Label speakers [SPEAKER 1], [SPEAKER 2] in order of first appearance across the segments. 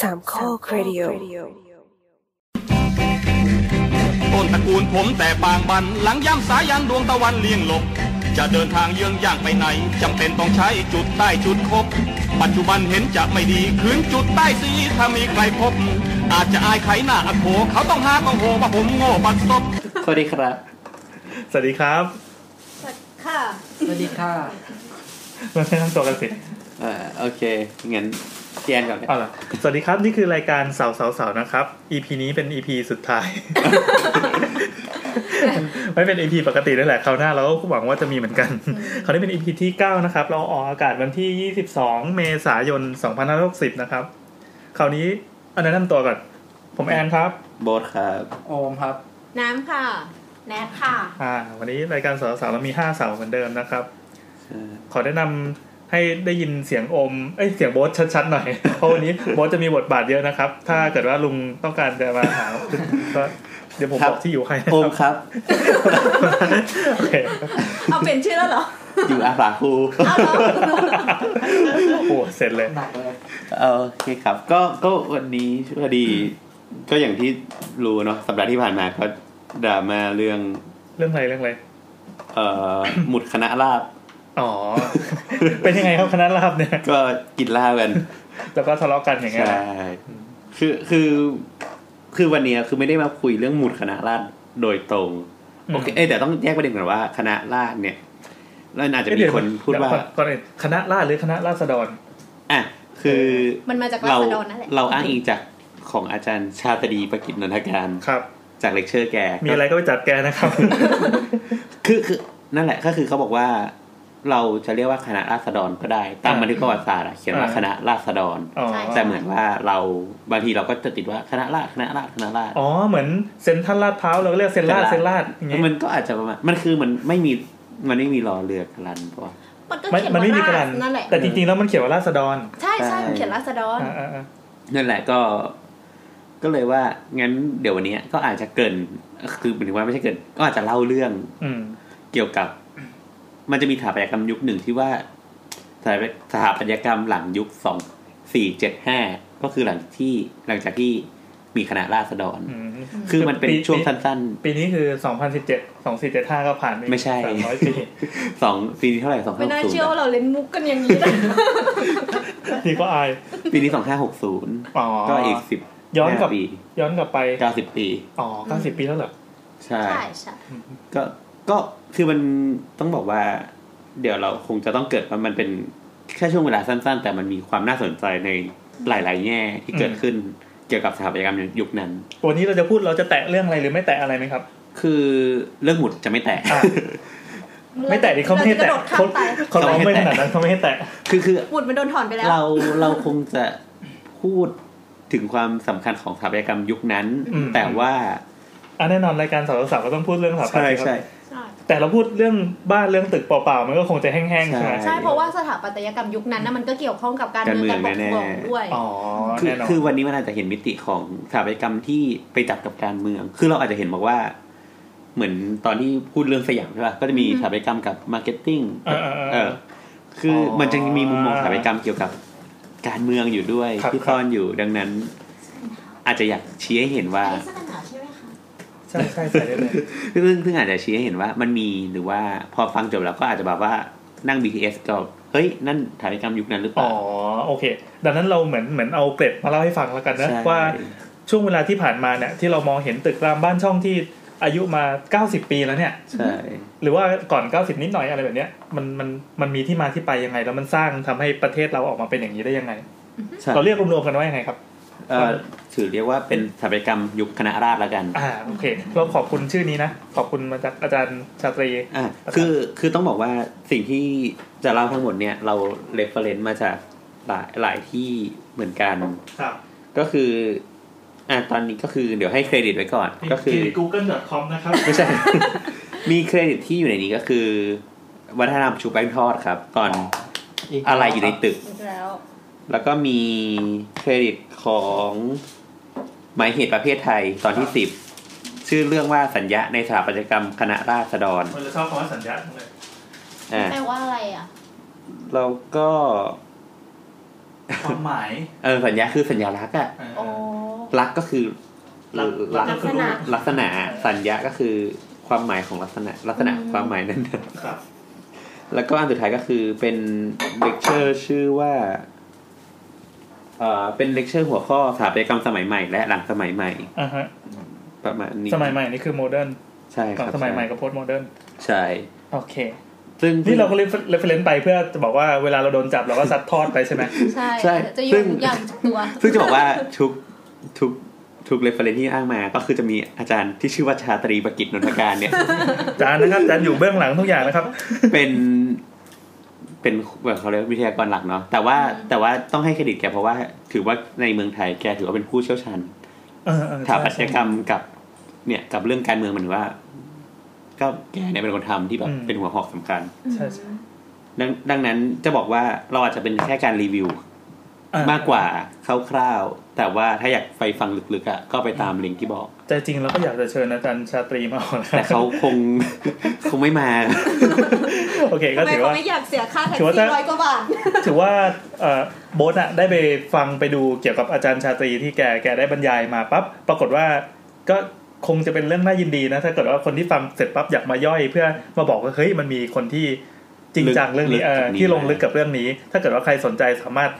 [SPEAKER 1] สามข้อครดิโอ
[SPEAKER 2] ต้นตระกูลผมแต่ปางบัน หลังย่ำสายันดวงตะวันเลี่ยงหลบ จะเดินทางเยืองย่างไปไหนจำเป็นต้องใช้จุดใต้จุดคบ ปัจจุบันเห็นจะไม่ดีคืนจุดใต้สีถ้ามีใครพบ อาจจะอายไขหน้าอโขเขาต้องหาของโหว่าผมโง่บัดซบ
[SPEAKER 3] สวัสดีครับ
[SPEAKER 4] สวัสดีครับ
[SPEAKER 5] ค่ะ
[SPEAKER 3] สวัสดีค่ะ
[SPEAKER 4] มาแนะนำตัวกันสิ
[SPEAKER 3] เออโอเคงั้นเตียนก่อนเลย
[SPEAKER 4] เอาล่ะสวัสดีครับนี่คือรายการสาวสาวสาวนะครับ EP นี้เป็น EP สุดท้าย ไม่เป็น EP ปกตินั่นแหละคราวหน้าเราก็หวังว่าจะมีเหมือนกัน คราวนี้เป็น EP ที่ 9 นะครับ เราออกอากาศวันที่ 22 เมษายน 2560 นะครับ คราวนี้เอาแนะนำตัวก่อน ผมแอนครับ
[SPEAKER 3] โบทครับ
[SPEAKER 6] โอมครับ
[SPEAKER 5] น้ำค่ะ แนทค่ะ
[SPEAKER 4] อ่า วันนี้รายการสาวสาวเรามี 5 เสาวเหมือนเดิมนะครับ
[SPEAKER 3] เอ่อ
[SPEAKER 4] ขอแนะนำให้ได้ยินเสียงโอม เอ้ย เสียงโบ๊ทชัดๆหน่อย เพราะวันนี้โบ๊ทจะมีบทบาทเยอะนะครับ ถ้าเกิดว่าลุงต้องการจะมาหา ก็เดี๋ยวผมบอกที่อยู่ให้นะ
[SPEAKER 3] โอ
[SPEAKER 4] ค
[SPEAKER 3] ม
[SPEAKER 4] รับ
[SPEAKER 3] ครับ
[SPEAKER 4] โอเค
[SPEAKER 5] เอาเป็นชื่อแล้วเหรอ
[SPEAKER 3] อยู่อาสาครู
[SPEAKER 5] เอาเหรอ
[SPEAKER 4] โอ้โหเสร็จเลย
[SPEAKER 6] หนักเลย
[SPEAKER 3] เออโอเคครับ ก็ก็วันนี้พอดี ก็อย่างที่รู้เนาะสัปดาห์ที่ผ่านมาก็ดราม่าเรื่อง
[SPEAKER 4] เรื่องอะไรเรื่องอะไร
[SPEAKER 3] เอ่อ หมุดคณะราบ
[SPEAKER 4] อ๋อ เป็นยังไงครับคณะราบเนี่ย
[SPEAKER 3] ก็กินล่าบกัน
[SPEAKER 4] แล้วก็ทะเลาะกันอย่างเงี้ย
[SPEAKER 3] ใช่คือคือคือวันเนี้ยคือไม่ได้มาคุยเรื่องหมุดคณะราบโดยตรง โอเคเอ้ยแต่ต้องแยกประเด็นก่อนว่าคณะราษฎรเนี่ยแล้วอาจจะ
[SPEAKER 4] เอ้ย
[SPEAKER 3] มี
[SPEAKER 4] เดี๋ยว
[SPEAKER 3] คนพูดว่า
[SPEAKER 4] เยก่อนก่อนอื่นคณะราษฎรหรือคณะราษฎร
[SPEAKER 3] อ่ะ คือ
[SPEAKER 5] มันมาจากรา
[SPEAKER 3] เรา
[SPEAKER 5] ษฎรนั่นแหละ
[SPEAKER 3] เราอ้างอิงจากของอาจารย์ชาตดีประกิจนันทการ
[SPEAKER 4] ครับ
[SPEAKER 3] จากเลคเชอร์แก
[SPEAKER 4] มีอะไรก็ไปจัดแกนะครับ
[SPEAKER 3] คือคือนั่นแหละก็คือเขาบอกว่า เราจะเรียกว่าคณะราษฎรก็ได้ ตาม
[SPEAKER 4] อ่า
[SPEAKER 3] บันทึกประวัติศาสตร์อะเขียนว่า
[SPEAKER 4] อ่า
[SPEAKER 3] คณะราษฎร
[SPEAKER 4] อ๋อ
[SPEAKER 5] ใช่
[SPEAKER 3] แต่เหมือนว่าเราบางทีเราก็จะติดว่าคณะราษฎรคณะราษฎรคณะราษฎร
[SPEAKER 4] อ๋อ เหมือนเซนทรัลลาดพร้าวเราก็เรียกเซนลาดเซนลาดอย่างเงี้ย
[SPEAKER 3] มันก็อาจจะประมาณมันคือมันไม่มีมันไม่มีรอเรือกรันเพราะว่า
[SPEAKER 5] มันก็
[SPEAKER 4] มัน
[SPEAKER 5] เขียน
[SPEAKER 4] มันไม่
[SPEAKER 5] ว่ากรา
[SPEAKER 4] มีารัน
[SPEAKER 5] ษนั่นแหละ
[SPEAKER 4] แต่จริงๆแล้วมันเขียนว่าราษฎร
[SPEAKER 5] ใช่ใช่
[SPEAKER 3] ใช่
[SPEAKER 5] มันเขียนราษฎร
[SPEAKER 4] อ่าๆ
[SPEAKER 3] นั่นแหละก็ก็เลยว่างั้นเดี๋ยววันเนี้ยก็อาจจะเกรินคือหมายถึงว่าไม่ใช่เกรินก็อาจจะเล่าเรื่อง
[SPEAKER 4] ๆอืม
[SPEAKER 3] เกี่ยวกับ มันจะมีสถาปัตยกรรมยุคหนึ่งที่ว่าสถาปสถาปัตยกรรมหลังยุคสองสี่เจ็ดห้าก็คือหลังที่หลังจากที่มีคณะราษฎร
[SPEAKER 4] อืม
[SPEAKER 3] คือมันเป็น
[SPEAKER 4] ปี
[SPEAKER 3] ช่วงสั้น
[SPEAKER 4] ปีนี้คือ 2017 2475 ก็ผ่านป
[SPEAKER 3] ไม่ใช่
[SPEAKER 4] สามร้อยปี
[SPEAKER 3] ๆสองปีนี้เท่าไหร่สอง
[SPEAKER 5] ไม่
[SPEAKER 3] ห้าห
[SPEAKER 5] น่าก
[SPEAKER 3] ศูน
[SPEAKER 5] เชื่อว่า
[SPEAKER 3] ย์
[SPEAKER 5] เราเล่นมุกกันอย่างนี้นะ
[SPEAKER 4] นี่ก็อาย
[SPEAKER 3] ปีนี้สองห้าหกศูนย์
[SPEAKER 4] อ๋อ
[SPEAKER 3] ก็อีกสิบ
[SPEAKER 4] ย้อนกลับ
[SPEAKER 3] ห้าปี
[SPEAKER 4] ย้อนกลับไป
[SPEAKER 3] เก้าสิบปี
[SPEAKER 4] อ๋อ 90 ปีแล้วเหรอ
[SPEAKER 3] ใช่
[SPEAKER 5] ใช่ใช่
[SPEAKER 3] ก็ก็คือมันต้องบอกว่า เดี๋ยวเราคงจะต้องเกิดว่ามันเป็นแค่ช่วงเวลาสั้น ๆ แต่มันมีความน่าสนใจในหลาย ๆ แง่ที่เกิดขึ้นเกี่ยวกับสถาปัตยกรรมยุคนั้น
[SPEAKER 4] วันนี้เราจะพูดเราจะแตะเรื่องอะไรหรือไม่แตะอะไรไหมครับ
[SPEAKER 3] คือเรื่องหมุดจะไม่แตะ
[SPEAKER 4] อ่ะ ไม่แตะดิเขาไม่ให้แตะ
[SPEAKER 5] เราจะกระโดดข้า
[SPEAKER 4] เขา
[SPEAKER 5] มไป
[SPEAKER 4] เขาร้องไม่
[SPEAKER 3] ไม่
[SPEAKER 4] ข
[SPEAKER 3] ให้แตะ
[SPEAKER 4] นาดนั้นเขาไม่ให้แตะ
[SPEAKER 3] คือคือ
[SPEAKER 5] หมุดมันโดนถอนไปแล้ว
[SPEAKER 3] เราเราคงจะพูดถึงความสำคัญของสถาปัตยกรรมยุคนั้น
[SPEAKER 4] อืม
[SPEAKER 3] แต่ว่า
[SPEAKER 4] อ่ะแน่นอนรายการสาวสาวก็ต้องพูดเรื่องสถาปัตย์ครับ
[SPEAKER 5] ใช่
[SPEAKER 4] แต่เราพูดเรื่องบ้านเรื่องตึกเปล่าๆมันก็คงจะแห้งๆใช่ไหม
[SPEAKER 5] ใช่เพราะว่าสถาปัตยกรรมยุคนั้นนะมันก็เกี่ยวข้องกับการเมืองการปกครองด้วย
[SPEAKER 4] อ๋อ
[SPEAKER 3] คือ
[SPEAKER 4] แน่นอน
[SPEAKER 3] คือวันนี้มันอาจจะเห็นมิติของสถาปัตยกรรมที่ไปจับกับการเมือง คือเราอาจจะเห็นบอกว่า เหมือนตอนที่พูดเรื่องสยามใช่ป่ะก็จะมี
[SPEAKER 5] อืม
[SPEAKER 3] สถาปัตยกรรมกับมาร์เก็ตติ้ง
[SPEAKER 4] เออเออเออ
[SPEAKER 3] เออคืออ
[SPEAKER 4] อ
[SPEAKER 3] มันจะมีมุมมองสถาปัตยกรรมเกี่ยวกับการเมืองอยู่ด้วย
[SPEAKER 4] ครับ
[SPEAKER 3] ที่ซ่อนอยู่ดังนั้น อาจจะอยากชี้ให้เห็นว่า
[SPEAKER 5] สนามใช่ไหมคะ
[SPEAKER 4] ใช่ใช่ใส่ได้เลย
[SPEAKER 3] ซึ่งซึ่งอาจจะชี้ให้เห็นว่ามันมีหรือว่าพอฟังจบแล้วก็อาจจะแบบว่านั่ง BTS ก็เฮ้ยนั่นสถาปัตยกรรมยุคนั้นหรือเป
[SPEAKER 4] อ๋
[SPEAKER 3] ล่า
[SPEAKER 4] อโอเค ดังนั้นเราเหมือนเหมือนเอาเกร็ดมาเล่าให้ฟังแล้วกันนะ
[SPEAKER 3] ใช่
[SPEAKER 4] ว่าช่วงเวลาที่ผ่านมาเนี่ยที่เรามองเห็นตึกรามบ้านช่องที่อายุมา 90 ปีแล้วเนี่ย
[SPEAKER 3] ใช่
[SPEAKER 4] หรือว่าก่อน 90 นิดหน่อยอะไรแบบเนี้ยมันมันมันมีที่มาที่ไปยังไง แล้วมันสร้างทำให้ประเทศเราออกมาเป็นอย่างนี้ได้ยังไง
[SPEAKER 3] ใช่
[SPEAKER 4] เราเรียกรวมๆกันว่ายังไงครับ
[SPEAKER 3] เอ่อถือเรียกว่าเป็นสถาปัตยกรรมยุคคณะราษฎรแล้วกัน
[SPEAKER 4] อ่าโอเค เราขอบคุณชื่อนี้นะ ขอบคุณมาจากอาจารย์ชาตรี
[SPEAKER 3] อ่ะ
[SPEAKER 4] ประกาศ
[SPEAKER 3] คือ คือต้องบอกว่าสิ่งที่จะเล่าทั้งหมดเนี่ยเราเรฟเฟรนซ์มาจากหลายหลายที่เหมือนกัน
[SPEAKER 4] ครับ
[SPEAKER 3] ก็คือ อ่ะตอนนี้ก็คือเดี๋ยวให้เครดิตไว้ก่อน ก็คือ
[SPEAKER 4] google.com นะครับ
[SPEAKER 3] ไม่ ใช่ มีเครดิตที่อยู่ในนี้ก็คือ วัฒนธรรมชูแป้งทอดครับ ตอนอะไรอยู่ในตึก
[SPEAKER 5] อีกแล้ว
[SPEAKER 3] แล้วก็มีเครดิตของหมายเหตุประเภทไทยตอนที่สิบชื่อเรื่องว่าสัญญาในสถาปัตยกรรมคณะราษฎร
[SPEAKER 4] มันจะชอบคำว่าสัญญาเลย
[SPEAKER 3] อ่า
[SPEAKER 5] แปลว่าอะไรอ่ะ
[SPEAKER 3] แล้วก็
[SPEAKER 6] ความหมาย
[SPEAKER 3] เออสัญญาคือสัญญารักษณ์อะ
[SPEAKER 5] โอ้
[SPEAKER 3] รักก็คือ
[SPEAKER 6] รัก
[SPEAKER 3] รัก
[SPEAKER 5] ลักษณะ
[SPEAKER 3] ลักษณะสัญญาก็คือความหมายของลักษณะลักษณะความหมายนั้นๆ
[SPEAKER 6] ครับ
[SPEAKER 3] แล้วก็อันสุดท้ายก็คือเป็นเลคเชอร์ชื่อว่าเอ่อเป็นเลคเชอร์หัวข้อสถาปัตยกรรมสมัยใหม่ และหลังสมัยใหม่
[SPEAKER 4] อ่าฮะ
[SPEAKER 3] ประมาณนี้
[SPEAKER 4] สมัยใหม่นี่คือโมเดิร์น
[SPEAKER 3] ใช่ครับ
[SPEAKER 4] สมัยใหม่กับโพสต์โมเดิร์น
[SPEAKER 3] ใช่
[SPEAKER 4] โอเค
[SPEAKER 3] ซึ่ง
[SPEAKER 4] นี่เราก็เรฟเฟรนซ์ไปเพื่อจะบอกว่าเวลาเราโดนจับเราก็ซัดทอดไป ใช่ไหม
[SPEAKER 5] ใช่
[SPEAKER 3] ใช่
[SPEAKER 5] จะ
[SPEAKER 3] ซึ่
[SPEAKER 5] ยุ่
[SPEAKER 3] ง
[SPEAKER 5] งอย่างทุกตัว
[SPEAKER 3] ซึ่งจะบอกว่าทุกทุกทุกเรฟเฟรนที่อ้างมาก็คือจะมีอาจารย์ที่ชื่อว่าชาตรีประกิจนนทการ เนี่ย
[SPEAKER 4] จานนะครับจานอยู่เบื้องหลังทุกอย่างนะครับ
[SPEAKER 3] เป็นเป็นแบบเขาเรียกว่าวิทยากรหลักเนาะแต่ว่าแต่ว่าต้องให้เครดิตแกเพราะว่า ถือว่าในเมืองไทยแกถือว่าเป็นผู้เชี่ยวชาญ
[SPEAKER 4] เออเออ
[SPEAKER 3] สถา
[SPEAKER 4] ใช่
[SPEAKER 3] ปัตยกรรมกับเนี่ยกับเรื่องการเมืองมันถือว่า ก็แกเนี่ยเป็นคนทำที่แบบเป็นหัวหอกสำคัญ
[SPEAKER 4] ใช่ใช่
[SPEAKER 3] ดังดังนั้นจะบอกว่าเราอาจจะเป็นแค่การรีวิว
[SPEAKER 4] อ่ะ
[SPEAKER 3] มากกว่าคร่าวๆแต่ว่าถ้าอยากไปฟังลึกๆอ่ะก็ไปตามลิงก์ที่บอก
[SPEAKER 4] ใจจริงเราก็อยากจะเชิญอาจารย์ชาตรีมาออกนะ
[SPEAKER 3] แต่เขาคง คงไม่มา
[SPEAKER 4] โอเคก็
[SPEAKER 5] ทำไม
[SPEAKER 4] ถือ
[SPEAKER 5] เขา
[SPEAKER 4] ว่า
[SPEAKER 5] ไม่อยากเสียค่าแท็ก
[SPEAKER 4] ถือว่า
[SPEAKER 5] ซี่
[SPEAKER 4] ถ้า
[SPEAKER 5] ร้อยกว่าบาท
[SPEAKER 4] ถือว่าเอ่อโบทอะได้ไปฟังไปดูเกี่ยวกับอาจารย์ชาตรีที่แกแกได้บรรยายมาปั๊บปรากฏว่าก็คงจะเป็นเรื่องน่ายินดีนะ ถ้าเกิดว่าคนที่ฟังเสร็จปั๊บอยากมาย่อยเพื่อมาบอกว่าเฮ้ยมันมีคนที่จริงจังเรื่องนี้เออ
[SPEAKER 3] ลึกจากนี้
[SPEAKER 4] ที่ลงลึกกับเรื่องนี้ ถ้าเกิดว่าใครสนใจสามารถ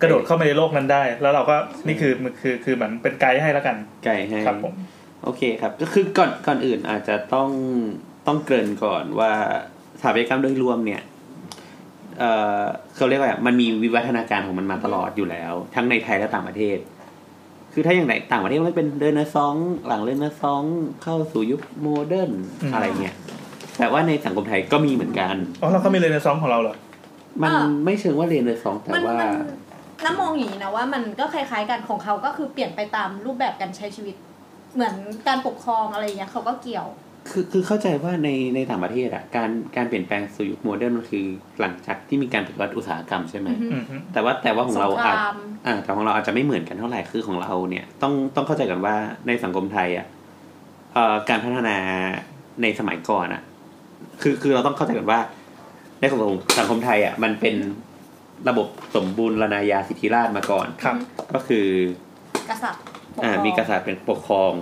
[SPEAKER 4] กระโดดเข้ามาในโลกนั้นได้ แล้วเราก็นี่คือมันคือคือเหมือนเป็นไกด์ให้แล้วกัน
[SPEAKER 3] ไกลให้
[SPEAKER 4] ครับผม
[SPEAKER 3] โอเคครับ ก็คือก่อนก่อนอื่นอาจจะต้องต้องเกริ่นก่อนว่าสถาปัตยกรรมโดยรวมเนี่ย เอ่อเขาเรียกว่าอะไรมันมีวิวัฒนาการของมันมาตลอดอยู่แล้ว ทั้งในไทยและต่างประเทศ คือถ้าอย่างไหนต่างประเทศมันก็เป็นเดินนะซอง หลังเดินนะซองเข้าสู่ยุคโมเดิร์นอะไรเงี้ยแต่ว่าในสังคมไทยก็มีเหมือนกัน
[SPEAKER 4] อ๋อเราก็มีเลยในซองของเราเหรอ
[SPEAKER 3] มัน
[SPEAKER 5] อ่า
[SPEAKER 3] ไม่เชิงว่าเรียนเดินซองแต่
[SPEAKER 5] มัน
[SPEAKER 3] ว่า
[SPEAKER 5] มันน้ำมองอย่างนี้นะว่ามันก็คล้ายๆกันของเขาก็คือเปลี่ยนไปตามรูปแบบการใช้ชีวิต เหมือนการปกครองอะไรอย่างเงี้ยเขาก็เกี่ยว
[SPEAKER 3] คือคือเข้าใจว่าในในต่างประเทศอะการการเปลี่ยนแปลงสู่ยุคโมเดิร์นมันคือหลังจากที่มีการปฏิวัติอุตสาหกรรมใช่ไหม
[SPEAKER 5] อือฮึ
[SPEAKER 4] อืมฮึ
[SPEAKER 3] แต่ว่าแต่ว่าของเราอาจ
[SPEAKER 5] สงคราม
[SPEAKER 3] อ่าแต่ของเราอาจจะไม่เหมือนกันเท่าไหร่คือของเราเนี่ยต้องต้องเข้าใจกันว่าในสังคมไทยอ่ะเอ่อการพัฒนาในสมัยก่อนอ่ะ คือคือเราต้องเข้าใจกันว่า ในสังคมสังคมไทยอ่ะมันเป็นระบบสมบูรณาญาสิทธิราชย์มาก่อน
[SPEAKER 4] ครับ
[SPEAKER 3] ก็คือ
[SPEAKER 5] กษัตริย์ปกคร
[SPEAKER 3] อ่า
[SPEAKER 5] อง
[SPEAKER 3] มีกษัตริย์เป็นปกครอง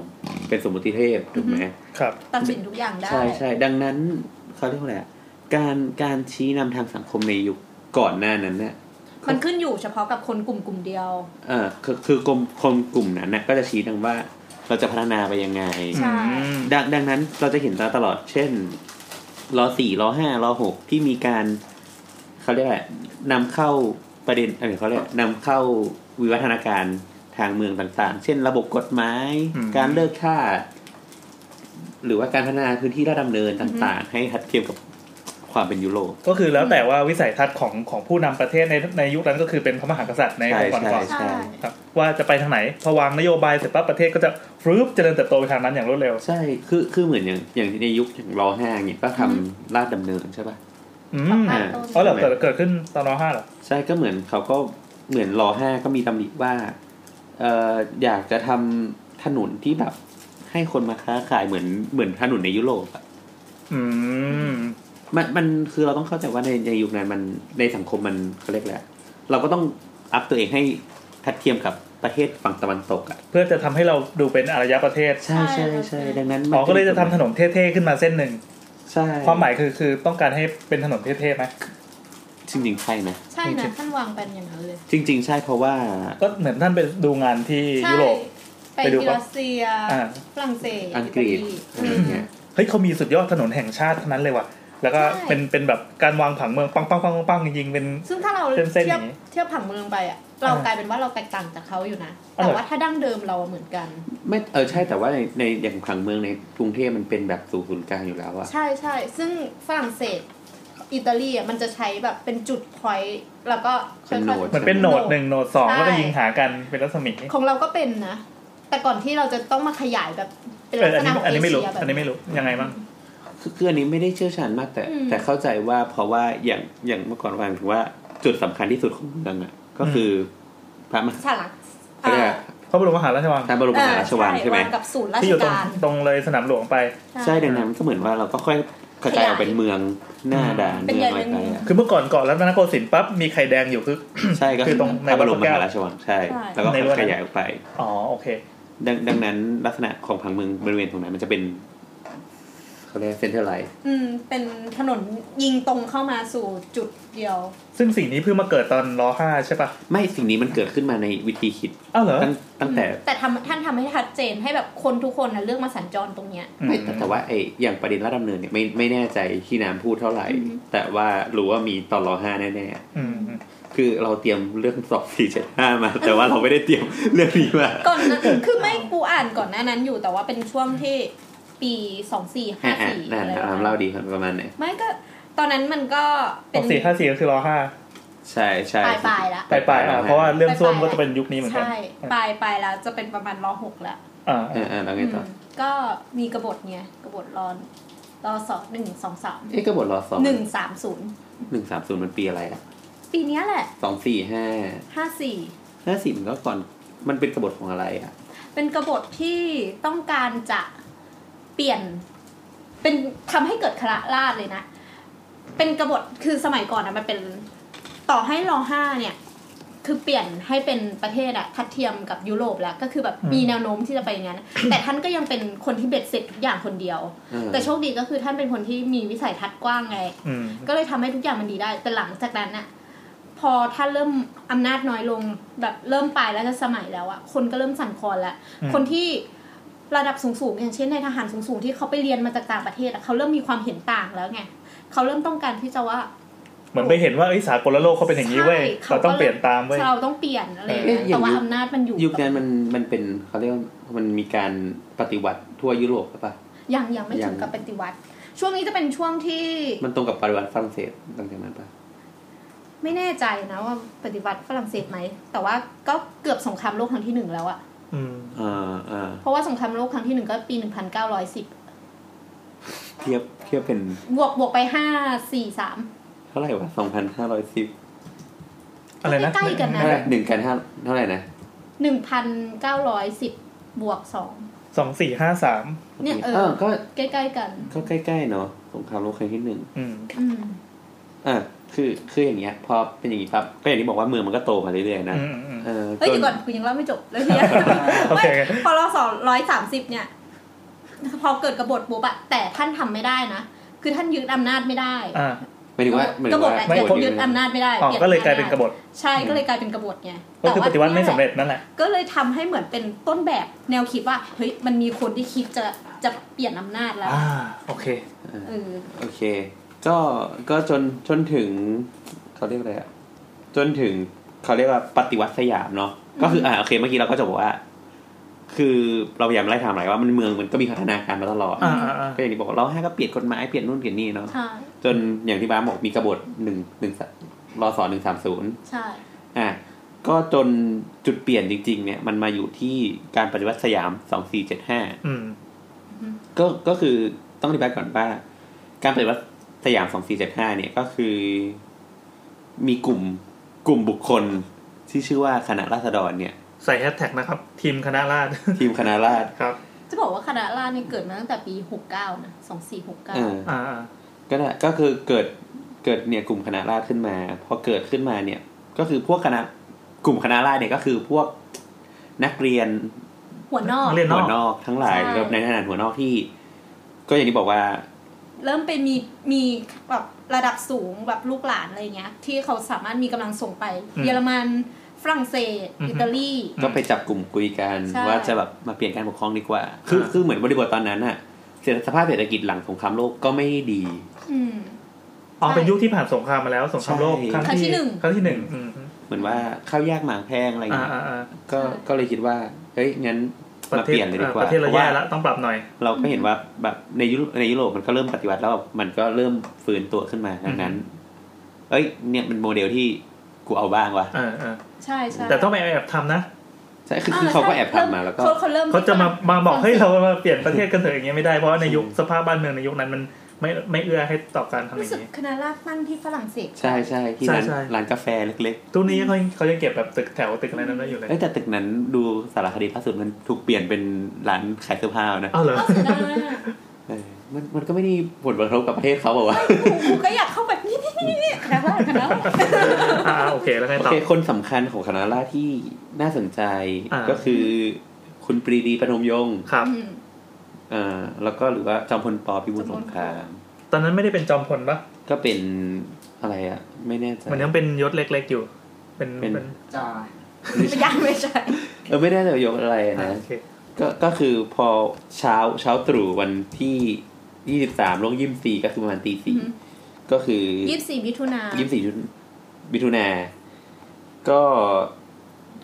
[SPEAKER 3] เป็นสมมุติเทพถูกไหม
[SPEAKER 4] ครับ
[SPEAKER 5] ตัดสินทุกอย่างได้
[SPEAKER 3] ใช่ใช่ดังนั้นเขาเรียกว่าอะไรอะการการชี้นำทางสังคมในยุคก่อนหน้านั้นเนี่ย
[SPEAKER 5] มันขึ้นอยู่เฉพาะกับคนกลุ่มกลุ่มเดียว
[SPEAKER 3] เออคือคือกลุ่มคนกลุ่มนั้นนะก็จะชี้นำว่าเราจะพัฒนาไปยังไง
[SPEAKER 5] ใช่
[SPEAKER 4] อืม
[SPEAKER 3] ดังดังนั้นเราจะเห็นมาตลอด เช่นรอสี่รอห้ารอหกที่มีการเขาเรียกอะไรนำเข้าประเด็นอะไรเขาเรียกนำเข้าวิวัฒนาการทางเมืองต่างๆ เช่นระบบกฎหมาย การเลิกทาสหรือว่าการพัฒนาพื้นที่ราดดำเนินต่าง ๆ ให้ทัดเทียมกับความเป็นยุโรป
[SPEAKER 4] ก็คือแล้วแต่ว่าวิสัยทัศน์ของของผู้นำประเทศในในยุคนั้นก็คือเป็นพระมหากษัตริย์ใน
[SPEAKER 3] ใช่
[SPEAKER 4] องค์กรก่อน
[SPEAKER 3] ใช่
[SPEAKER 5] ใช่
[SPEAKER 4] ครับว่าจะไปทางไหนพอวางนโยบายเสร็จปั๊บประเทศก็จะฟรึบเจริญเติบโตไปทางนั้นอย่างรวดเร็ว
[SPEAKER 3] ใช่คือคือเหมือนอย่างอย่างในยุคอย่างรอห้าเนี่ยก็ทำ
[SPEAKER 5] อืม
[SPEAKER 3] ลาดดำเนินใช่ปะ
[SPEAKER 4] อื
[SPEAKER 5] ปรับ
[SPEAKER 4] ม
[SPEAKER 5] ปรุ
[SPEAKER 3] อ่า
[SPEAKER 5] ง
[SPEAKER 4] อ๋อเหรอเกิดเกิดขึ้นตอนรห้าเหรอ
[SPEAKER 3] ใช่ก็เหมือนเขาก็เหมือนรอห้าก็มีตำหนิว่าเอออยากจะทำถนนที่แบบให้คนมาค้าขายเหมือนเหมือนถนนในยุโรปอะ
[SPEAKER 4] อืม
[SPEAKER 3] มันมันคือเราต้องเข้าใจว่าในในยุคนั้นมันในสังคมมันเขาเรียกแหละไรเราก็ต้องอัพตัวเองให้ทัดเทียมกับประเทศฝั่งตะวันตกอ่ะ
[SPEAKER 4] เพื่อจะทำให้เราดูเป็นอารยประเทศ
[SPEAKER 3] ใช่ใช่ใช่ดังนั้นมัน
[SPEAKER 4] อ๋อก็เลยจะทำถนนเท่ๆขึ้นมาเส้นหนึ่ง
[SPEAKER 3] ใช่
[SPEAKER 4] ความหมายคือคือต้องการให้เป็นถนนเท่ๆไหม
[SPEAKER 3] จริงๆใช่นะ
[SPEAKER 5] ใช่นะท่านวางเป็นอย่างนั้นเลย
[SPEAKER 3] จริง ๆ ใช่เพราะว่า
[SPEAKER 4] ก็เหมือนท่านไปดูงานที่ยุโรป
[SPEAKER 5] ใช่
[SPEAKER 4] ไป
[SPEAKER 5] ไป
[SPEAKER 4] ดู
[SPEAKER 5] ที่
[SPEAKER 4] ปะ
[SPEAKER 5] รัสเซีย
[SPEAKER 4] อ่า
[SPEAKER 5] ฝรั่งเศส
[SPEAKER 3] อังกฤษ
[SPEAKER 5] อิตา
[SPEAKER 3] อะไร
[SPEAKER 5] ลี
[SPEAKER 3] เงี้ย
[SPEAKER 4] เฮ้ยเขามีสุดยอดถนนแห่งชาติทั้งนั้นเลยว่ะ แล้วก็
[SPEAKER 5] ใช่
[SPEAKER 4] เป็นเป็นแบบการวางผังเมืองปังปังปังปังๆๆๆจริงๆเป็น
[SPEAKER 5] ซึ่งถ้าเรา
[SPEAKER 4] เส้นๆอ
[SPEAKER 5] เทีย
[SPEAKER 4] ย่า
[SPEAKER 5] บ
[SPEAKER 4] งนี้
[SPEAKER 5] เทียบผังเมืองไปอะเรา
[SPEAKER 4] อ่าก
[SPEAKER 5] ลายเป็นว่าเราแตกต่างจากเขาอยู่นะ
[SPEAKER 4] อ๋อเหรอ
[SPEAKER 5] แต่ว่าถ้าดั้งเดิมเราอะเหมือนกัน
[SPEAKER 3] ไม่เออใช่แต่ว่าในในอย่างผังเมืองในกรุงเทพมันเป็นแบบสู่ศูนย์กลางอยู่แล้วอะ
[SPEAKER 5] ใช่ใช่ ซึ่งฝรั่งเศส อิตาลีอ่ะมันจะใช้แบบเป็นจุดพอยต์แล้วก็ค่อย
[SPEAKER 3] เป็นโหน
[SPEAKER 5] ๆ
[SPEAKER 3] ด
[SPEAKER 4] เหมือนเป็นโหนดหนึ่งโหนดสอง
[SPEAKER 5] ใช่
[SPEAKER 4] แล้วก็ยิงหากันเป็นรัศมี
[SPEAKER 5] ของเราก็เป็นนะ แต่ก่อนที่เราจะต้องมาขยายแบบเป็น
[SPEAKER 4] เอ
[SPEAKER 5] ลัก
[SPEAKER 4] ออั
[SPEAKER 5] ษ
[SPEAKER 4] น
[SPEAKER 5] ณะ
[SPEAKER 4] นี้
[SPEAKER 5] ของ
[SPEAKER 4] อัน
[SPEAKER 5] เอ
[SPEAKER 4] นี้ไม่
[SPEAKER 5] เชี
[SPEAKER 4] รู้
[SPEAKER 5] ยแบบ
[SPEAKER 4] อันนี้ไม่รู้ยังไงบ้าง
[SPEAKER 3] คือคืออันนี้ไม่ได้เชี่ยวชาญมากแต่
[SPEAKER 5] อืม
[SPEAKER 3] แต่เข้าใจว่าเพราะว่าอย่างอย่างเมื่อก่อนวางถึงว่าจุดสำคัญที่สุดของเมืองอ่ะก็คือพระมหา
[SPEAKER 5] สลัก
[SPEAKER 3] เขาเรียกอะไร
[SPEAKER 4] พระบรมมหาราชวัง
[SPEAKER 3] พระบรมมหาราชวังใช่ไหม
[SPEAKER 5] กับศูนย์รา
[SPEAKER 4] ที่
[SPEAKER 5] ช
[SPEAKER 4] อยู่ตรง
[SPEAKER 5] การ
[SPEAKER 4] ตรงเลยสนามหลวงไป
[SPEAKER 3] ใช่ดังนั้นก็เหมือนว่าเราก็ค่อย กระจายออกเป็นเมืองหน้าด่าน
[SPEAKER 5] เป็น
[SPEAKER 3] เมื
[SPEAKER 5] ให
[SPEAKER 3] อ
[SPEAKER 5] ญ่
[SPEAKER 3] ง
[SPEAKER 5] เป็น
[SPEAKER 3] อะไรไป
[SPEAKER 5] เมือง
[SPEAKER 3] อะ
[SPEAKER 4] คือเมื่อก่อนเกาะรัตนโกสินทร์ปั๊บมีไข่แดงอยู่คือ
[SPEAKER 3] ใช่ก็
[SPEAKER 4] คื
[SPEAKER 3] คือ อ
[SPEAKER 4] ต
[SPEAKER 3] ต
[SPEAKER 4] ร
[SPEAKER 3] รง ง
[SPEAKER 4] ใน
[SPEAKER 3] พระบรมม
[SPEAKER 4] พระแก้ว
[SPEAKER 3] หาราชวังใช่
[SPEAKER 5] ใช่
[SPEAKER 3] แล้วก็
[SPEAKER 4] ในรั้วนั้
[SPEAKER 3] ข
[SPEAKER 4] น
[SPEAKER 3] ยายออกไป
[SPEAKER 4] อ๋อโอเค
[SPEAKER 3] ดังดังนั้นลักษณะของผังเมืองบริเวณตรงนั้นมันจะเป็นเขาเรียกเซ็นเตอร์ไลท์
[SPEAKER 5] อืมเป็นถนนยิงตรงเข้ามาสู่จุดเดียว
[SPEAKER 4] ซึ่งสิ่งนี้เพิ่งมาเกิดตอนรห้าใช่ปะ
[SPEAKER 3] ไม่สิ่งนี้มันเกิดขึ้นมาในวิธีคิด
[SPEAKER 4] อ้าวเหรอ
[SPEAKER 3] ตั้งตั้งแต่
[SPEAKER 5] แต่ทำท่านทำให้ชัดเจนให้แบบคนทุกคนนะเลือกมาสัญจรตรงเนี้ย
[SPEAKER 4] อืม
[SPEAKER 3] ไม่แต่แต่ว่าไออย่างประเด็นรัฐดำเนินเนี่ยไม่ไม่แน่ใจที่น้ำพูดเท่าไหร่ แต่ว่ารู้ว่ามีตอนรอห้าแน่
[SPEAKER 4] อืมอืม
[SPEAKER 3] ๆคือเราเตรียมเรื่องสอบสี่เจ็ดห้ามา แต่ว่าเราไม่ได้เตรียม เรื่องนี้มา
[SPEAKER 5] ก่อน หนั้านคือไม่กูอ่านก่อนหน้านั้นอยู่แต่ว่าเป็นช่วงที่ปีสองสี่ห้า
[SPEAKER 3] อ่ะอ่ะ
[SPEAKER 5] สี่
[SPEAKER 3] นั่น
[SPEAKER 5] อะไร
[SPEAKER 3] นะ
[SPEAKER 5] ประ
[SPEAKER 3] ทำ
[SPEAKER 5] มา
[SPEAKER 3] เล่า
[SPEAKER 5] ณ
[SPEAKER 3] ดีครับประมาณไหน
[SPEAKER 5] ไม่ก็ตอนนั้นมันก็
[SPEAKER 4] ห
[SPEAKER 5] เป็น
[SPEAKER 4] กสี่ห้าสี่ก็คือรห้า
[SPEAKER 3] ใช่ใช่
[SPEAKER 5] ปลายปลายละ
[SPEAKER 4] ปลายปลายๆอ่ะเพราะว่าเรื่องส้วมก็จะเป็นยุคนี้เหมือนกัน
[SPEAKER 5] ใช่ปลายปลายแล้วจะเป็นประมาณรหกแล้ว
[SPEAKER 4] อ่า
[SPEAKER 3] เออเออแล้วไงต่อ
[SPEAKER 5] มก็มีกบฏเนี่ยกบฏรอนรอสอหนึ่งสองสาม
[SPEAKER 3] เอ๊ะกบฏรอสอง
[SPEAKER 5] หนึ่งสามศูนย์
[SPEAKER 3] หนึ่งสามศูนย์มันปีอะไรอ่ะ
[SPEAKER 5] ปีเนี้ยแหละ
[SPEAKER 3] สองสี่ห้า
[SPEAKER 5] ห้าสี่
[SPEAKER 3] ห้าสิบก็ก่อนมันเป็นกบฏของอะไรอ่ะ
[SPEAKER 5] เป็นกบฏที่ต้องการจะเปลี่ยน เป็นทำให้เกิดคณะราษฎรเลยนะ เป็นกบฏคือสมัยก่อนอะมันเป็นต่อให้รอห้าเนี่ย คือเปลี่ยนให้เป็นประเทศอะทัดเทียมกับยุโรปแล้ว ก็คือแบบมีแนวโน้มที่จะไปอย่างนั้น แต่ท่านก็ยังเป็นคนที่เบ็ดเสร็จทุกอย่างคนเดียว
[SPEAKER 3] เออ
[SPEAKER 5] แต่โชคดีก็คือท่านเป็นคนที่มีวิสัยทัศน์กว้างไง
[SPEAKER 4] อืม
[SPEAKER 5] ก็เลยทำให้ทุกอย่างมันดีได้ แต่หลังจากนั้นน่ะ พอท่านเริ่มอำนาจน้อยลงแบบเริ่มปลายแล้วจะสมัยแล้วอะคนก็เริ่มสั่นคลอนแล้วคนที่ระดับสูงๆอย่างเช่นในทหารสูงๆที่เขาไปเรียนมาจากต่างประเทศอะเขาเริ่มมีความเห็นต่างแล้วไงเขาเริ่มต้องการที่จะว่า
[SPEAKER 4] เหมือนไปเห็นว่าเอ้ยสากลโลกเขาเป็นอย่างนี้เว้ย
[SPEAKER 5] ใช่
[SPEAKER 4] เราต้องเปลี่ยนตามเว้ย
[SPEAKER 5] เราต้องเปลี่ยนอะไรอย่าง
[SPEAKER 3] เอ๊ะ
[SPEAKER 5] เงี้ย
[SPEAKER 3] อย่า
[SPEAKER 5] แต่
[SPEAKER 3] ง
[SPEAKER 5] ว่า
[SPEAKER 3] ยุค
[SPEAKER 5] อำนาจมันอยู่
[SPEAKER 3] ยุคนั้นมันมันเป็นเขาเรียกว่ามันมีการปฏิวัติทั่วยุโรปใช่ปะ
[SPEAKER 5] ยังยังไม่
[SPEAKER 3] ยั
[SPEAKER 5] ถึ
[SPEAKER 3] ง
[SPEAKER 5] งกับปฏิวัติ ช่วงนี้จะเป็นช่วงที่
[SPEAKER 3] มันตรงกับปฏิวัติฝรั่งเศสหลังจากนั้นปะ
[SPEAKER 5] ไม่แน่ใจนะว่าปฏิวัติฝรั่งเศสไหม แต่ว่าก็เกือบสงครามโลกครั้งที่หนึ่งแล้วอะ
[SPEAKER 4] อืม
[SPEAKER 3] อ่าอ่า
[SPEAKER 5] เพราะว่าสงครามโลกครั้งที่หนึ่งก็ปี 1910
[SPEAKER 3] เทียบเทียบเป็น
[SPEAKER 5] บวกบวกไปห้าสี่สาม
[SPEAKER 3] เท่าไหร่วะสองพันห้าร้อยสิบ
[SPEAKER 4] อะไรนะ
[SPEAKER 5] ใกล้ๆกันนะ
[SPEAKER 3] เท่าไหร่หนึ่งกันห้าเท่าไหร่นะ
[SPEAKER 5] หนึ่งพันเก้าร้อยสิบบวกสอง
[SPEAKER 4] สองสี่ห้าสาม
[SPEAKER 5] เนี่ยเออ
[SPEAKER 3] ก็
[SPEAKER 5] ใกล้ๆกัน
[SPEAKER 3] ก็ใกล้ๆเนาะสงครามโลกครั้งที่หนึ่ง
[SPEAKER 4] อืม
[SPEAKER 5] อืม
[SPEAKER 3] อ่ะคือคืออย่างเงี้ยพอเป็นอย่างงี้ครับก็อย่างที่บอกว่าเมืองมันก็โตมาเรื่อยๆนะ
[SPEAKER 4] อืมอืมอืม
[SPEAKER 3] เออ
[SPEAKER 5] เอ้ย
[SPEAKER 3] จน
[SPEAKER 5] เดี๋ยวก่อนกูยังเล่าไม่จบเลยเนี่ย
[SPEAKER 4] โอเค
[SPEAKER 5] ไม่พอเราสองร้อยสามสิบเนี่ย พอเกิดกบฏปุ๊บอะแต่ท่านทำไม่ได้นะ คือท่านยึดอำนาจไม่ได้
[SPEAKER 4] อ่า
[SPEAKER 3] หมายถึงว่าหมาย
[SPEAKER 5] ก
[SPEAKER 3] ถึง
[SPEAKER 5] บฏ
[SPEAKER 3] ว่า
[SPEAKER 5] อะ
[SPEAKER 4] ไม่
[SPEAKER 5] ยึด
[SPEAKER 3] กฎ
[SPEAKER 5] ยึดอำนาจไม่ได้
[SPEAKER 4] อ๋อ
[SPEAKER 5] ปน
[SPEAKER 4] ก็เลยกลายเป็นกบฏ
[SPEAKER 5] ใช่ก็เลยกลายเป็นกบฏไง
[SPEAKER 4] ก็คือปฏิวัติ
[SPEAKER 5] เนี่ย
[SPEAKER 4] ไม่สำเร็จนั่นแหละ
[SPEAKER 5] ก็เลยทำให้เหมือนเป็นต้นแบบแนวคิดว่าเฮ้ยมันมีคนที่คิดจะจะเปลี่ยนอำนาจแล้ว
[SPEAKER 4] อ่าโอเค
[SPEAKER 5] เออ
[SPEAKER 3] โอเค ก็ก็จนจนถึงเขาเรียกอะไรอ่ะจนถึงเขาเรียกว่าปฏิวัติสยามเนาะก็คืออ่าโอเคเมื่อกี้เราก็จะบอกว่า คือเราพยายามไล่ไทม์ไลน์ว่ามันเมืองมันก็มีพัฒนาการมาตลอด
[SPEAKER 4] อ่าอ่าอ่า
[SPEAKER 3] ก็อย่างที่บอกเราให้ก็เปลี่ยนกฎหมายเปลี่ยนนู่นเปลี่ยนนี่เนาะ
[SPEAKER 5] ใช่
[SPEAKER 3] จนอย่างที่บ้าสบอกมีกบฏหนึ่งหนึ่งรอสอหนึ่งสามศูนย์
[SPEAKER 5] ใช่
[SPEAKER 3] อ่ะก็จนจุดเปลี่ยนจริง ๆ เนี่ย มันมาอยู่ที่การปฏิวัติสยามสองสี่เจ็ดห้า
[SPEAKER 4] อืม
[SPEAKER 3] ก็ก็คือต้องอธิบายก่อนว่า การปฏิวัติสยามสองสี่เจ็ดห้าเนี่ยก็คือ มีกลุ่มกลุ่มบุคคลที่ชื่อว่าคณะราษฎรเนี่ย
[SPEAKER 4] ใส่แฮชแท็กนะครับ ทีมคณะราษฎร
[SPEAKER 3] ทีมคณะราษฎร
[SPEAKER 4] ครับ
[SPEAKER 5] จะบอกว่าคณะราษฎรเนี่ยเกิดมาตั้งแต่ปีหกเก้านะสองสี่หกเก้า
[SPEAKER 3] เออ
[SPEAKER 4] อ่าอ่า
[SPEAKER 3] ก็ได้ก็คือเกิดเกิดเนี่ยกลุ่มคณะราษฎรขึ้นมาพอเกิดขึ้นมาเนี่ย ก็คือพวกคณะกลุ่มคณะราษฎรเนี่ยก็คือพวกนักเรียน
[SPEAKER 5] หัวนอก
[SPEAKER 4] เรียนน
[SPEAKER 3] หัว
[SPEAKER 4] อก
[SPEAKER 3] นอกทั้งหลาย
[SPEAKER 5] ใช่
[SPEAKER 3] ในขนาดหัวนอกที่ ก็อย่างที่บอกว่า
[SPEAKER 5] เริ่มเป็นมีมีแบบระดับสูงแบบลูกหลานอะไรเงี้ย ที่เขาสามารถมีกำลังส่งไป
[SPEAKER 4] อืม
[SPEAKER 5] เยอรมันฝรั่งเศส
[SPEAKER 4] อือฮึ
[SPEAKER 5] อิตาลี
[SPEAKER 3] ก็ไปจับกลุ่มคุยกัน
[SPEAKER 5] ใช่
[SPEAKER 3] ว่าจะแบบมาเปลี่ยนการปกครองดีกว่า คือ
[SPEAKER 4] อ่า
[SPEAKER 3] คือเหมือนบริบทตอนนั้นอะเศรษฐสภาพเศรษฐกิจหลังสงครามโลกก็ไม่ดี
[SPEAKER 5] อืม
[SPEAKER 4] อ๋อเป็นยุคที่ผ่านสงครามมาแล้วสงครามโลก
[SPEAKER 3] ใช่
[SPEAKER 4] ครั้ง
[SPEAKER 5] ครั้ง
[SPEAKER 4] ที่
[SPEAKER 5] ที่หนึ่ง
[SPEAKER 4] ครั้งที่หนึ่งอืม
[SPEAKER 3] เหมือนว่าข้าวยากหมากแพงอะไรอย่างเงี้ย
[SPEAKER 4] อ่าอ่าอ่า
[SPEAKER 3] ก็ก็เลยคิดว่าเฮ้ยงั้น
[SPEAKER 4] ป
[SPEAKER 3] มา
[SPEAKER 4] ระเท
[SPEAKER 3] เป
[SPEAKER 4] ศ
[SPEAKER 3] ลี่ยนเลยดีกว่า
[SPEAKER 4] ประเทศเรา
[SPEAKER 3] เพราะ
[SPEAKER 4] แย่
[SPEAKER 3] ว่า
[SPEAKER 4] แล้วต้องปรับหน่อย
[SPEAKER 3] เราก็เห็นว่าแบบในยุโรปในยุโรปมันก็เริ่มปฏิวัติแล้วมันก็เริ่มฟื้นตัวขึ้นมาดังนั้น เอ้ยเนี่ยเป็นโมเดลที่กูเอาบ้างว่ะ
[SPEAKER 4] เออเออ
[SPEAKER 5] ใช่ใช่
[SPEAKER 4] แต่ต้องไปแอบทำนะ
[SPEAKER 3] ใช่คือคือเขาก็แอบ
[SPEAKER 5] เริ่
[SPEAKER 3] ทำมาแล้วก็
[SPEAKER 5] เขเขาเริ่ม
[SPEAKER 4] เขาจะมามาบอก
[SPEAKER 5] ฝ
[SPEAKER 4] เฮ้ย
[SPEAKER 5] รั่งศส
[SPEAKER 4] เรามาเปลี่ยนประเทศกันเถอะอย่างเงี้ยไม่ได้เพราะว่าในยุคสภาพบ้านเมืองในยุคนั้นมันไม่ไม่เอื้อให้ต่อการทำอ
[SPEAKER 5] รู้
[SPEAKER 4] ย่า
[SPEAKER 5] สึก
[SPEAKER 4] งนี้
[SPEAKER 5] คณะราษฎรตั้งที่ฝรั่งเศส
[SPEAKER 3] ใช่ใช่ที่ร้าน
[SPEAKER 4] ใช่ใช่
[SPEAKER 3] ร้านกาแฟเล็กๆ
[SPEAKER 4] ทุกนี้เขาเขายังเก็บแบบตึกแถวตึกอะไรนั้นไว้อยู่เลย
[SPEAKER 3] เอ้ยแต่ตึกนั้นดูสารคดีล่าสุดมันถูกเปลี่ยนเป็นร้านขายเสื้อผ้านะ
[SPEAKER 4] อ้าวเหรอ
[SPEAKER 5] ก็คือได้
[SPEAKER 3] เออ มันมันก็ไม่ได้ผลกระทบกับประเทศเขาบอกว่าวะ
[SPEAKER 5] กูก็อยากเข้าแบบนี่นี่นี่นี่ คณะราษฎรคณะราษฎร
[SPEAKER 4] อ่าโอเคแล้วไง
[SPEAKER 3] โอ
[SPEAKER 4] ต่อ
[SPEAKER 3] เคคนสำคัญของคณะราษฎรที่น่าสนใจ
[SPEAKER 4] อ่า
[SPEAKER 3] ก็คือคุณปรีดีประนมยงค์
[SPEAKER 4] ครับ
[SPEAKER 5] อืม
[SPEAKER 3] อ่าแล้วก็หรือว่าจอมพลปพิบูลสงคราม
[SPEAKER 4] ตอนนั้นไม่ได้เป็นจอมพลปะ
[SPEAKER 3] ก็เป็นอะไรอะไม่แน่ใจ
[SPEAKER 4] มันยังเป็นยศเล็ก ๆอยู่ เป็น
[SPEAKER 3] เป็น
[SPEAKER 4] เป็น
[SPEAKER 6] จ่า
[SPEAKER 5] ยังไม่ใช่
[SPEAKER 3] เออไม่แน่ใจว่ายกอะไร
[SPEAKER 4] อ่า
[SPEAKER 3] นะ
[SPEAKER 4] โอเค
[SPEAKER 3] ก็ก็คือพอเช้าเช้าตรู่วันที่ยี่สิบสามลงยี่สิบสี่ก็คือประมาณตีสี่
[SPEAKER 5] อือฮึ
[SPEAKER 3] ก็คือ
[SPEAKER 5] ยี่สิบสี่มิถุนา
[SPEAKER 3] ยี่สิบสี่มิถุนาก็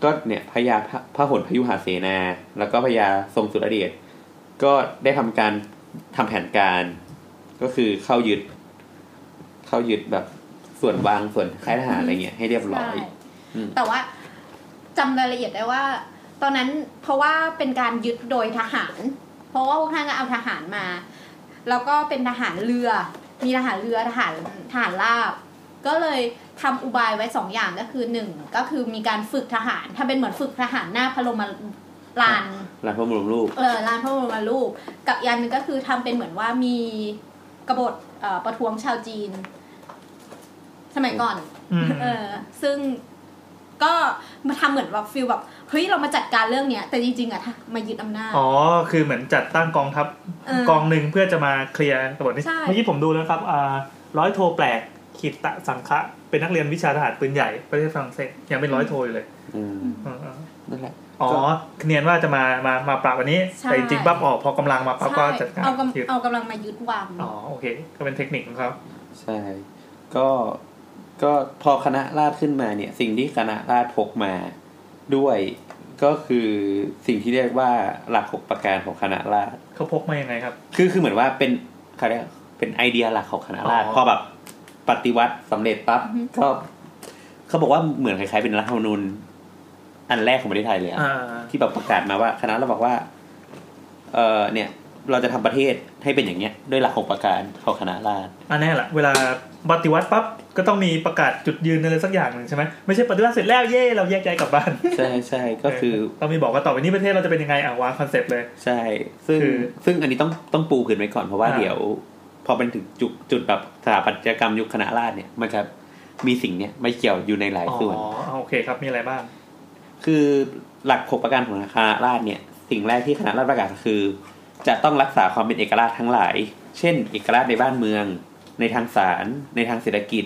[SPEAKER 3] ก็เนี่ยพญาพระพระหนพยุหาเสนา แล้วก็พญาทรงสุรเดชก็ได้ทำการทำแผนการ ก็คือเข้ายึด เข้ายึดแบบส่วนวางส่วนค่ายทหารอะไรเงี้ยให้เรียบร้อย อืม
[SPEAKER 5] แต่ว่าจำรายละเอียดได้ว่า ตอนนั้นเพราะว่าเป็นการยึดโดยทหาร เพราะว่าพวกท่านก็เอาทหารมา แล้วก็เป็นทหารเรือ มีทหารเรือทหารทหารราบ ก็เลยทำอุบายไว้สองอย่างก็คือหนึ่งก็คือมีการฝึกทหารถ้าเป็นเหมือนฝึกทหารหน้าพระลมาลาน
[SPEAKER 3] หลังพระบรมรูป
[SPEAKER 5] เออร้านพระบรมรูปกับอีกอันหนึงก็คือทำเป็นเหมือนว่ามีกบฏเอ่อประท้วงชาวจีน สมัยก่อน
[SPEAKER 4] อืม
[SPEAKER 5] เออ ซึ่งก็มาทำเหมือนแบบฟิลแบบเฮ้ยเรามาจัดการเรื่องเนี้ย แต่จริงๆอะถ้ามายึดอำนาจ
[SPEAKER 4] อ๋อคือเหมือนจัดตั้งกองทัพ
[SPEAKER 5] เออก
[SPEAKER 4] องหนึ่งเพื่อจะมาเคลียร์กบฏนี้
[SPEAKER 5] ใช่
[SPEAKER 4] เมื่อกี้ผมดูแล้วครับอ่าร้อยโทแปลกขีดตะสังคะเป็นนักเรียนวิชาทหารปืนใหญ่ประเทศฝรั่งเศสยังเป็นร้อยโทอยู่เลย
[SPEAKER 3] อืม
[SPEAKER 4] อืมๆ
[SPEAKER 3] นั่นแหละ
[SPEAKER 4] อ๋อเนียนว่าจะมา มา มาปรับวันนี้
[SPEAKER 5] ใช่
[SPEAKER 4] แต่จริงๆปั๊บออกพอกำลังมาปั๊บก็
[SPEAKER 5] ใช่
[SPEAKER 4] จัดการ
[SPEAKER 5] เอา
[SPEAKER 4] ยึด
[SPEAKER 5] กำเอากำลังมายึดวัง
[SPEAKER 4] อ๋อโอเค ก็เป็นเทคนิคของเขา
[SPEAKER 3] ใช่ ก็ก็พอคณะราษฎรขึ้นมาเนี่ย สิ่งที่คณะราษฎรพกมาด้วยก็คือสิ่งที่เรียกว่าหลักหกประการของคณะราษฎร
[SPEAKER 4] เขาพกมายังไงครับ
[SPEAKER 3] คือคือเหมือนว่าเป็นเขาเรียกเป็นไอเดียหลักของคณะราษฎร
[SPEAKER 4] อ๋อ
[SPEAKER 3] พอแบบปฏิวัติสำเร็จปั๊บก็เขาบอกว่าเหมือนคล้ายๆเป็นรัฐธรรมนูญอันแรกของประเทศไทยเลยอะ
[SPEAKER 4] อ่า
[SPEAKER 3] ที่แบบประกาศมาว่าคณะเราบอกว่า เออเนี่ย เราจะทำประเทศให้เป็นอย่างเนี้ยด้วยหลักหกประการของคณะราษฎร
[SPEAKER 4] อันแน่แหละเวลาปฏิวัติปั๊บก็ต้องมีประกาศจุดยืนอะไรสักอย่างหนึ่งใช่ไหมไม่ใช่ปฏิวัติเสร็จแล้วเย่เราแยกย้ายกลับบ้าน
[SPEAKER 3] ใช่ ใช่ก็คือ
[SPEAKER 4] ต้องมีบอกว่าต่อไปนี้ประเทศเราจะเป็นยังไงอ่ะวางคอนเซปต์เลย
[SPEAKER 3] ใช่ ซึ่ง
[SPEAKER 4] คือ
[SPEAKER 3] ซึ่งอันนี้ต้อง ต้องปูพื้นไว้ก่อน เพราะว่า
[SPEAKER 4] อ่า
[SPEAKER 3] เดี๋ยว พอเป็นถึงจุด จุดแบบสถาปัตยกรรมยุคคณะราษฎรเนี่ย มันจะมีสิ่งเนี้ยไม่เกี่ยวอยู่ในหลาย
[SPEAKER 4] อ๋อ
[SPEAKER 3] ส่วน
[SPEAKER 4] เอาโอเคครับมีอะไรบ้าง
[SPEAKER 3] คือหลักหกประการของคณะราษฎรเนี่ย สิ่งแรกที่คณะราษฎรประกาศคือ จะต้องรักษาความเป็นเอกราชทั้งหลาย เช่น เอกราชในบ้านเมือง ในทางศาล ในทางเศรษฐกิจ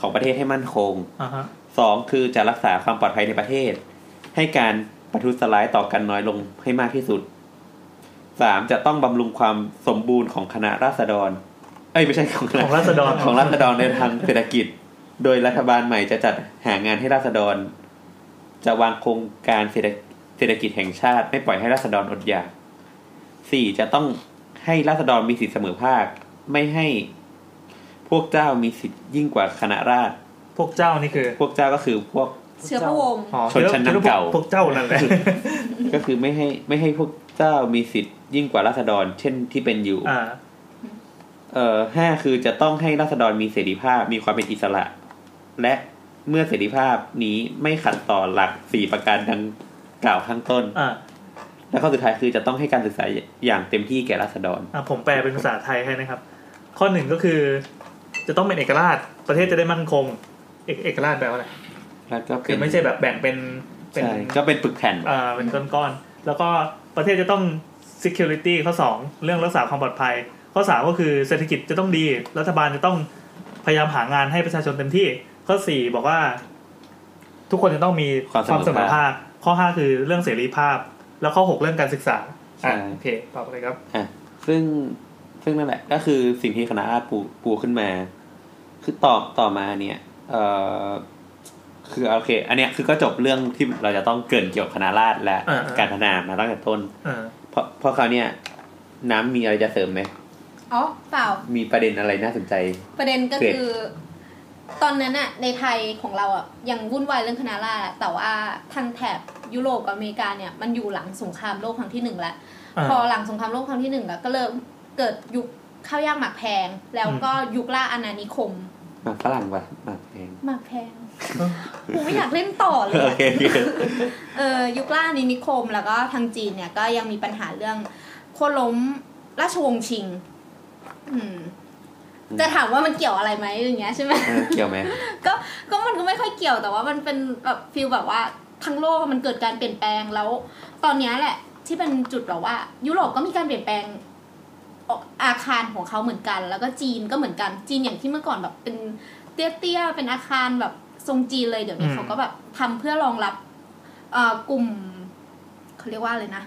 [SPEAKER 3] ของประเทศให้มั่นคง
[SPEAKER 4] อ่าฮะ
[SPEAKER 3] สองคือจะรักษาความปลอดภัยในประเทศ ให้การประทุษร้ายต่อกันน้อยลงให้มากที่สุดสามจะต้องบำรุงความสมบูรณ์ของคณะราษฎร เอ้ยไม่ใช่ของคณะ
[SPEAKER 4] ของราษฎร
[SPEAKER 3] ของราษฎรในทางเศรษฐกิจ โดยรัฐบาลใหม่จะจัดหางานให้ราษฎร จะวางโครงการเศรษฐเศรษฐกิจแห่งชาติ ไม่ปล่อยให้ราษฎรอดอยากสี่จะต้องให้ราษฎรมีสิทธิเสมอภาค ไม่ให้พวกเจ้ามีสิทธิ์ยิ่งกว่าคณะราษฎร
[SPEAKER 4] พวกเจ้านี่คือ
[SPEAKER 3] พวกเจ้าก็คือพวก
[SPEAKER 5] เชื้อพระวงศ์
[SPEAKER 4] อ๋อ
[SPEAKER 3] ชนชั้นนำเก่า
[SPEAKER 4] พวกเจ้านั่น แหละ
[SPEAKER 3] ก็คือไม่ให้ไม่ให้พวกเจ้ามีสิทธิ์ยิ่งกว่าราษฎร เช่นที่เป็นอยู่
[SPEAKER 4] อ่า
[SPEAKER 3] เอ่อห้าคือจะต้องให้ราษฎรมีเสรีภาพมีความเป็นอิสระ และเมื่อเสรีภาพนี้ไม่ขัดต่อหลักสี่ประการดังกล่าวข้างต้น
[SPEAKER 4] อ่า
[SPEAKER 3] และข้อสุดท้ายคือจะต้องให้การศึกษาอย่างเต็มที่แก่ราษฎร
[SPEAKER 4] อ่าผมแปลเป็นภาษาไทยให้นะครับ ข้อหนึ่งก็คือ จะต้องเป็นเอกราชประเทศจะได้มั่นคง เอกเอกราชแปลว่าอะไร
[SPEAKER 3] แล้วก็
[SPEAKER 4] คื
[SPEAKER 3] เป็
[SPEAKER 4] อนไม่ใช่แบบแบ่งเป็นเป็น
[SPEAKER 3] ใช่ก็เป็นปึกแผ่น
[SPEAKER 4] เอ่อเป็นก้อนๆ แล้วก็ประเทศจะต้อง security ข้อ 2 เรื่องรักษาความปลอดภัย ข้อ 3 ก็คือเศรษฐกิจจะต้องดี รัฐบาลจะต้องพยายามหางานให้ประชาชนเต็มที่ ข้อ 4 บอกว่า ทุกคนจะต้องมี
[SPEAKER 3] ความเสมอภาค
[SPEAKER 4] อภาค ข้อ 5 คือเรื่องเสรีภาพ แล้วข้อ 6 เรื่องการศึกษา
[SPEAKER 3] ใช่
[SPEAKER 4] อ่ะโอเคตอบเลยครับ
[SPEAKER 3] อ่ะซึ่งซึ่งนั่นแหละก็คือสิ่งที่คณะราษฎรปูปูขึ้นมา คือต่อต่อมาเนี่ย เอ่อคือโอเค อันเนี้ยคือก็จบเรื่องที่เราจะต้องเกรินเกี่ยวกับคณะราษฎรและ
[SPEAKER 4] อ่าๆ
[SPEAKER 3] การพัฒนามาตั้งแต่ต้น
[SPEAKER 4] อ่า
[SPEAKER 3] เพราะเพราะเขาวเนี่ย น้ำมีอะไรจะเสริมไหม
[SPEAKER 5] อ๋อเปล่า
[SPEAKER 3] มีประเด็นอะไรน่าสนใจ
[SPEAKER 5] ประเด็นก็คือ ตอนนั้นอะในไทยของเราอะยังวุ่นวายเรื่องคณะราษฎรอะแต่ว่าทางแถบยุโรปกับอเมริกาเนี่ยมันอยู่หลังสงครามโลกครั้งที่หนึ่งแล้ว
[SPEAKER 4] า
[SPEAKER 5] พอหลังสงครามโลกครั้งที่หนึ่งแล้วก็เริ่มเกิดยุคข้าวยากหมากแพง แล้วก็ยุคล่าอาณานิคม
[SPEAKER 3] มาฝรั่งปะมาเอง
[SPEAKER 5] หมากแพง
[SPEAKER 4] เออ
[SPEAKER 5] กูไม่อยากเล่นต่อเลย
[SPEAKER 3] โอ
[SPEAKER 5] อะ
[SPEAKER 3] เคโอเค
[SPEAKER 5] เออยุคล่าอาณานิคม แล้วก็ทางจีนเนี่ยก็ยังมีปัญหาเรื่องโค่นล้มราชวงศ์ชิง อืมจะถามว่ามันเกี่ยวอะไรไหมอย่างเงี้ยใช่ไหม
[SPEAKER 3] เออเกี่ยวไหม
[SPEAKER 5] ก็ก็มันก็ไม่ค่อยเกี่ยวแต่ว่ามันเป็นแบบฟิลแบบว่าทั้งโลกมันเกิดการเปลี่ยนแปลงแล้ว ตอนเนี้ยแหละ ที่เป็นจุดแบบว่า ยุโรปก็มีการเปลี่ยนแปลงออกอาคารของเขาเหมือนกัน แล้วก็จีนก็เหมือนกันจีนอย่างที่เมื่อก่อนแบบเป็นเตี้ยๆเป็นอาคารแบบทรงจีนเลยเดี๋ยวนี้
[SPEAKER 4] อืม
[SPEAKER 5] เขาก็แบบทำเพื่อรองรับเอ่อกลุ่มเขาเรียกว่าเลยนะ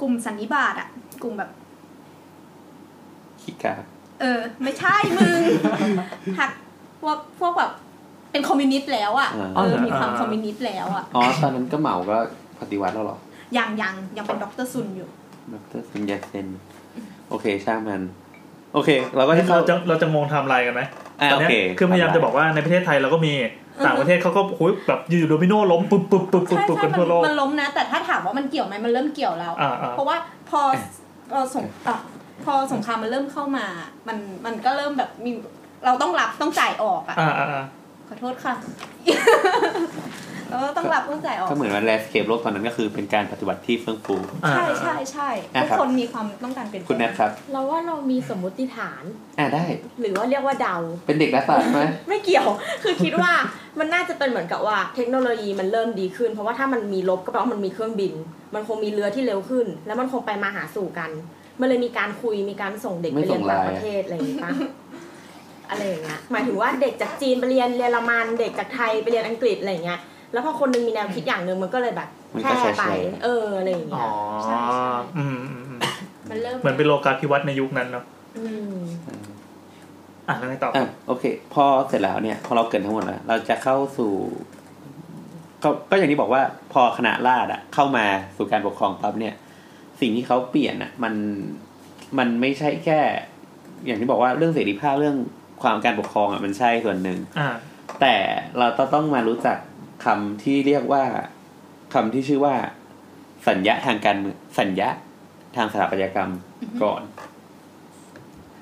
[SPEAKER 5] กลุ่มสันนิบาตอะกลุ่มแบบ
[SPEAKER 3] คิกา
[SPEAKER 5] เออ ไม่ใช่มึง หักพวกพวกแบบเป็นคอมมิวนิสต์แล้วอ่ะ
[SPEAKER 3] อ่า
[SPEAKER 5] เออมีความคอมมิวนิสต์แล้วอ่ะ
[SPEAKER 3] อ๋อ ตอนนั้นก็เหมาก็ปฏิวัติแล้วเหรอ
[SPEAKER 5] ยังยังยังเป็นดรซุนอยู่
[SPEAKER 3] ดรสัญญาเซนโอเค ช่างมัน โอเค เราก็ให้เข้า
[SPEAKER 4] เราจะเราจะงงไทำอะไรกันไหม
[SPEAKER 3] อ่า
[SPEAKER 4] ตอน
[SPEAKER 3] โอ
[SPEAKER 4] เนี้ย
[SPEAKER 3] เค
[SPEAKER 4] คือพยายามจะบอกว่าในประเทศไทยเราก็มีต่างประเทศเขาก็โอ้ยแบบอยู่ๆโดมิโนล้มปุ๊บปุ๊บปุ๊บปุ๊บ
[SPEAKER 5] ใช่
[SPEAKER 4] ปุ๊บ
[SPEAKER 5] ใช่
[SPEAKER 4] กัน
[SPEAKER 5] มั
[SPEAKER 4] ทั่วโลก
[SPEAKER 5] มันล้มนะ แต่ถ้าถามว่ามันเกี่ยวไหมมันเริ่มเกี่ยวแล้ว
[SPEAKER 4] อ่าอ่า
[SPEAKER 5] เพราะว่าพอพอสงอ่ะพอสงครามมันเริ่มเข้ามา มันมันก็เริ่มแบบมีเราต้องรับต้องจ่ายออกอ่ะ
[SPEAKER 4] อ่าอ่าอ่า
[SPEAKER 5] ขอโทษค่ะ เราต้องรับต้องจ่ายออก
[SPEAKER 3] ก็เหมือนว่าแลสเคปโลกตอนนั้นก็คือเป็นการปฏิวัติที่เฟื่องฟู
[SPEAKER 4] อ่า
[SPEAKER 5] ใช่ใช่ใช่
[SPEAKER 3] อ่ะ
[SPEAKER 5] ทุก
[SPEAKER 3] ครับ
[SPEAKER 5] คนมีความต้องการเปลี่ยนแปลง
[SPEAKER 3] คุณแนทครับ
[SPEAKER 6] เราว่าเรามีสมมติฐาน
[SPEAKER 3] อ่าได้
[SPEAKER 6] หรือว่าเรียกว่าเดา
[SPEAKER 3] เป็นเด็กรัฐศาสตร์ใช่ไหม
[SPEAKER 6] ไม่เกี่ยว คือคิดว่ามันน่าจะเป็นเหมือนกับว่าเทคโนโลยีมันเริ่มดีขึ้น เพราะว่าถ้ามันมีลบก็แปลว่ามันมีเครื่องบิน มันคงมีเรือที่เร็วขึ้น แล้วมันคงไปมาหาสู่กัน มันเลยมีการคุยมีการส่งเด็ก
[SPEAKER 3] ไม่
[SPEAKER 6] ไปเรียน
[SPEAKER 3] ส่ง
[SPEAKER 6] ต่าง
[SPEAKER 3] ไลน์
[SPEAKER 6] ประเทศอะไรอย่างงี้ปะ อะไรอย่างเงี้ยหมายถึงว่าเด็กจากจีนไปเรียนเยอรมันเด็กจากไทยไปเรียนอังกฤษอะไรอย่างเงี้ยแล้วพอคนหนึงมีแนวคิดอย่างหนึ่งมันก็เลยแบบ
[SPEAKER 3] มัน
[SPEAKER 6] แพ
[SPEAKER 3] ก็
[SPEAKER 6] ร่
[SPEAKER 3] แชร์
[SPEAKER 6] ไป
[SPEAKER 3] แชร์
[SPEAKER 6] เอออะไรอย่าง
[SPEAKER 4] อ๋
[SPEAKER 6] เงี้
[SPEAKER 4] อย
[SPEAKER 6] ใช่ใช่
[SPEAKER 4] อืมอืมอืม
[SPEAKER 5] มันเริ่ม
[SPEAKER 4] เหมือนเป็นโลกาภิวัตน์ในยุคนั้นเนาะ
[SPEAKER 6] อืม
[SPEAKER 4] อ่ะแล้วไงต่อ
[SPEAKER 3] อ่ะโอเค พอเสร็จแล้วเนี่ย พอเราเกรินทั้งหมดแล้ว เราจะเข้าสู่ ก็ก็อย่างที่บอกว่าพอคณะราษฎรอะเข้ามาสู่การปกครองปั๊บเนี่ย สิ่งที่เขาเปลี่ยนอะมันมันไม่ใช่แค่ อย่างที่บอกว่าเรื่องเสรีภาพเรื่องความการปกครองอะมันใช่ส่วนหนึ่ง
[SPEAKER 4] อ่า
[SPEAKER 3] แต่เราต้องต้องมารู้จักคำที่เรียกว่าคำที่ชื่อว่า สัญญาทางการเมืองสัญญาทางสถาปัตยกรรมก่อน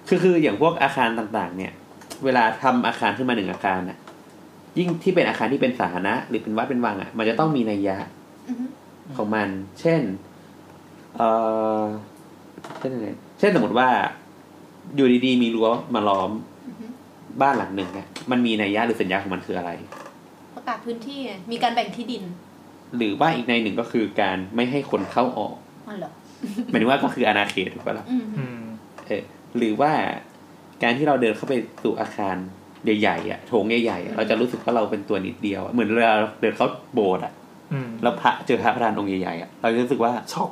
[SPEAKER 3] คือคืออย่างพวกอาคารต่างๆ เนี่ย เวลาทำอาคารขึ้นมาหนึ่งอาคารน่ะ ยิ่งที่เป็นอาคารที่เป็นสาธารณะ หรือเป็นวัดเป็นวังอ่ะมันจะต้องมีนัยยะ
[SPEAKER 5] อือฮึ
[SPEAKER 3] ของมัน เช่น เออเช่นอะไรเช่นสมมติว่า อยู่ดีๆ มีรั้วมาล้อมบ้านหลังหนึ่งเนี่ยมันมีนัยยะหรือสัญญาของมันคืออะไร
[SPEAKER 5] ประกาศพื้นที่ไงมีการแบ่งที่ดิน
[SPEAKER 3] หรือว่าอีกในหนึ่งก็คือการไม่ให้คนเข้าออก
[SPEAKER 5] อ๋อเหรอ
[SPEAKER 3] หมายถึงว่าก็คืออาณาเขตถูกปะล่ะ
[SPEAKER 5] อืม
[SPEAKER 4] อืม
[SPEAKER 3] เออหรือว่าการที่เราเดินเข้าไปสู่อาคารใหญ่ๆอ่ะโถงใหญ่ๆอะเราจะรู้สึกว่าเราเป็นตัวนิดเดียวอะเหมือนเวลาเราเดินเข้าโบสถ์อ่ะ
[SPEAKER 4] อืม
[SPEAKER 3] แล้วพระเจอพระประธานองค์ใหญ่ๆอ่ะเราจะรู้สึกว่า
[SPEAKER 4] ช็อก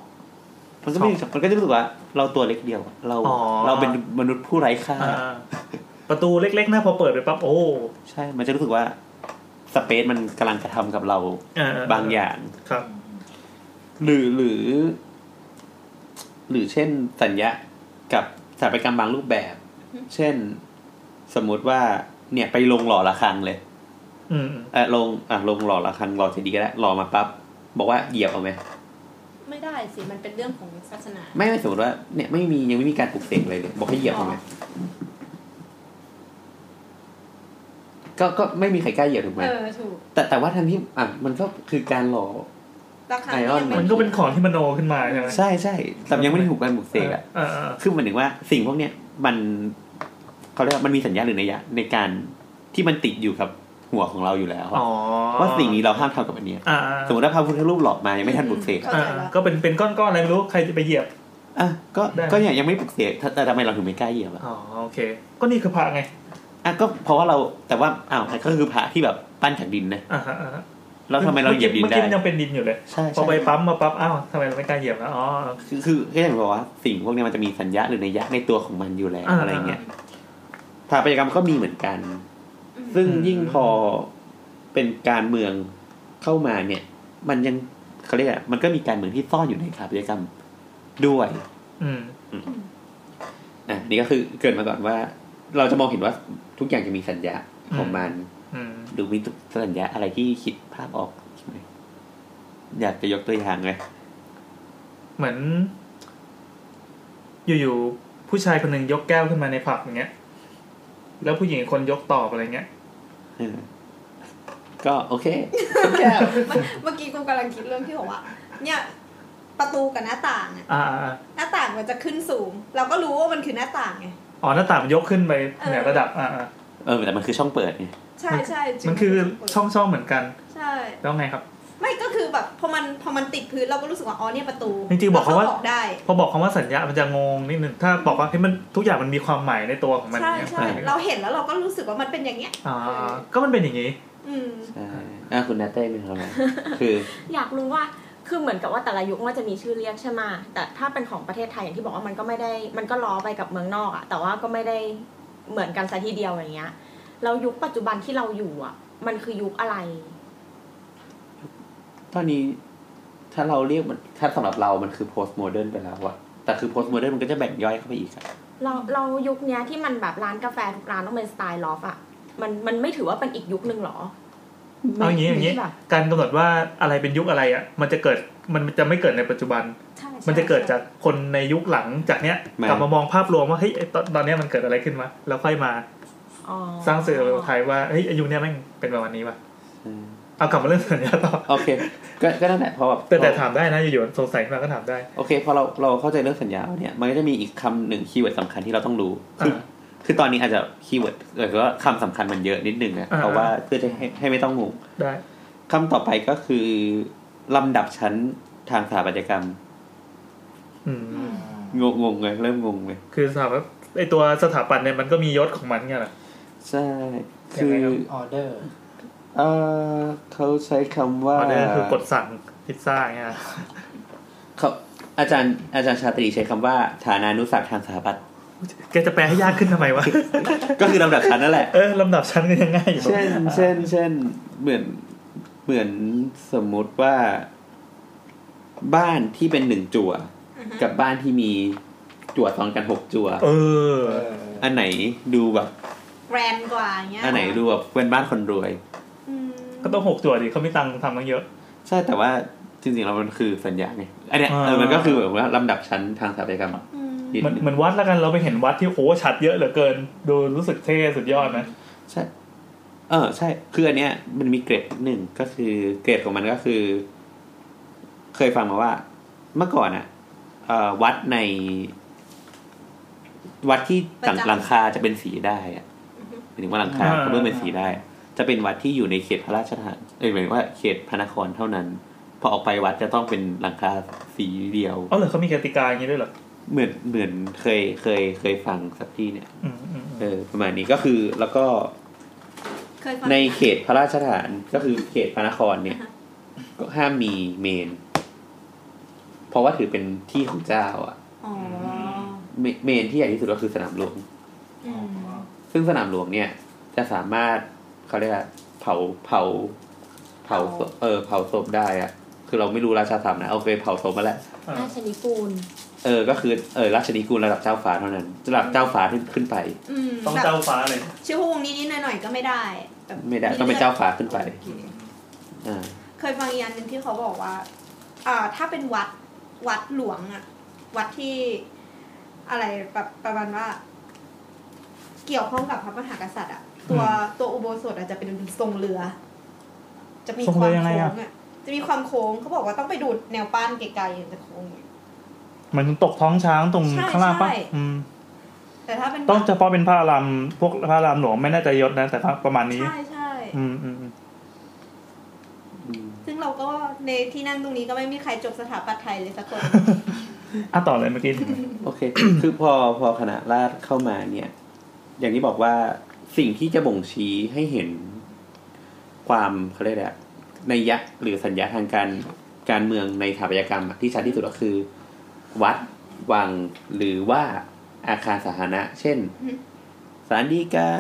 [SPEAKER 3] มันก็ไม่มันก็จะรู้สึกว่า เราตัวเล็กเดียวอะเรา
[SPEAKER 4] อ๋อ
[SPEAKER 3] เราเป็นมนุษย์ผู้ไร้ค่า
[SPEAKER 4] อ่าประตูเล็กๆนะพอเปิดไปปั๊บโอ้
[SPEAKER 3] ใช่ มันจะรู้สึกว่าสเปซมันกำลังกระทำกับเรา
[SPEAKER 4] เอเ
[SPEAKER 3] บางอย่าง
[SPEAKER 4] ครับ
[SPEAKER 3] หรือหรือ หรือเช่นสัญญากับสถาปัตยกรรมบางรูปแบบ
[SPEAKER 5] อืม
[SPEAKER 3] เช่น สมมติว่าเนี่ยไปลงหล่อระฆังเลย
[SPEAKER 4] อืม
[SPEAKER 3] เออลงอ่ะลงหล่อระฆังหล่อเจดีย์ก็ได้หล่อมาปั๊บบอกว่าเหยียบเอาไหม
[SPEAKER 5] ไม่ได้สิมันเป็นเรื่องของศาสนา
[SPEAKER 3] ไม่ไม่สมมติว่าเนี่ยไม่มียังไม่มีการปลุกเสกอะไรเลย บอกให้เหยียบเอาไหม
[SPEAKER 5] อ๋อ
[SPEAKER 3] ก็ก็ไม่มีใครกล้าเหยียบถูกไหม
[SPEAKER 5] เออถูก
[SPEAKER 3] แต่แต่ว่าทันที่อ่ะมันก็คือการหล่อ
[SPEAKER 5] ราคา
[SPEAKER 3] ไอ
[SPEAKER 5] ที่
[SPEAKER 3] ออน
[SPEAKER 5] ยังไม่
[SPEAKER 4] มันก็เป็นของที่มโนขึ้นมาใช่ไหม
[SPEAKER 3] ใช่ใช่แต่ยังไม่ได้ถูกการปลุกเสกอะ
[SPEAKER 4] เออเออ
[SPEAKER 3] คือหมันถึงว่าสิ่งพวกเนี้ยมันเขาเรียกว่ามันมีสัญญาณหรือนัยยะในการที่มันติดอยู่กับหัวของเราอยู่แล้วอะ
[SPEAKER 4] อ๋อ
[SPEAKER 3] ว่าสิ่งนี้เราห้ามทำกับอันเนี้ย
[SPEAKER 4] อ่า
[SPEAKER 3] สมมติว่าพระพุทธรูปหลอกมายังไม่ทันปลุกเสกอะ
[SPEAKER 4] อ่าก็เป็นเป็นก้อนๆอะไรไม่รู้ใครจะไปเหยียบ
[SPEAKER 3] อ่ะก็
[SPEAKER 4] ได้
[SPEAKER 3] ก็เนี่ยยังไม่ปลุกเสกแต่ทำไมเราถึงไม่กล้าเหยียบอะ
[SPEAKER 4] อ๋อโอเค ก็นี่คือพระไง
[SPEAKER 3] อ่ะก็เพราะว่าเราแต่ว่าอ้าวก็คือพระที่แบบปั้นจากดินนะ
[SPEAKER 4] อ่าฮะอ่าฮะ
[SPEAKER 3] แล้วทำไมเราเหยียบดิน
[SPEAKER 4] เมื่อ
[SPEAKER 3] ได้
[SPEAKER 4] กี้มันยังเป็นดินอยู่เลย
[SPEAKER 3] ใช่
[SPEAKER 4] พอ
[SPEAKER 3] ใช่
[SPEAKER 4] ไปปั๊มมาปั๊บอ้าวทำไมเราไม่กล้าเหยียบนะอ๋อ
[SPEAKER 3] คือคือก็อย่างบอกว่าสิ่งพวกเนี้ยมันจะมีสัญญาณหรือนัยยะในตัวของมันอยู่แล้ว
[SPEAKER 4] อ่า
[SPEAKER 3] อะไรเงี้ยสถาปัตยกรรมก็มีเหมือนกัน
[SPEAKER 5] อืม
[SPEAKER 3] ซึ่งยิ่งพอเป็นการเมืองเข้ามาเนี่ย มันยังเขาเรียกอะมันก็มีการเมืองที่ซ่อนอยู่ในสถาปัตยกรรมด้วย
[SPEAKER 4] อืม
[SPEAKER 3] อ่ะนี่ก็คือเกรินมาก่อนว่า เราจะมองเห็นว่าทุกอย่างจะมีสัญญาของมัน
[SPEAKER 4] อืม
[SPEAKER 3] หรือมีสัญญาอะไรที่คิดภาพออกใช่ไหมอยากจะยกตัวอย่างเลย
[SPEAKER 4] เหมือน อยู่ๆผู้ชายคนหนึ่งยกแก้วขึ้นมาในผับอย่างเงี้ย แล้วผู้หญิงอีกคนยกตอบอะไรเงี้ย
[SPEAKER 3] เออก็โอเคแก้ว
[SPEAKER 5] มันเมื่อกี้กูกำลังคิดเรื่องที่บอกว่า เนี่ย ประตูกับหน้าต่างอะ
[SPEAKER 4] อ่าอ่าอ่า
[SPEAKER 5] หน้าต่างมันจะขึ้นสูง เราก็รู้ว่ามันคือหน้าต่างไง
[SPEAKER 4] อ๋อหน้าต่างมันยกขึ้นไปเหนือระดับอ่าอ่า
[SPEAKER 3] เออแต่มันคือช่องเปิดไง
[SPEAKER 7] ใช่ใช่จริง
[SPEAKER 4] มันคือช่องช่องเหมือนกัน
[SPEAKER 7] ใช่
[SPEAKER 4] แล้วไงครับ
[SPEAKER 7] ไม่ก็คือแบบพอมันพอมันติดพื้นเราก็รู้สึกว่าอ๋อเนี่ยประตู
[SPEAKER 4] จริงๆบอกเขาว่า
[SPEAKER 7] รบอกได้
[SPEAKER 4] พอบอกคำว่าสัญญามันจะงงนิดหนึ่งถ้าบอกว่าเฮ้ยมันทุกอย่างมันมีความหมายในตัวของมัน
[SPEAKER 7] ใช่
[SPEAKER 4] เนี่ย
[SPEAKER 7] ใช่เราเห็นแล้วเราก็รู้สึกว่ามันเป็นอย่างเงี้ย
[SPEAKER 4] อ่าก็มันเป็นอย่างนี้
[SPEAKER 7] อืม
[SPEAKER 3] ใช่อ่ะคุณนาเต้มีคำ ไหมคือ
[SPEAKER 6] อยากรู้ว่าคือเหมือนกับว่าแต่ละยุคมันจะมีชื่อเรียกใช่ไหมแต่ถ้าเป็นของประเทศไทยอย่างที่บอกว่ามันก็ไม่ได้มันก็ล้อไปกับเมืองนอกอะแต่ว่าก็ไม่ได้เหมือนกันซะทีเดียวอย่างเงี้ยเรายุคปัจจุบันที่เราอยู่อะมันคือยุคอะไร
[SPEAKER 3] ตอนนี้ถ้าเราเรียกมันถ้าสำหรับเรา มันคือ post modern ไปแล้วอะแต่คือ post modern มันก็จะแบ่งย่อยเข้าไปอีกอะ
[SPEAKER 6] เราเรายุคเนี้ยที่มันแบบร้านกาแฟทุกร้านต้องเป็นสไตล์ลอฟอะมันมันไม่ถือว่าเป็นอีกยุคหนึ่งหรอ
[SPEAKER 4] เอาอย่างนี้อย่างนี้
[SPEAKER 6] หรืแบบ
[SPEAKER 4] การกำหนดว่าอะไรเป็นยุคอะไรอ่ะ มันจะเกิดมันจะไม่เกิดในปัจจุบัน
[SPEAKER 7] ใช่ใช่
[SPEAKER 4] มันจะเกิดจากคนในยุคหลังจากเนี้ยกลับมามองภาพรวมว่าเฮ้ยไอ้ตอนตอนเนี้ยมันเกิดอะไรขึ้นวะแล้วค่อยมา
[SPEAKER 6] อ๋อ
[SPEAKER 4] สร้างสื่อไทยว่าเฮ้ยอายุเนี้ยแม่งเป็นประมาณนี้วะ
[SPEAKER 3] เออ
[SPEAKER 4] เอากลับมาเรื่องสัญญาต่อ
[SPEAKER 3] โอเค ก็ก็นั่นแหละพอแบบ
[SPEAKER 4] แต่แต่ถามได้นะอยู่ๆสงสัยมาก็ถามได้
[SPEAKER 3] โอเคพอเราเราเข้าใจเรื่องสัญญาแล้วเนี่ยมันก็จะมีอีกคำหนึ่งคีย์เวิร์ดสำคัญที่เราต้องรู้คือ
[SPEAKER 4] อ่า
[SPEAKER 3] คือตอนนี้อาจจะคีย์เวิร์ดหรือว่าคำสำคัญมันเยอะนิดนึงนะ
[SPEAKER 4] อ่า
[SPEAKER 3] เพราะว่าเพื่อจะให้ให้ไม่ต้องงง
[SPEAKER 4] ได้
[SPEAKER 3] คำต่อไปก็คือลำดับชั้นทางสถาปัตยกรรม
[SPEAKER 4] อืม
[SPEAKER 3] งงงงเลยเริ่มงงเลย
[SPEAKER 4] คือถามว่าไอตัวสถาปัตย์เนี่ยมันก็มียศของมันไงล่ะ
[SPEAKER 3] ใช่คือ
[SPEAKER 4] ยังไงครับ
[SPEAKER 8] ออเดอร์
[SPEAKER 3] เออเขาใช้คำ
[SPEAKER 4] อ
[SPEAKER 3] ว่า
[SPEAKER 4] อเดอร์คือกดสั่งพิซซ่าไงย
[SPEAKER 3] เขาอาจารย์อาจารย์ชาตรีใช้คำว่าฐานานุสักทางสถาปัตย์
[SPEAKER 4] แกจะแปลให้ยากขึ้นทำไมวะ
[SPEAKER 3] ก็คือลำดับชั้นนั่นแหละ
[SPEAKER 4] เออลำดับชั้นก็ยังง่ายอยู่
[SPEAKER 3] เช่น เช่น เช่น เหมือน เหมือนสมมุติว่า บ้านที่เป็นหนึ่งจั่ว กับบ้านที่มีจั่วซ้อนกันหกจั่ว
[SPEAKER 4] เออ
[SPEAKER 8] เออ
[SPEAKER 3] อันไหนดูแบบ
[SPEAKER 7] แกรนด์กว่าอย่างเงี้ย
[SPEAKER 3] อันไหนดูแบบเป็นบ้านคนรวย
[SPEAKER 7] อืม
[SPEAKER 4] ก็ต้องหกจั่วดิเขามีตังค์ทำตั้งเยอะ
[SPEAKER 3] ใช่แต่ว่าจริงๆแล้วมันคือสัญญาไงอันเนี้ย
[SPEAKER 4] อ่า
[SPEAKER 3] เออมันก็คือแบบว่าลำดับชั้นทางสถาปัตยกรรมอะ
[SPEAKER 7] อืม
[SPEAKER 3] นิด
[SPEAKER 4] เหมือน
[SPEAKER 3] นึง
[SPEAKER 4] เหมือนวัดแล้วกันเราไปเห็นวัดที่โอ้ชัดเยอะเหลือเกิน ดูรู้สึกเท่สุดยอดนะ
[SPEAKER 3] ใช่ เออ ใช่ คืออันเนี้ย มันมีเกรดหนึ่งก็คือเกรดของมันก็คือ เคยฟังมาว่า เมื่อก่อนอะเอ่อวัดใน วัดที่ต่าง
[SPEAKER 7] ประจำ
[SPEAKER 3] หลังคาจะเป็นสีได้อะหมายถึงว่าหลังคาเขาเริ่มเป็นสีได้ จะเป็นวัดที่อยู่ในเขตพระราชทานเอ้ยหมายถึงว่าเขตพระนครเท่านั้น พอออกไปวัดจะต้องเป็นหลังคาสีเดียว
[SPEAKER 4] เอ๋อเหรอเขามีกติกาอย่างนี้ด้วยเหรอ
[SPEAKER 3] เหมือนเหมือนเคยเคยเคยฟังสักที่เนี่ย
[SPEAKER 4] อืมอืมอืม
[SPEAKER 3] เออประมาณนี้ก็คือแล้วก็
[SPEAKER 7] เคยฟัง
[SPEAKER 3] ในเขตพระราชฐานก็คือเขตพระนครเนี่ย ก็ห้ามมีเมน เพราะว่าถือเป็นที่ของเจ้าอะ
[SPEAKER 7] อ๋อ
[SPEAKER 3] เมเมนที่ใหญ่ที่สุดก็คือสนามหลวง
[SPEAKER 7] อืม
[SPEAKER 3] ซึ่งสนามหลวงเนี่ย จะสามารถเขาเรียกว่าเผาเผา เผาศพเออ เผาศพได้อะคือเราไม่รู้ราชาศัพท์นะโอเคเผาศพมาแล้ว
[SPEAKER 4] อ่า
[SPEAKER 6] ราชนิกูล
[SPEAKER 3] เออก็คือเออราชนิกูลระดับเจ้าฟ้าเท่านั้นระดับเจ้าฟ้าขึ้นขึ้นไป
[SPEAKER 7] อืม
[SPEAKER 4] ต้อง
[SPEAKER 7] แบบ
[SPEAKER 4] เจ้าฟ้าเลย
[SPEAKER 7] ชื่อพวกวงนี้นิดๆหน่อยๆก็ไม่ได้แบบ
[SPEAKER 3] ไม่ได้ต้องเป็นเจ้าฟ้าขึ้นไป
[SPEAKER 7] โอเค
[SPEAKER 3] อ่า
[SPEAKER 7] เคยฟังอีกอันหนึ่งที่เขาบอกว่าอ่า ถ้าเป็นวัดวัดหลวงอะวัดที่อะไรแบบประมาณว่า เกี่ยวข้องกับพระมหากษัตริย์อะตัวตัวอุโบสถอะจะเป็นทรงเรือ จะมีความโค้งอะจะมีความโค้งเขาบอกว่าต้องไปดูดแนวป้านไกลๆอย่างจะโค้งอย่างเงี้ย
[SPEAKER 4] เหมันตกท้องช้างตรง
[SPEAKER 7] ใช่
[SPEAKER 4] ข้างล่างปะ
[SPEAKER 7] ใช่
[SPEAKER 4] อืม
[SPEAKER 7] แต่ถ้าเป็น
[SPEAKER 4] ต้องเฉพาะเป็นพระอารามพวกพระอารามหลวงไม่น่าจะยศนะ แต่ว่าประมาณนี้
[SPEAKER 7] ใช่ใช่
[SPEAKER 4] อืมอืมอืม
[SPEAKER 3] อืม
[SPEAKER 7] ซึ่งเราก็ในที่นั่งตรงนี้ก็ไม่มีใครจบสถาปัตย์ไทยเลยสักคน
[SPEAKER 4] อ่ะต่อเลยเมื่อกี้
[SPEAKER 3] โอเค คือพอพอคณะราษฎรเข้ามาเนี่ย อย่างที่บอกว่าสิ่งที่จะบ่งชี้ให้เห็นความเขาเรียกอะไรอะนัยยะหรือสัญญาทางการการเมืองในสถาปัตยกรรมอะที่ชัดที่สุดก็คือ วัดวังหรือว่าอาคารสาธารณะ เช่น
[SPEAKER 7] อืม
[SPEAKER 3] ศาลฎีกา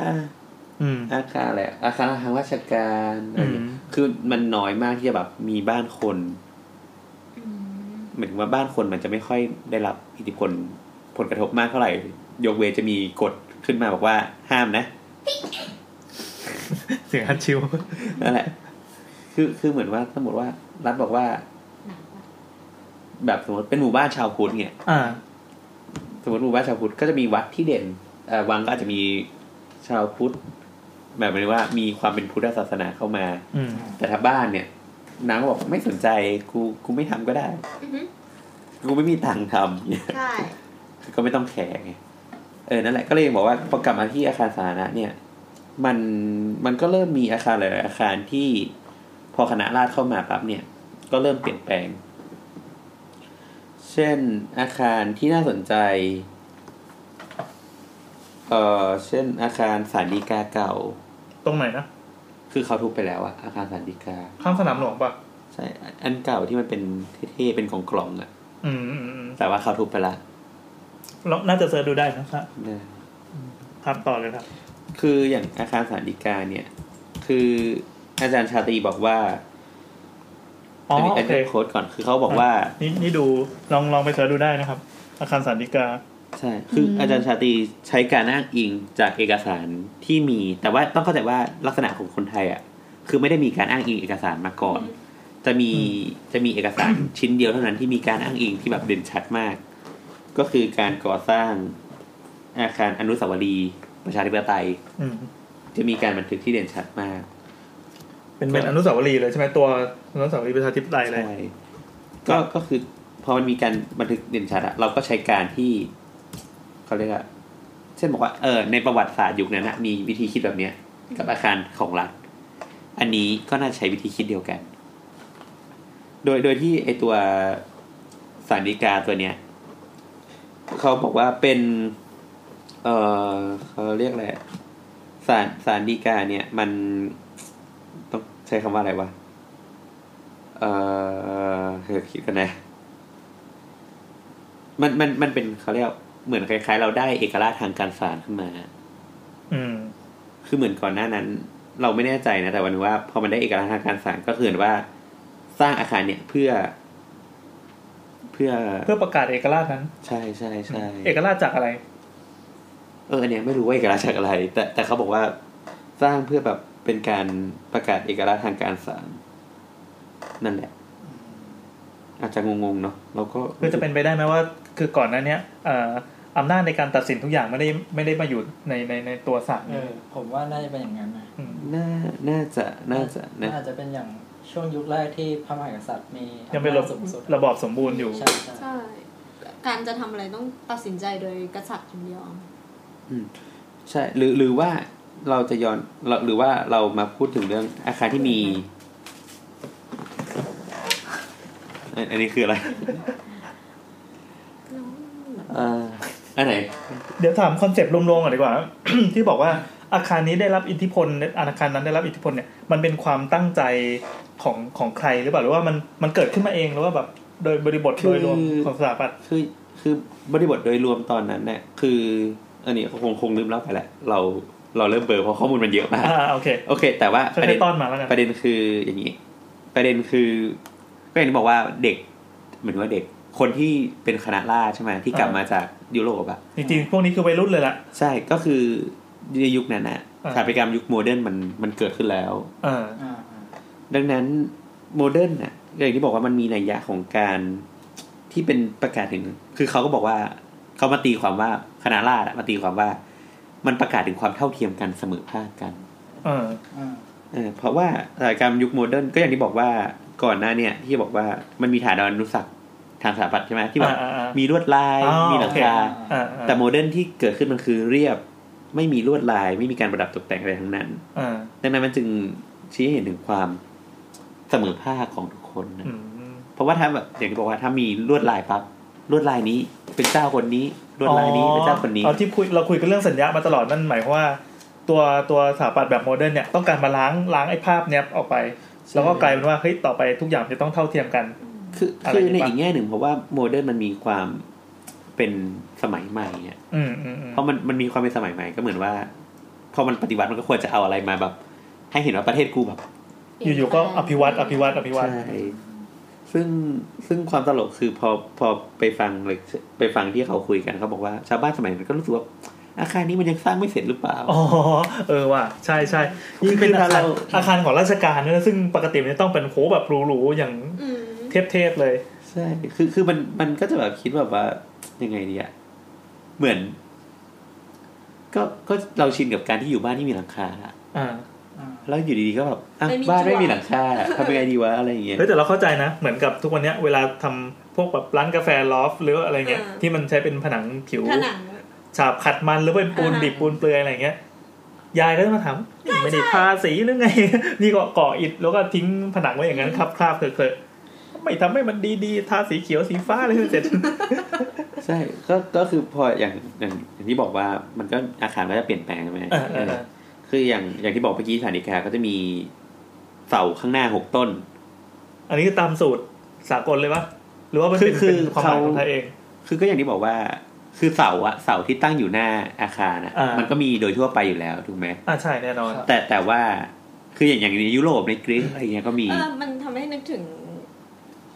[SPEAKER 4] อืม
[SPEAKER 3] อาคารอะไรอาคารทางราชการอะไรอย่างเงี้ย
[SPEAKER 4] อืม
[SPEAKER 3] คือมันน้อยมากที่จะแบบมีบ้านคน หมายถึงว่าบ้านคนมันจะไม่ค่อยได้รับอิทธิพลผลกระทบมากเท่าไหร่ ยกเวนจะมีกฎขึ้นมาบอกว่าห้ามนะ
[SPEAKER 4] เสียงฮัตชิว
[SPEAKER 3] นั่นแหละ คือคือเหมือนว่าสมมติว่า รัฐบอกว่า แบบสมมติเป็นหมู่บ้านชาวพุทธเนี่ย
[SPEAKER 4] อ่า
[SPEAKER 3] สมมติหมู่บ้านชาวพุทธก็จะมีวัดที่เด่นเอ่อวังก็อาจจะมีชาวพุทธแบบหมายถึงว่ามีความเป็นพุทธศาสนาเข้ามา
[SPEAKER 4] อืม
[SPEAKER 3] แต่ถ้าบ้านเนี่ยนางก็บอกไม่สนใจกูกูไม่ทำก็ได้
[SPEAKER 7] อือฮึ
[SPEAKER 3] กูไม่มีตังค์ทำเนี่ย
[SPEAKER 7] ใช่
[SPEAKER 3] ก็ไม่ต้องแข่งไง เออนั่นแหละก็เลยบอกว่าพอกลับมาที่อาคารสาธารณะเนี่ย มันมันก็เริ่มมีอาคารหลายๆอาคารที่พอคณะราษฎรเข้ามาปั๊บเนี่ย ก็เริ่มเปลี่ยนแปลง เช่นอาคารที่น่าสนใจ เอ่อเช่นอาคารสารดีกาเก่า
[SPEAKER 4] ตรงไหนนะ
[SPEAKER 3] คือเขาทุบไปแล้วอะอาคารสารดีกา
[SPEAKER 4] ข้างสนามหลวงปะ
[SPEAKER 3] ใช่อันอันเก่าที่มันเป็นเท่ๆเป็นของกล่องๆอะ
[SPEAKER 4] อืมอืมอืม
[SPEAKER 3] แต่ว่าเขาทุบไปละ
[SPEAKER 4] เราน่าจะเซิร์ชดูได้นะครับ
[SPEAKER 3] นะ
[SPEAKER 4] ครับต่อเลยครับ
[SPEAKER 3] คืออย่างอาคารสารดีกาเนี่ย คืออาจารย์ชาตรีบอกว่า
[SPEAKER 4] อ๋อ
[SPEAKER 3] อันนี้
[SPEAKER 4] โอ
[SPEAKER 3] อัน
[SPEAKER 4] เค
[SPEAKER 3] นี้โค้ดก่อนคือเขาบอกว่า
[SPEAKER 4] นี่นี่ดูลองลองไปเสิร์ชดูได้นะครับ อาคารสันติกา
[SPEAKER 3] ใช่ คือออาจารย์ชาตรีใช้การอ้างอิงจากเอกสารที่มี แต่ว่าต้องเข้าใจว่าลักษณะของคนไทยอ่ะ คือไม่ได้มีการอ้างอิงเอกสารมาก่อน จะมีจะมีเอก สาร ชิ้นเดียวเท่านั้นที่มีการอ้างอิงที่แบบเด่นชัดมาก ก็คือการก่อสร้างอาคารอนุสาวรีย์ประชาธิปไตย
[SPEAKER 4] อืม
[SPEAKER 3] จะมีการบันทึกที่เด่นชัดมาก
[SPEAKER 4] เป็นเป็นอนุสาวรีย์เลยใช่ไหมตัวอนุสาวรีย์ประชาธิปไตยเลย
[SPEAKER 3] ใช่ก็ก็คือพอมันมีการบันทึกเด่นชัดอะเราก็ใช้การที่เขาเรียกอะเช่นบอกว่าเออในประวัติศาสตร์ยุคนั้นอะมีวิธีคิดแบบเนี้ย กับอาคารของรัฐ อันนี้ก็น่าจะใช้วิธีคิดเดียวกัน โดยโดยที่ไอตัวสารดีกาตัวเนี้ยเขาบอกว่าเป็น เออเขาเรียกอะไรอะสารสารดีกาเนี่ย มันต้องใช้คำว่าอะไรวะ เอ่อเดี๋ยวคิดกันนะ มันมันมันเป็นเขาเรียกเหมือนคล้ายๆ เราได้เอกราชทางการศาลขึ้นมา
[SPEAKER 4] อืม
[SPEAKER 3] คือเหมือนก่อนหน้านั้น เราไม่แน่ใจนะแต่วันว่าพอมันได้เอกราชทางการศาลก็คือเหมือนว่าสร้างอาคารเนี่ยเพื่อ เพื่อ
[SPEAKER 4] เพื่อประกาศเอกราชนั้น
[SPEAKER 3] ใช่ใช่ใช่
[SPEAKER 4] เอกราชจากอะไร
[SPEAKER 3] เอออันเนี้ยไม่รู้ว่าเอกราชจากอะไร แต่แต่เขาบอกว่าสร้างเพื่อแบบเป็นการประกาศเอกราชทางการศาลนั่นแหละ อาจจะงงๆเนาะเราก็
[SPEAKER 4] คือจะเป็นไปได้ไหมว่า คือก่อนหนั้นเนี้ยเอ่ออำนาจในการตัดสินทุกอย่างไม่ได้ไม่ได้มาอยู่ในในในตัวศาล
[SPEAKER 8] เออผมว่าน่าจะเป็นอย่างนั้นนะ
[SPEAKER 4] ม
[SPEAKER 3] น่า น่าจะ น่าจะนะ
[SPEAKER 8] อาจจะเป็นอย่างช่วงยุคแรกที่พระมหากษัตริย์มี
[SPEAKER 4] ยังเป็นระ
[SPEAKER 8] อำาจสูงสุด
[SPEAKER 4] ระบอบสมบูรณ์อยู่
[SPEAKER 8] ใช่ใช่
[SPEAKER 5] ใช่ การจะทำอะไรต้องตัดสินใจโดยกษัตริย์อย่างเดียว
[SPEAKER 3] ใช่ หรือ หรือว่าเราจะย้อนเราหรือว่าเรามาพูดถึงเรื่องอาคารที่มีอันอันนี้คืออะไรเอ่ออันไหน
[SPEAKER 4] เดี๋ยวถามคอนเซปต์รวมๆก่อนดีกว่า ที่บอกว่าอาคารนี้ได้รับอิทธิพลอาคารนั้นได้รับอิทธิพลเนี่ยมันเป็นความตั้งใจของของใครหรือเปล่าหรือว่ามันมันเกิดขึ้นมาเองหรือว่าแบบโดยบริบท
[SPEAKER 3] คือ
[SPEAKER 4] โดยรวมของสถาปัตย์
[SPEAKER 3] คือ คือบริบทโดยรวมตอนนั้นเนี่ย คือ อันนี้คง คงลืมเล่าไปแหละ เรา เราเริ่มเบลอร์เพราะข้อมูลมันเยอะมาก
[SPEAKER 4] อ่าโอเค
[SPEAKER 3] โอเค แต่ว่าประ
[SPEAKER 4] ค่
[SPEAKER 3] เด็
[SPEAKER 4] อย
[SPEAKER 3] น
[SPEAKER 4] ๆต้อนมาแล้วกัน
[SPEAKER 3] ประเด็นคืออย่างนี้ ประเด็นคือ ก็อย่างที่บอกว่าเด็ก เหมือนว่าเด็ก คนที่เป็นคณะล่าษฎรใช่ไหมที่กลับมาจากยุโรปอะ
[SPEAKER 4] จริงๆพวกนี้คือวัยรุ่นเลยล่ะ
[SPEAKER 3] ใช่ก็คือในยุคนั้นอะ
[SPEAKER 4] อ่า
[SPEAKER 3] สถาปัตยกรรมยุคโมเดิร์นมันมันเกิดขึ้นแล้ว
[SPEAKER 4] เออ
[SPEAKER 8] อ่าอ่า
[SPEAKER 3] ดังนั้นโมเดิร์นอะอย่างที่บอกว่ามันมีนัยยะของการที่เป็นประกาศถึง คือเขาก็บอกว่าเขามาตีความว่าคณะล่าษฎรอะมาตีความว่า มันประกาศถึงความเท่าเทียมกันเสมอภาคกัน
[SPEAKER 4] เออ
[SPEAKER 8] อ่า
[SPEAKER 3] เออเพราะว่าสถาปัตยกรรมยุคโมเดิร์นก็อย่างที่บอกว่าก่อนหน้าเนี่ยที่บอกว่ามันมีฐานอนุสักษ์ทางสถาปัตย์ใช่ไหมที่แบบ
[SPEAKER 4] อ่าๆ
[SPEAKER 3] มีลวดลาย
[SPEAKER 4] อ๋อ
[SPEAKER 3] มีหลังคา
[SPEAKER 8] โอเค
[SPEAKER 4] ๆอ่าๆ
[SPEAKER 3] แต่โมเดิร์นที่เกิดขึ้นมันคือเรียบไม่มีลวดลาย ไม่มีการประดับตกแต่งอะไรทั้งนั้น
[SPEAKER 4] อ่า
[SPEAKER 3] ดังนั้นมันจึงชี้ให้เห็นถึงความเสมอภาคของทุกคนนะ
[SPEAKER 4] อืม
[SPEAKER 3] เพราะว่าถ้าแบบอย่างที่บอกว่าถ้ามีลวดลายปั๊บลวดลายนี้เป็นเจ้าคนนี้ลวดลายนี้เป็นเจ้าคนนี้
[SPEAKER 4] อ๋อที่คุยเราคุยกันเรื่องสัญญามาตลอดนั่นหมายความว่า ตัวตัวสถาปัตย์แบบโมเดิร์นเนี่ยต้องการมาล้างล้างไอ้ภาพเนี้ยออกไป แล้วก็กลายเป็นว่าเฮ้ยต่อไปทุกอย่างจะต้องเท่าเทียมกัน
[SPEAKER 3] คือ
[SPEAKER 4] อะไร
[SPEAKER 3] คือ
[SPEAKER 4] ดี
[SPEAKER 3] ใน
[SPEAKER 4] วะ
[SPEAKER 3] อีกแง่หนึ่งเพราะว่าโมเดิร์นมันมีความเป็นสมัยใหม่เนี่ย
[SPEAKER 4] อืมอืมอืม
[SPEAKER 3] เพราะมันมันมีความเป็นสมัยใหม่ก็เหมือนว่าพอมันปฏิวัติมันก็ควรจะเอาอะไรมาแบบ ให้เห็นว่าประเทศกูแบบ
[SPEAKER 4] อยู่ๆก็อภิวัตอภิวัตอภิวัต
[SPEAKER 3] ใช่ซึ่งซึ่งความตลกคือพอพอไปฟังเลยไปฟังที่เขาคุยกันเขาบอกว่าชาวบ้านสมัยนั้นก็รู้สึกว่าอาคารนี้มันยังสร้างไม่เสร็จหรือเปล่า
[SPEAKER 4] อ๋อเออว่ะใช่ใช่ยิ่งเป็นอาคารอาคารของราชการด้วยนะซึ่งปกติมันจะต้องเป็นโหแบบหรูๆอย่าง
[SPEAKER 7] อืม
[SPEAKER 4] เทพๆเลย
[SPEAKER 3] ใช่คือคือมันมันก็จะแบบคิดแบบว่ายังไงดีอะเหมือน ก็ก็เราชินกับการที่อยู่บ้านที่มีหลังคาอะ
[SPEAKER 4] อ่า
[SPEAKER 8] อ่า
[SPEAKER 3] แล้วอยู่ดีๆก็แบบอ่ะบ้านไม่มีหลังคาทำยังไงดีวะอะไรอย่างเงี้ย
[SPEAKER 4] เฮ้ยแต่เราเข้าใจนะ เหมือนกับทุกวันเนี้ยเวลาทำพวกแบบร้านกาแฟลอฟหรืออะไรเงี้ยที่มันใช้เป็นผนังผิว
[SPEAKER 7] ผนัง
[SPEAKER 4] ฉาบขัดมันหรือเป็นปูน
[SPEAKER 5] อ่า
[SPEAKER 4] ดิบปูนเปลือยอะไรอย่างเงี้ย ยายก็จะมาถามนี่ไม่ได้ทาสีหรือไง นี่ก็ก่ออิฐแล้วก็ทิ้งผนังไว้อย่างนั้นครับคราบเคอะๆทำไม่ทำให้มันดีๆทาสีเขียวสีฟ้าอะไรให้เสร็จ
[SPEAKER 3] ใช่ก็ก็คือพออย่างอย่างอย่างที่บอกว่ามันก็อาคารก็จะเปลี่ยนแปลงใช่ไหม
[SPEAKER 4] เออเออเออ
[SPEAKER 3] คืออย่างอย่างที่บอกเมื่อกี้สถานีแคร์ก็จะมีเสาข้างหน้าหกต้น
[SPEAKER 4] อันนี้คือตามสูตรสากลเลยปะหรือว่ามันเป็น
[SPEAKER 3] คือ
[SPEAKER 4] เป็นความห
[SPEAKER 3] เขา
[SPEAKER 4] มายของไทยเอง
[SPEAKER 3] คือก็อย่างที่บอกว่า คือเสาอะเสาที่ตั้งอยู่หน้าอาคารอะ
[SPEAKER 4] อ่ามั
[SPEAKER 3] มันก็มีโดยทั่วไปอยู่แล้วถูกไหม
[SPEAKER 4] อ่าใช่แน่นอน
[SPEAKER 8] ครับ
[SPEAKER 3] แต่แต่ว่าคืออย่างอย่างในยุโรปในกรีซอะไรเงี้ยก็มี
[SPEAKER 5] เออมันทำให้นึกถึง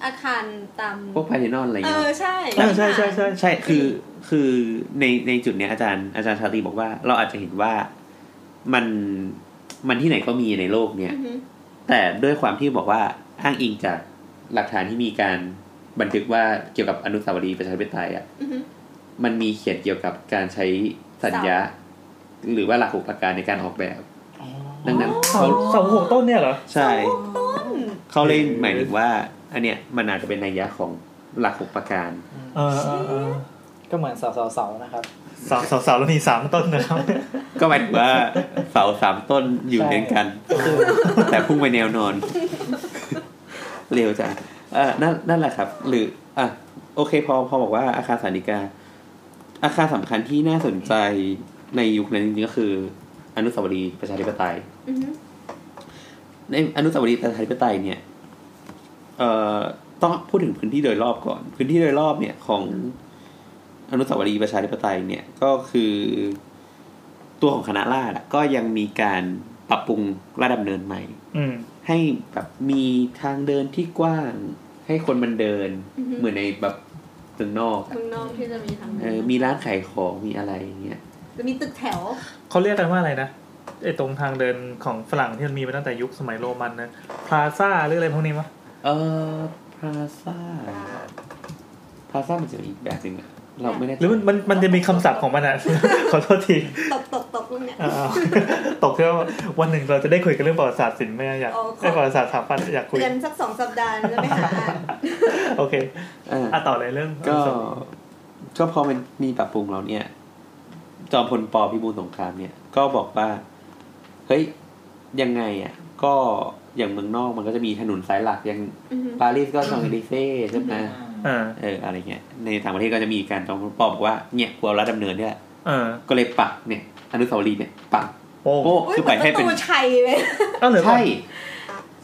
[SPEAKER 5] อาคารตาม
[SPEAKER 3] พวกพาเทนอนอะไร
[SPEAKER 5] เอ
[SPEAKER 3] เงี้ย
[SPEAKER 5] อ ใช่
[SPEAKER 4] เออใช่ใช่ใช่
[SPEAKER 3] ใช่ คือ คือในในจุดเนี้ยอาจารย์อาจารย์ชาตรีบอกว่าเราอาจจะเห็นว่ามันมันที่ไหนก็มีในโลกเนี่ย
[SPEAKER 5] อือหือ
[SPEAKER 3] แต่ด้วยความที่บอกว่าอ้างอิงจากหลักฐานที่มีการบันทึกว่าเกี่ยวกับอนุสาวรีย์ประชาธิปไตยอ่ะ
[SPEAKER 5] อือหือ
[SPEAKER 3] มันมีเขียนเกี่ยวกับการใช้สัญญาหรือว่าหลักอุปการในการออกแบบ ดังนั้น
[SPEAKER 4] เสา
[SPEAKER 3] เขา
[SPEAKER 4] เสาหกต้นเนี่ยเหรอ
[SPEAKER 3] ใช่เขาเลย
[SPEAKER 4] อืม
[SPEAKER 3] หมายถึงว่า อันเนี้ยมันอาจจะเป็นนัยยะของหลักอุปการ
[SPEAKER 4] เออเออเออ
[SPEAKER 8] ก็เหมือนเสาๆๆนะครับ
[SPEAKER 4] เสาเสาเสาแล้วมีสามต้นนะครับ
[SPEAKER 3] ก็หมายถึงว่าเสาสามต้นอยู่เรียงกัน
[SPEAKER 8] คือ
[SPEAKER 3] แต่พุ่งไปแนวนอน เร็วจังเออนั่นนั่นแหละครับ หรืออ่ะโอเคพอพอบอกว่าอาคารสาริกา อาคารสำคัญที่น่าสนใจในยุคนั้นจริงๆก็คือ อนุสาวรีย์ประชาธิปไตย
[SPEAKER 5] อือหือ
[SPEAKER 3] ในอนุสาวรีย์ประชาธิปไตยเนี่ย เอ่อต้องพูดถึงพื้นที่โดยรอบก่อน พื้นที่โดยรอบเนี่ยของอนุสาวรีย์ประชาธิปไตยเนี่ยก็คือตัวของคณะราษฎรอะก็ยังมีการปรับปรุงระดับเนินใหม่
[SPEAKER 4] อืม
[SPEAKER 3] ให้แบบมีทางเดินที่กว้าง ให้คนมันเดิน
[SPEAKER 5] อือฮึ
[SPEAKER 3] เหมือนในแบบเมืองนอกอะ
[SPEAKER 5] เมืองนอกที่จะมีทาง
[SPEAKER 3] เออมีร้านขายของมีอะไรอย่างเงี้ย
[SPEAKER 5] จะมีตึกแถว
[SPEAKER 4] เขาเรียกกันว่าอะไรนะไอ้ตรงทางเดินของฝรั่งที่มันมีมาตั้งแต่ยุคสมัยโรมันนะพลาซ่าหรืออะไรพวกนี้มั้ย
[SPEAKER 3] เออพลาซ่าพลาซ่ามันจะมีอีกแบบหนึ่งอะเราไม่แน่ใจ
[SPEAKER 4] หรือมันมันมันจะมีคำศัพท์ของมันอ่ะ ขอโทษที
[SPEAKER 5] ตกตกตกตรงเนี้ย
[SPEAKER 4] อ่าตกเที่ว่าวันหนึ่งเราจะได้คุยกันเรื่องประวัติศาสตร์ศิลป์ไหม่อยาก
[SPEAKER 5] โอ้ขอ
[SPEAKER 4] ไอ้ประวัติศาสตร์สถาปัตย์อยากคุย
[SPEAKER 5] เรียนสักสองสัปดาห์จะไปหาอ่าน
[SPEAKER 4] โอเค
[SPEAKER 3] เออ
[SPEAKER 4] อ่ะต่อเลยเรื่อง
[SPEAKER 3] ก็ก็พอมันมีปรับปรุงเราเนี่ย จอมพลปพิบูลสงครามเนี่ย ก็บอกว่า เฮ้ย ยังไงอ่ะ ก็อย่างเมืองนอกมันก็จะมีถนนสายหลักอย่าง
[SPEAKER 5] อือหือ
[SPEAKER 3] ปารีสก็ซองเอลิเซ่ใช่ไหม
[SPEAKER 4] อ่า
[SPEAKER 3] เอออะไรเงี้ยในต่างประเทศก็จะมีการจองปอบอกว่าเนี่ยกลัวรัฐดำเนินเนี่ยแหละ
[SPEAKER 4] อ่า
[SPEAKER 3] ก็เลยปักเนี่ยอนุสาวรีย์เนี่ยปัก
[SPEAKER 4] โอ้
[SPEAKER 3] โป้คือไปให้
[SPEAKER 5] ป
[SPEAKER 3] เป็น
[SPEAKER 5] ระตูชัยเลย
[SPEAKER 4] อ้าวเหรอ
[SPEAKER 3] ใช่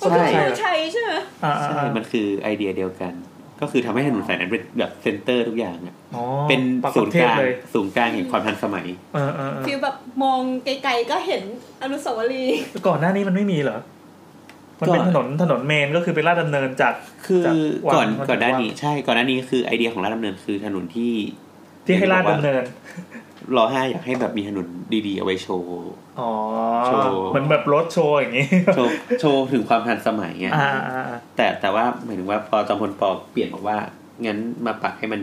[SPEAKER 5] ประ
[SPEAKER 3] ใช่
[SPEAKER 5] ตูชัยใช่ไหม
[SPEAKER 4] อ่าอ่า
[SPEAKER 3] ใช่
[SPEAKER 4] อ่า
[SPEAKER 3] มันคือไอเดียเดียวกัน ก็คือทำให้ถนนสายนั้นเป็นแบบเซ็นเตอร์ทุกอย่างอะ
[SPEAKER 4] อ๋อ
[SPEAKER 3] เป็น
[SPEAKER 4] ปัก
[SPEAKER 3] ศูนย์
[SPEAKER 4] เท
[SPEAKER 3] ก
[SPEAKER 4] พ
[SPEAKER 3] ลาง
[SPEAKER 4] เลย
[SPEAKER 3] ศูนย์กลางแห่งความทันสมัย
[SPEAKER 4] เออเออเออ
[SPEAKER 5] ฟิลแบบมองไกลๆก็เห็นอนุสาวรีย์
[SPEAKER 4] ก่อนหน้านี้มันไม่มีเหรอมันเป็น
[SPEAKER 3] ก่อน
[SPEAKER 4] ถนนถนนเมนก็คือเป็นลาดดำเนินจาก
[SPEAKER 3] คือ
[SPEAKER 4] จากวัง
[SPEAKER 3] ก่อน
[SPEAKER 4] มาถึง
[SPEAKER 3] ก่อนหน้า
[SPEAKER 4] วัง
[SPEAKER 3] นี้ใช่ก่อนหน้านี้คือไอเดียของรัฐดำเนินคือถนนที่
[SPEAKER 4] ที่ให้ลาดดำเนิน
[SPEAKER 3] รอห้าอยากให้แบบมีถนนดีๆเอาไว้โชว์
[SPEAKER 4] อ๋อ
[SPEAKER 3] โชว์
[SPEAKER 4] เหมันแบบรถโชว์อย่างนี้
[SPEAKER 3] โชว์ โชว์ถึงความทันสมัยไง
[SPEAKER 4] อ่าอ่าอ่า
[SPEAKER 3] แต่แต่ว่าหมายถึงว่าพอจอมพลปอเปลี่ยนบอกว่า งั้นมาปักให้มัน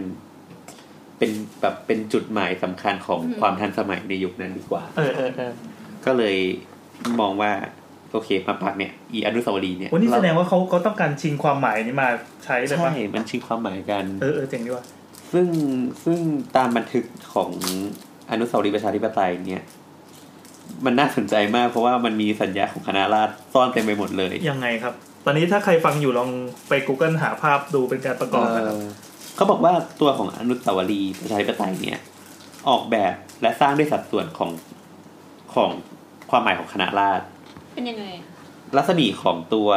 [SPEAKER 3] เป็นแบบเป็นจุดหมายสำคัญของความทันสมัยในยุคนั้นดีกว่า
[SPEAKER 4] เออเออเออ
[SPEAKER 3] ก็เลยมองว่า โอเคมาปักเนี่ย อีอนุสาวรีย์เนี่ย
[SPEAKER 4] วันนี้แสดง
[SPEAKER 3] เร
[SPEAKER 4] ว่าเขาเขาต้องการชิงความหมายนี้มาใช้
[SPEAKER 3] า
[SPEAKER 4] เลย
[SPEAKER 3] ใช่
[SPEAKER 4] ปะ
[SPEAKER 3] มันชิงความหมายกัน
[SPEAKER 4] เออเออเจ๋งดีว่ะ
[SPEAKER 3] ซึ่งซึ่งตามบันทึกของอนุสาวรีย์ประชาธิปไตยเนี่ย มันน่าสนใจมาก เพราะว่ามันมีสัญญาของคณะราษฎรซ่อนเต็มไปหมดเลย
[SPEAKER 4] ยังไงครับ ตอนนี้ถ้าใครฟังอยู่ลองไป Google หาภาพดูเป็นการประกอบนะครับ
[SPEAKER 3] เออเขาบอกว่าตัวของอนุสาวรีย์ประชาธิปไตยเนี่ย ออกแบบและสร้างด้วยสัดส่วนของของความหมายของคณะราษฎร
[SPEAKER 5] เป็นยังไง
[SPEAKER 3] รัศมีของตัว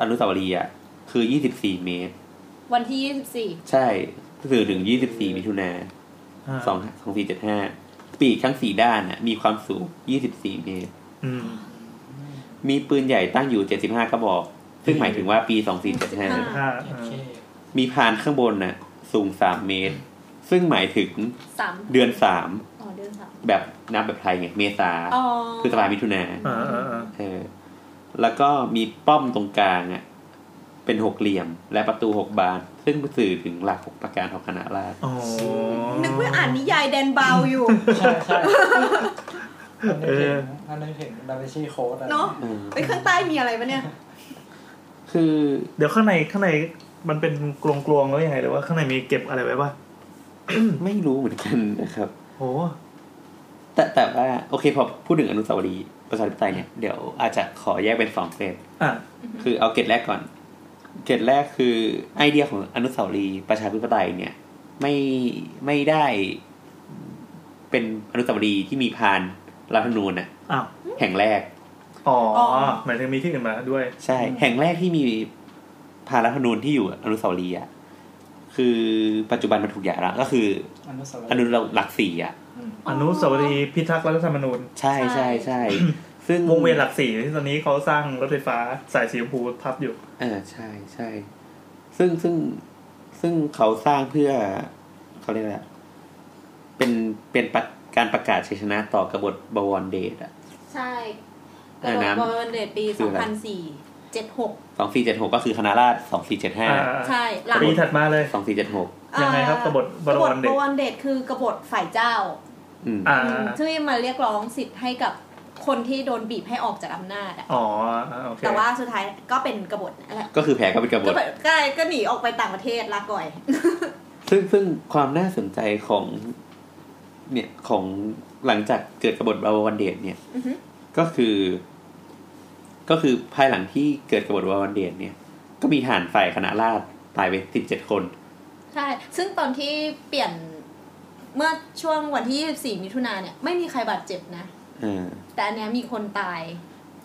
[SPEAKER 3] อนุสาวรีย์อ่ะคือ 24 เมตร
[SPEAKER 5] วันที่ยี่สิบสี่
[SPEAKER 3] ใช่สื่อถึง 24 มิถุนา
[SPEAKER 4] า
[SPEAKER 3] 2 2475 ปีกทั้ง 4 ด้านน่ะมีความสูง 24 เมตร
[SPEAKER 4] อืม
[SPEAKER 3] มีปืนใหญ่ตั้งอยู่ 75 กระบอก ซึ่งหมายถึงว่าปี 2475
[SPEAKER 4] อ่า
[SPEAKER 8] โอเค
[SPEAKER 3] มีพานข้างบนน่ะสูง 3 เมตร ซึ่งหมายถึง
[SPEAKER 5] สาม
[SPEAKER 3] เดือน 3
[SPEAKER 5] อ๋อเดือนสาม
[SPEAKER 3] แบบนับแบบไทยไงเมษา
[SPEAKER 5] อ๋อ
[SPEAKER 3] พฤษภามิถุนา
[SPEAKER 4] อ่าอ่าอ่า
[SPEAKER 3] เออ แล้วก็มีป้อมตรงกลางอ่ะ เป็นหกเหลี่ยม และประตูหกบาน ซึ่งสื่อถึงหลักหกประการของคณะราษฎร
[SPEAKER 4] อ๋อ
[SPEAKER 5] นึกว่าอ่านนิยายแดนเบาอยู่
[SPEAKER 8] ใช่ใช่อันนึกถึงอันนึกถึงดาวินชีโค้ดอ
[SPEAKER 5] เนอะ
[SPEAKER 3] เออ
[SPEAKER 5] ไปข้างใต้มีอะไรปะเนี่ย
[SPEAKER 3] คือ
[SPEAKER 4] เดี๋ยวข้างในข้างในมันเป็นกลวงๆแล้วยังไงหรือว่าข้างในมีเก็บอะไรไว้ป่ะ
[SPEAKER 3] ไม่รู้เหมือนกันนะครับ
[SPEAKER 4] โอ้
[SPEAKER 3] แต่แต่ว่าโอเคพอพูดถึงอนุสาวรีย์ประชาธิปไตยเนี่ยเดี๋ยวอาจจะขอแยกเป็นสองเฟส
[SPEAKER 4] อ่ะ
[SPEAKER 3] คือเอาเกตแรกก่อน เกตแรกคือไอเดียของอนุสาวรีย์ประชาธิปไตยเนี่ยไม่ไม่ได้เป็นอนุสาวรีย์ที่มีพานรัฐธรรมนูญน่ะ
[SPEAKER 4] อ้าว
[SPEAKER 3] แห่งแรก
[SPEAKER 4] อ๋ออ
[SPEAKER 5] อ
[SPEAKER 4] หมายถึงมีที่อื่นมาด้วย
[SPEAKER 3] ใช่ แห่งแรกที่มีพานรัฐธรรมนูญที่อยู่อนุสาวรีย์อ่ะคือปัจจุบันมันถูกหย่าร้างก็คือ
[SPEAKER 8] อนุสาว
[SPEAKER 3] อนุ
[SPEAKER 8] รีย์
[SPEAKER 3] หลักสี่อ่ะ
[SPEAKER 4] อนุสาวรีย์พิทักษ์รัฐธรรมนูญ
[SPEAKER 3] ใช่ใช่ใช่ซึ่ง
[SPEAKER 4] วงเวียนหลักสี่ที่ตอนนี้เขาสร้างรถไฟฟ้าสายสีชมพูทับอยู่
[SPEAKER 3] เออใช่ใช่ซึ่งซึ่งซึ่งเขาสร้างเพื่อเขาเรียกอะไรอะเป็นเป็นประการประกาศชัยชนะต่อกบฏบวรเดชอ่ะ
[SPEAKER 5] ใช่ก
[SPEAKER 3] เอ
[SPEAKER 5] ระโดด
[SPEAKER 3] อน้ำ
[SPEAKER 5] บอลเดตปี
[SPEAKER 3] คืออะไร
[SPEAKER 5] 2004 76
[SPEAKER 3] สองสี่เจ็ดหกก็คือคณะราษฎรสองสี่เจ็ดห้า
[SPEAKER 4] อ่า
[SPEAKER 5] ใช่หลัง
[SPEAKER 4] ปีถัดมาเลย
[SPEAKER 3] สองสี่เจ็ดหก
[SPEAKER 4] ยั
[SPEAKER 5] ยัง
[SPEAKER 4] ไงครับกบฏบร
[SPEAKER 5] กบ
[SPEAKER 4] ม
[SPEAKER 5] ฏ
[SPEAKER 4] เด
[SPEAKER 5] บ
[SPEAKER 4] ช
[SPEAKER 5] วรเดตคือกบฏฝ่ายเจ้า
[SPEAKER 3] อืม
[SPEAKER 4] อ่า
[SPEAKER 5] ที่มาเรียกร้องสิทธิ์ให้กับคนที่โดนบีบให้ออกจากอำนาจอะ
[SPEAKER 4] อ๋ออ่าโอเค
[SPEAKER 5] แต่ว่าสุดท้ายก็เป็นกบฏนั่นแหละ
[SPEAKER 3] ก็คือแผลก็เป็นกบ
[SPEAKER 5] ก็
[SPEAKER 3] ฏ
[SPEAKER 5] แบบก็ก็หนีออกไปต่างประเทศลาก่อย
[SPEAKER 3] ซึ่งซึ่งความน่าสนใจของเนี่ยของหลังจากเกิดกบฏบวรเดชเนี่ย
[SPEAKER 5] อือฮึ
[SPEAKER 3] ก็คือ ก็คือภายหลังที่เกิดกบฏบวรเดชเนี่ย ก็มีทหารฝ่ายคณะราษฎรตายไปสิบเจ็ดคน
[SPEAKER 5] ใช่ ซึ่งตอนที่เปลี่ยนเมื่อช่วงวันที่ 24 มิถุนาเนี่ย ไม่มีใครบาดเจ็บนะ
[SPEAKER 3] เออ
[SPEAKER 5] แต่อันเนี้ยมีคนตาย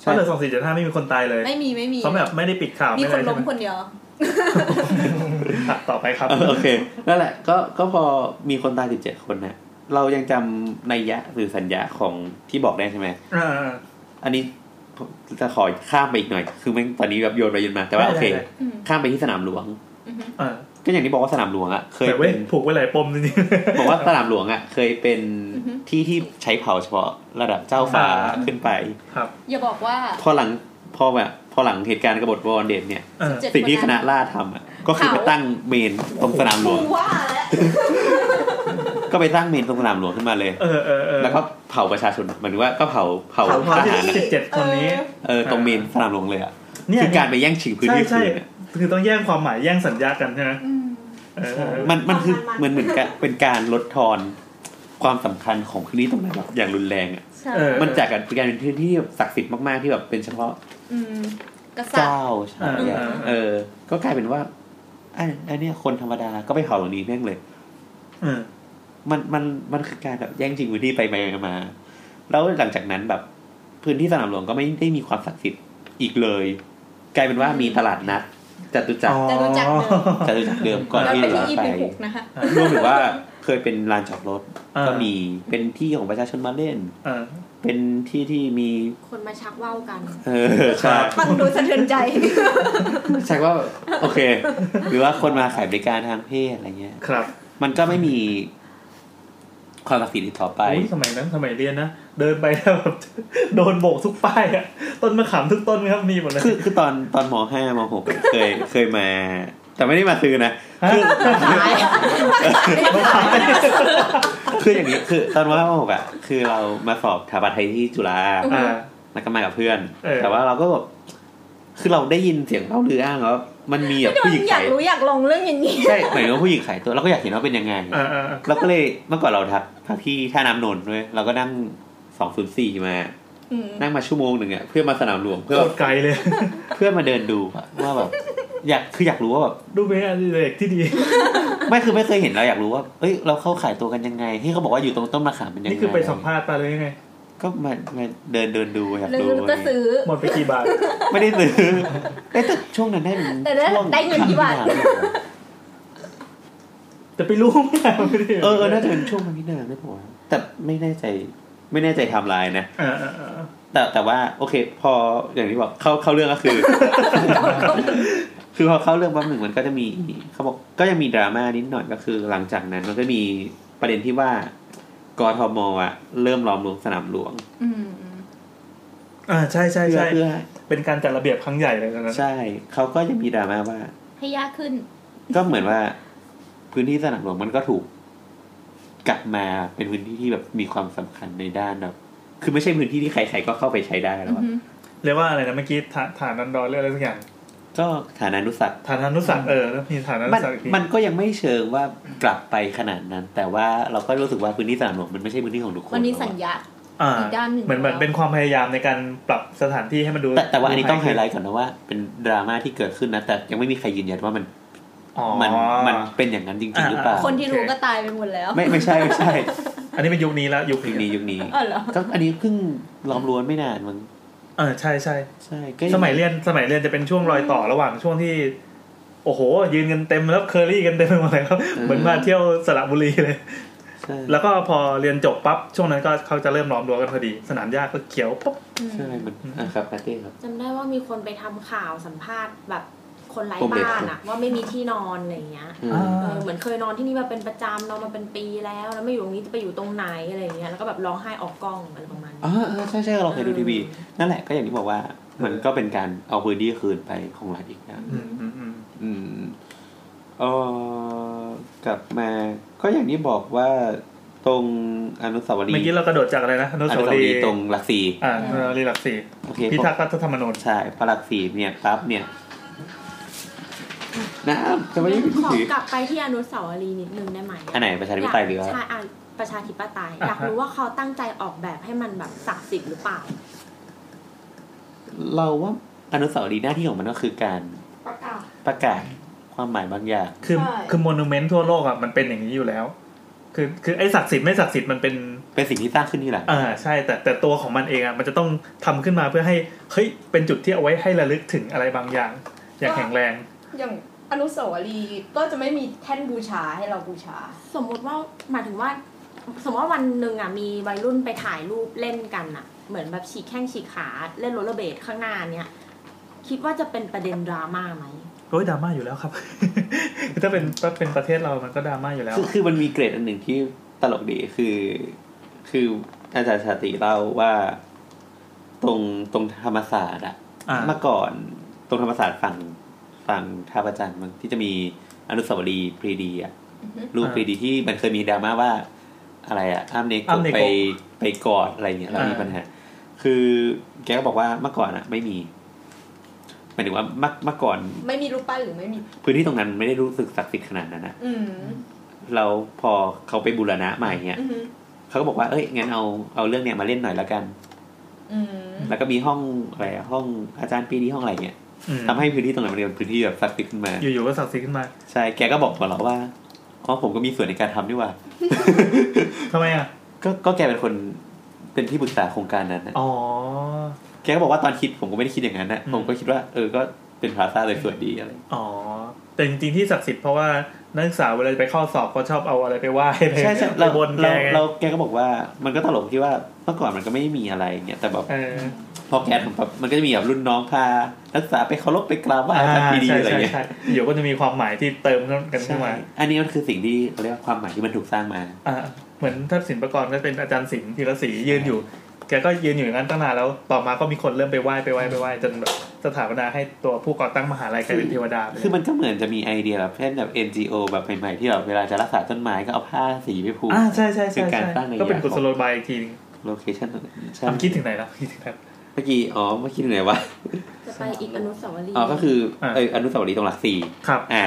[SPEAKER 4] ถ้าเหลือสองสี่เจ็ดห้าไม่มีคนตายเลย
[SPEAKER 5] ไม่มีไม่มี
[SPEAKER 4] เขาแบบไม่ได้ปิดข่าว
[SPEAKER 5] มี
[SPEAKER 4] ไม่อะ
[SPEAKER 5] ค
[SPEAKER 4] ไร
[SPEAKER 5] น
[SPEAKER 4] ใช่
[SPEAKER 5] ล้ม
[SPEAKER 4] ไหม
[SPEAKER 5] คนเดียว
[SPEAKER 4] อ่ะต่อไปครับ
[SPEAKER 3] เออโอเคนั่นแหละ ก็ก็พอมีคนตายสิบเจ็ดคนเนี่ยเรายังจำนัยยะหรือสัญญาของที่บอกได้ใช่ไหม
[SPEAKER 4] อ่า
[SPEAKER 3] อันนี้ผมจะขอข้ามไปอีกหน่อย คือแม่งตอนนี้แบบโยนไปโยนมา แต่ว่า
[SPEAKER 4] ได้
[SPEAKER 3] โอเค
[SPEAKER 4] ได้
[SPEAKER 5] อืม
[SPEAKER 3] ข้ามไปที่สนามหลวง
[SPEAKER 5] อือฮึ
[SPEAKER 4] อ่า
[SPEAKER 3] ก็อย่างที่บอกว่าสนามหลวงอ่ะเคย
[SPEAKER 4] แต่เว้
[SPEAKER 3] เป็
[SPEAKER 4] ย
[SPEAKER 3] น
[SPEAKER 4] ผูกไว้หลายปมจริงๆ
[SPEAKER 3] บอกว่าสนามหลวงอ่ะเคยเป็นที่ที่ใช้เผาเฉพาะระดับเจ้าฟ้า
[SPEAKER 4] อ่า
[SPEAKER 3] ขึ้นไป
[SPEAKER 4] ครับ
[SPEAKER 5] อย่าบอกว่า
[SPEAKER 3] พอหลังพอแบบพอหลังเหตุการณ์กบฏวอร์เดนเนี่ย
[SPEAKER 4] เออ
[SPEAKER 5] เจ็ด
[SPEAKER 3] สิ่งที่
[SPEAKER 5] คน
[SPEAKER 3] ค
[SPEAKER 5] นั้น
[SPEAKER 3] ณะราษฎรทำอ่ะก็คือไป
[SPEAKER 5] เผา
[SPEAKER 3] ตั้งเมนตรงสนามหลวง
[SPEAKER 5] ว่าแล้ว
[SPEAKER 3] ก็ไปตั้งเมนตรงสนามหลวงขึ้นมาเลย
[SPEAKER 4] เออเออเออ
[SPEAKER 3] แล้วก็เผาประชาชนหมายถึงว่าก็เผาเผาท
[SPEAKER 4] เผาเผา
[SPEAKER 3] หารอะ
[SPEAKER 4] สิบเจ็ดคนนี้
[SPEAKER 3] เออตรงเมนสนามหลวงเลยอ่ะ
[SPEAKER 4] เนี่ย
[SPEAKER 3] คือการไปแย่งชิงพื้น
[SPEAKER 4] ใช่
[SPEAKER 3] ที่
[SPEAKER 4] ใช่
[SPEAKER 3] คืนอะ
[SPEAKER 4] คือต้องแย่งความหมายแย่งสัญญากันใช่ไหม
[SPEAKER 5] อืม
[SPEAKER 4] เออเออ
[SPEAKER 3] มันมันคือ
[SPEAKER 5] มัน
[SPEAKER 3] เหมือนเหมือนกับเป็นการลดทอนความสำคัญของพื้นที่ตรงนั้นแบบอย่างรุนแรงอ่ะ
[SPEAKER 5] ใช่
[SPEAKER 4] เออ
[SPEAKER 3] มันจากการเป็นการเป็นพื้นที่แบบศักดิ์สิทธิ์มากๆที่แบบเป็นเฉพาะ
[SPEAKER 5] อืมกษัตริ
[SPEAKER 3] เจ้า
[SPEAKER 5] ย์
[SPEAKER 3] ใช่เออ ก็กลายเป็นว่าไอ้ไอ้เนี่ยคนธรรมดาก็ไปเผาตรงนี้แม่งเลย
[SPEAKER 4] เออ
[SPEAKER 3] มันมันมันคือการแบบแย่งชิงพื้นที่ไปไปมา แล้วหลังจากนั้นแบบพื้นที่สนามหลวงก็ไม่ได้มีความศักดิ์สิทธิ์อีกเลย กลายเป็นว่ามีตลาดนัดจตุจักร
[SPEAKER 5] แต่รู้จักเดิม
[SPEAKER 3] จตุจักรเดิมก่อน
[SPEAKER 5] แล้ว
[SPEAKER 3] ที่
[SPEAKER 5] เป็น
[SPEAKER 3] จะ
[SPEAKER 5] ที่อี
[SPEAKER 3] ไป
[SPEAKER 5] พิพุกนะคะ
[SPEAKER 3] รวมถึงว่าเคยเป็นลานจอดรถ
[SPEAKER 4] เออ
[SPEAKER 3] ก็มีเป็นที่ของประชาชนมาเล่น
[SPEAKER 4] เออ
[SPEAKER 3] เป็นที่ที่มี
[SPEAKER 6] คนมาชักว่าวกัน
[SPEAKER 3] เออใช่
[SPEAKER 5] ฟังดูสะเทือนใจ
[SPEAKER 3] ใช่ว่าโอเค หรือว่าคนมาขายบริการทางเพศอะไรเงี้ย
[SPEAKER 4] ครับ
[SPEAKER 3] มันก็ไม่มีความศักดิ์สิทธิ์อีกต่อไป
[SPEAKER 4] ไปสมัยนั้นสมัยเรียนนะ เดินไปแล้วแบบโดนโบกทุกป้ายอะต้นมะขามทุกต้นครับมีหมดเลย
[SPEAKER 3] คือคือตอนตอนมห้ามหกเคยเคยมา แต่ไม่ได้มาซื้อนะคือคืออย่างนี้คือ ตอนมห้ามหกอ่ะคือเรามาสอบสถาปัตย์ไทยที่จุฬา
[SPEAKER 4] อ่า
[SPEAKER 3] แล้วก็มากับเพื่อน
[SPEAKER 4] เออ
[SPEAKER 3] แต่ว่าเราก็แบบคือเราได้ยินเสียงเล่าลืออ้างว่ามันมีแบบผู้หญิง
[SPEAKER 5] อยา
[SPEAKER 3] ขาก ย
[SPEAKER 5] รู้อยากลองเรื่องอย่างนี้
[SPEAKER 3] ใช่หมายถึงว่าผู้หญิงขายตัวเราก็อยากเห็นว่าเป็นยังไง
[SPEAKER 4] อ่าอ่าอ่า
[SPEAKER 3] เราก็เลยเมื่อก่อนเราทักพักที่ท่าน้ำนนท์ด้วยเราก็นั่งสองศูนย์สี่มา
[SPEAKER 5] อืม
[SPEAKER 3] นั่งมาชั่วโมงหนึ่งอ่ะเพื่อมาสนามหลวงเพื่อ
[SPEAKER 4] โคตรไกลเลย
[SPEAKER 3] เพื่อนมาเดินดูอะว่าแบบ อยากคืออยากรู้ว่าแบบ
[SPEAKER 4] ดูเป็นอะไรเล็กที่ดี
[SPEAKER 3] ไม่คือไม่เคยเห็นเราอยากรู้ว่าเอ้ยเราเข้าขายตัวกันยังไง ที่เขาบอกว่าอยู่ตรงต้นมะขามเป็นยังไง
[SPEAKER 4] นี่คือไปสัมภาษณ์ไปเลยงไง
[SPEAKER 3] ก็มามาเดินเดินดูอยาก
[SPEAKER 5] หรื
[SPEAKER 3] ดู
[SPEAKER 5] อจะซื้อ
[SPEAKER 4] หมดไปกี่บาท
[SPEAKER 3] ไม่ได้ซื้อเอ้ยแต่ช่วงนั้นได้เป็น
[SPEAKER 5] แต่ได้
[SPEAKER 3] ช่ว
[SPEAKER 5] ได้เงินกี่บาท
[SPEAKER 3] พันหนึ่ง
[SPEAKER 4] จะไปรู้ไหมไม่ได้
[SPEAKER 3] เออเออน่าจะเป็นช่วงพันที่นานไม่ผมแต่ไม่แน่ใจไม่แน่ใจไทม์ไลน์นะ
[SPEAKER 4] เออเออเออ
[SPEAKER 3] แต่แต่ว่าโอเค พออย่างที่บอกเข้าเข้าเรื่องก็คือ คือพอเข้าเรื่องแปั๊บหนึ่งมันก็จะมีเขาบอกก็ยังมีดราม่านิดหน่อยก็คือ หลังจากนั้นมันก็มีประเด็นที่ว่ากทมอ่ะเริ่มล้อมรวมสนามหลวง
[SPEAKER 5] อืม
[SPEAKER 4] อ่าใช่ใช่
[SPEAKER 3] เพื่อ
[SPEAKER 4] ใช่
[SPEAKER 3] เพื่อ
[SPEAKER 4] เป็นการจัดระเบียบครั้งใหญ่เลยตอนนั้น
[SPEAKER 3] ใช่เขาก็ยังมีดราม่าว่า
[SPEAKER 5] ให้ยากขึ้น
[SPEAKER 3] ก็เหมือนว่า พื้นที่สนามหลวงมันก็ถูก กลับมาเป็นพื้นที่ที่แบบมีความสำคัญในด้านแบบคือไม่ใช่พื้นที่ที่ใครๆก็เข้าไปใช้ได้แล้ว
[SPEAKER 5] อื
[SPEAKER 3] อะ
[SPEAKER 5] ม
[SPEAKER 4] เรียกว่าอะไรนะเมื่อกี้ฐานฐานนันดอนเรื่องอะไรสักอย่าง
[SPEAKER 3] ก็ฐานานุสักษ์
[SPEAKER 4] ฐานานุสักษ์เออมีฐานานุ
[SPEAKER 3] มัน
[SPEAKER 4] สักษ์อีกที
[SPEAKER 3] มันก็ยังไม่เชิงว่ากลับไปขนาดนั้น แต่ว่าเราก็รู้สึกว่าพื้นที่สนามหลวงมันไม่ใช่พื้นที่ของทุกคน
[SPEAKER 5] มันมีสัญญา
[SPEAKER 4] อ่า
[SPEAKER 5] อีกด้านหนึ่ง
[SPEAKER 4] เหมือนเหมือนเป็นความพยายามในการปรับสถานที่ให้มันดู
[SPEAKER 3] แต่แต่ว่าอันนี้ต้องไฮไลท์ก่อนนะว่าเป็นดราม่าที่เกิดขึ้นนะ แต่ยังไม่มีใครยืนยันว่ามัน
[SPEAKER 4] อ๋อ
[SPEAKER 3] มันมันเป็นอย่างนั้นจริงๆหรือเปล่า
[SPEAKER 4] อ่า
[SPEAKER 5] คนที่รู้ก็ตายไปหมดแล้ว
[SPEAKER 3] ไม่ไม่ใช่ไม่ใช่
[SPEAKER 4] อันนี้เป็นยุคนี้ละยุค
[SPEAKER 3] ยุคนี้ยุคนี้
[SPEAKER 5] เออเหรอ
[SPEAKER 3] ก็อันนี้เพิ่งล้อมรั้วไม่นานมั้ง
[SPEAKER 4] เออใช่ใช่
[SPEAKER 3] ใช่ก็
[SPEAKER 4] สมัยเรียนสมัยเรียนจะเป็นช่วงรอยต่อระหว่างช่วงที่ โอ้โห ยืนกันเต็มแล้วเคอรี่กันเต็มไปหมดเลยครับเหมือนมาเที่ยวสระบุรีเลย
[SPEAKER 3] ใช่
[SPEAKER 4] แล้วก็พอเรียนจบปั๊บช่วงนั้นก็เขาจะเริ่มล้อมรั้วกันพอดี สนามหญ้าก็เขียวปุ๊บ
[SPEAKER 3] ใช่มันอ่ะครับปาเต้ครับ
[SPEAKER 6] จำได้ว่ามีคนไปทำข่าวสัมภาษณ์แบบคนไร้
[SPEAKER 3] ผมเด็ก
[SPEAKER 6] บ้านอะว่าไม่มีที่นอนอะไรอย่างเงี้ย
[SPEAKER 3] อืม
[SPEAKER 4] อ่า
[SPEAKER 6] เออเหมือนเคยนอนที่นี่มาเป็นประจำนอนมาเป็นปีแล้ว แล้วไม่อยู่ตรงนี้จะไปอยู่ตรงไหนอะไรอย่างเงี้ยแล้วก็แบบร้องไห้ออกกล้องอะไรประมาณ
[SPEAKER 3] อ๋อ
[SPEAKER 6] นี้
[SPEAKER 3] เออใช่ใช่เราเคยดูทีวี นั่นแหละก็อย่างที่บอกว่า มันก็เป็นการเอาพื้นที่คืนไปของรัฐอีกนะ
[SPEAKER 4] อืมอืมอืม
[SPEAKER 3] อืมเออกลับมา ก็อย่างที่บอกว่าตรงอนุสาวรี
[SPEAKER 4] เมื่อกี้
[SPEAKER 3] ย์
[SPEAKER 4] เรากระโดดจากอะไรนะอนุ
[SPEAKER 3] อ
[SPEAKER 4] สา
[SPEAKER 3] นุ
[SPEAKER 4] ว
[SPEAKER 3] สาว
[SPEAKER 4] รี
[SPEAKER 3] รี
[SPEAKER 4] ย์
[SPEAKER 3] ย์ตรงหลักสี่
[SPEAKER 4] อ่าอนุสาวรีย์หลักสี่
[SPEAKER 3] โอเค
[SPEAKER 4] พิ
[SPEAKER 3] พอ
[SPEAKER 4] ทักษ์รัฐธรรมนูญ
[SPEAKER 3] ใช่พอหลักสี่เนี่ยปั๊บเนี่ยน้ำจะไม่ได้
[SPEAKER 6] งั้นขอ
[SPEAKER 3] ถือก
[SPEAKER 6] ลับไปที่อนุสาวรีย์นิดนึงได้ไหมะ
[SPEAKER 3] อันไหนประชาธิปไตยหรือว่า
[SPEAKER 6] ใช่อ่ะประชาธิปไตยอยากรู้ว่าเขาตั้งใจออกแบบให้มันแบบศักดิ์สิทธิ์หรือเปล่า
[SPEAKER 3] เราว่าอนุสาวรีย์หน้าที่ของมันก็คือการ
[SPEAKER 7] ประกาศ
[SPEAKER 3] ประกาศความหมายบางอย่าง
[SPEAKER 4] คือ
[SPEAKER 7] ใช่
[SPEAKER 4] คือมอนูเมนต์ทั่วโลกอ่ะมันเป็นอย่างนี้อยู่แล้ว คือคือไอ้ศักดิ์สิทธิ์ไม่ศักดิ์สิทธิ์มันเป็น
[SPEAKER 3] เป็นสิ่งที่สร้างขึ้นที่หลัง
[SPEAKER 4] อ่าใช่แต่แต่ตัวของมันเองอ่ะมันจะต้องทำขึ้นมาเพื่อให้เฮ้ยเป็นจุดที่เอาไว้ให้ระลึกถึงอะไรบางอย่าง อย่างแข็งแรง
[SPEAKER 9] อย่างอนุสาวรีย์ก็จะไม่มีแท่นบูชาให้เราบูชา
[SPEAKER 6] สมมุติว่าหมายถึงว่า สมมติว่าวันหนึ่งอ่ะมีวัยรุ่นไปถ่ายรูปเล่นกันอ่ะ เหมือนแบบฉีกแข้งฉีกขาเล่นโรลเลอร์เบดข้างหน้าเนี่ยคิดว่าจะเป็นประเด็นดราม่าไหม
[SPEAKER 4] โอ้ยดราม่าอยู่แล้วครับ ถ้าเป็นถ้าเป็นประเทศเรามันก็ดราม่าอยู่แล้ว
[SPEAKER 3] คือคือมันมีเกรดอันหนึ่งที่ตลกดีคือ คืออาจารย์ชาติเล่าว่า ตรงตรงธรรมศาสตร์อะ
[SPEAKER 4] อ่า
[SPEAKER 3] เมื่อก่อนตรงธรรมศาสตร์ฝั่งฝั่งท่าประจันทร์มันที่จะมีอนุสาวรีย์ปรีดีอะรูปปรีดีที่มันเคยมีดราม่าว่า อะไรอะอ้ามเนโก
[SPEAKER 4] อ้ำเนโกะ
[SPEAKER 3] ไปไปกอดอะไรเงี้ยแล้วมี
[SPEAKER 4] อ่า
[SPEAKER 3] ปัญหา คือแกก็บอกว่าเมื่อก่อนอะไม่มีหมายถึงว่าเมื่อเมื่อก่อน
[SPEAKER 9] ไม่มีรูปปั้นหรือไม่มี
[SPEAKER 3] พื้นที่ตรงนั้นไม่ได้รู้สึกศักดิ์สิทธิ์ขนาดนั้นอะ
[SPEAKER 9] อืม
[SPEAKER 3] เราพอเขาไปบูรณะใหม่เนี่ย
[SPEAKER 9] อืม
[SPEAKER 3] เขาก็บอกว่าเอ้ยงั้นเอาเอาเรื่องเนี่ยมาเล่นหน่อยละกัน
[SPEAKER 9] อืม
[SPEAKER 3] แล้วก็มีห้องอะไรอะห้องอาจารย์ปีนี้ห้องอะไรเนี่ย
[SPEAKER 4] อืม
[SPEAKER 3] ทำให้พื้นที่ตรงนั้นมันเป็นพื้นที่แบบศักดิ์สิทธิ์ขึ้นมา
[SPEAKER 4] อยู่ๆก็ศักดิ์ศรีขึ้นมา
[SPEAKER 3] ใช่แกก็บอกกับเราว่าอ๋อผมก็มีส่วนในการทำด้วยว่า
[SPEAKER 4] ทำไมอ่ะ
[SPEAKER 3] ก็ก็แกเป็นคนเป็นที่ปรึกษาโครงการนั้นนะ
[SPEAKER 4] อ๋อ
[SPEAKER 3] แกก็บอกว่าตอนคิดผมก็ไม่ได้คิดอย่างนั้นนะ
[SPEAKER 4] อืม
[SPEAKER 3] ผมก็คิดว่าเออก็เป็นพลาซ่าเลยสวยดีอะไร
[SPEAKER 4] อ๋อแต่จริงๆที่ศักดิ์สิทธิ์เพราะว่านักศึกษาเวลาไปเข้าสอบก็ชอบเอาอะไรไปไหว้ไป
[SPEAKER 3] ใช่ใช่
[SPEAKER 4] ไป
[SPEAKER 3] เรา
[SPEAKER 4] บนแก
[SPEAKER 3] เรา
[SPEAKER 4] ไง
[SPEAKER 3] เราแกก็บอกว่ามันก็ตลกที่ว่าเมื่อก่อนมันก็ไม่มีอะไรเนี่ยแต่แบบ
[SPEAKER 4] เออ
[SPEAKER 3] พอแกทำปั๊บมันก็จะมีแบบรุ่นน้องพานักศึกษาไปเคารพไปกราบไหว้
[SPEAKER 4] อ่า
[SPEAKER 3] อาจารย์ปีดี
[SPEAKER 4] ใช่
[SPEAKER 3] อะไร
[SPEAKER 4] ใช่
[SPEAKER 3] เงี้ย
[SPEAKER 4] ใช่อยู่ก็จะมีความหมายที่เติมกัน
[SPEAKER 3] ใช่
[SPEAKER 4] ขึ้นมา
[SPEAKER 3] อันนี้มันคือสิ่งที่เขาเรียกว่าความหมายที่มันถูกสร้างมา
[SPEAKER 4] อ่าเหมือนทัศศิลปกรก็เป็นอาจารย์ศิลป์ธีรศรียืนอยู่ แกก็ยืนอยู่อย่างนั้นตั้งนานแล้วต่อมาก็มีคนเริ่มไปไหว้ไปไหว้ไปไหว้จนแบบสถาปนาให้ตัวผู้ก่อตั้งมหาลัยกลายเป็นเทวดาไปเลย
[SPEAKER 3] คือมันก็เหมือนจะมีไอเดียแบบเช่นแบบ NGO แบบใหม่ๆที่แบบเวลาจะรักษาต้นไม้ก็เอาผ้าสีไปผูก
[SPEAKER 4] อ่าใช่ใช่ใช่
[SPEAKER 3] คือการ
[SPEAKER 4] ใช่
[SPEAKER 3] ตั้งใน
[SPEAKER 4] ก็เป็น
[SPEAKER 3] อย่าง
[SPEAKER 4] กุศโลบายอีกทีหนึง
[SPEAKER 3] โลเคชั่นใช่
[SPEAKER 4] ทำคิดถึงไหนแล้วคิดถึงไหน
[SPEAKER 3] เมื่อกี้อ๋อเมื่อกี้ไหนวะ
[SPEAKER 6] จะไปอีกอนุสาวรีย์
[SPEAKER 3] อ๋อก็คือ
[SPEAKER 4] อ่า
[SPEAKER 3] เอออนุสาวรีย์ตรงหลักสี่
[SPEAKER 4] ครับ
[SPEAKER 3] อ่ะ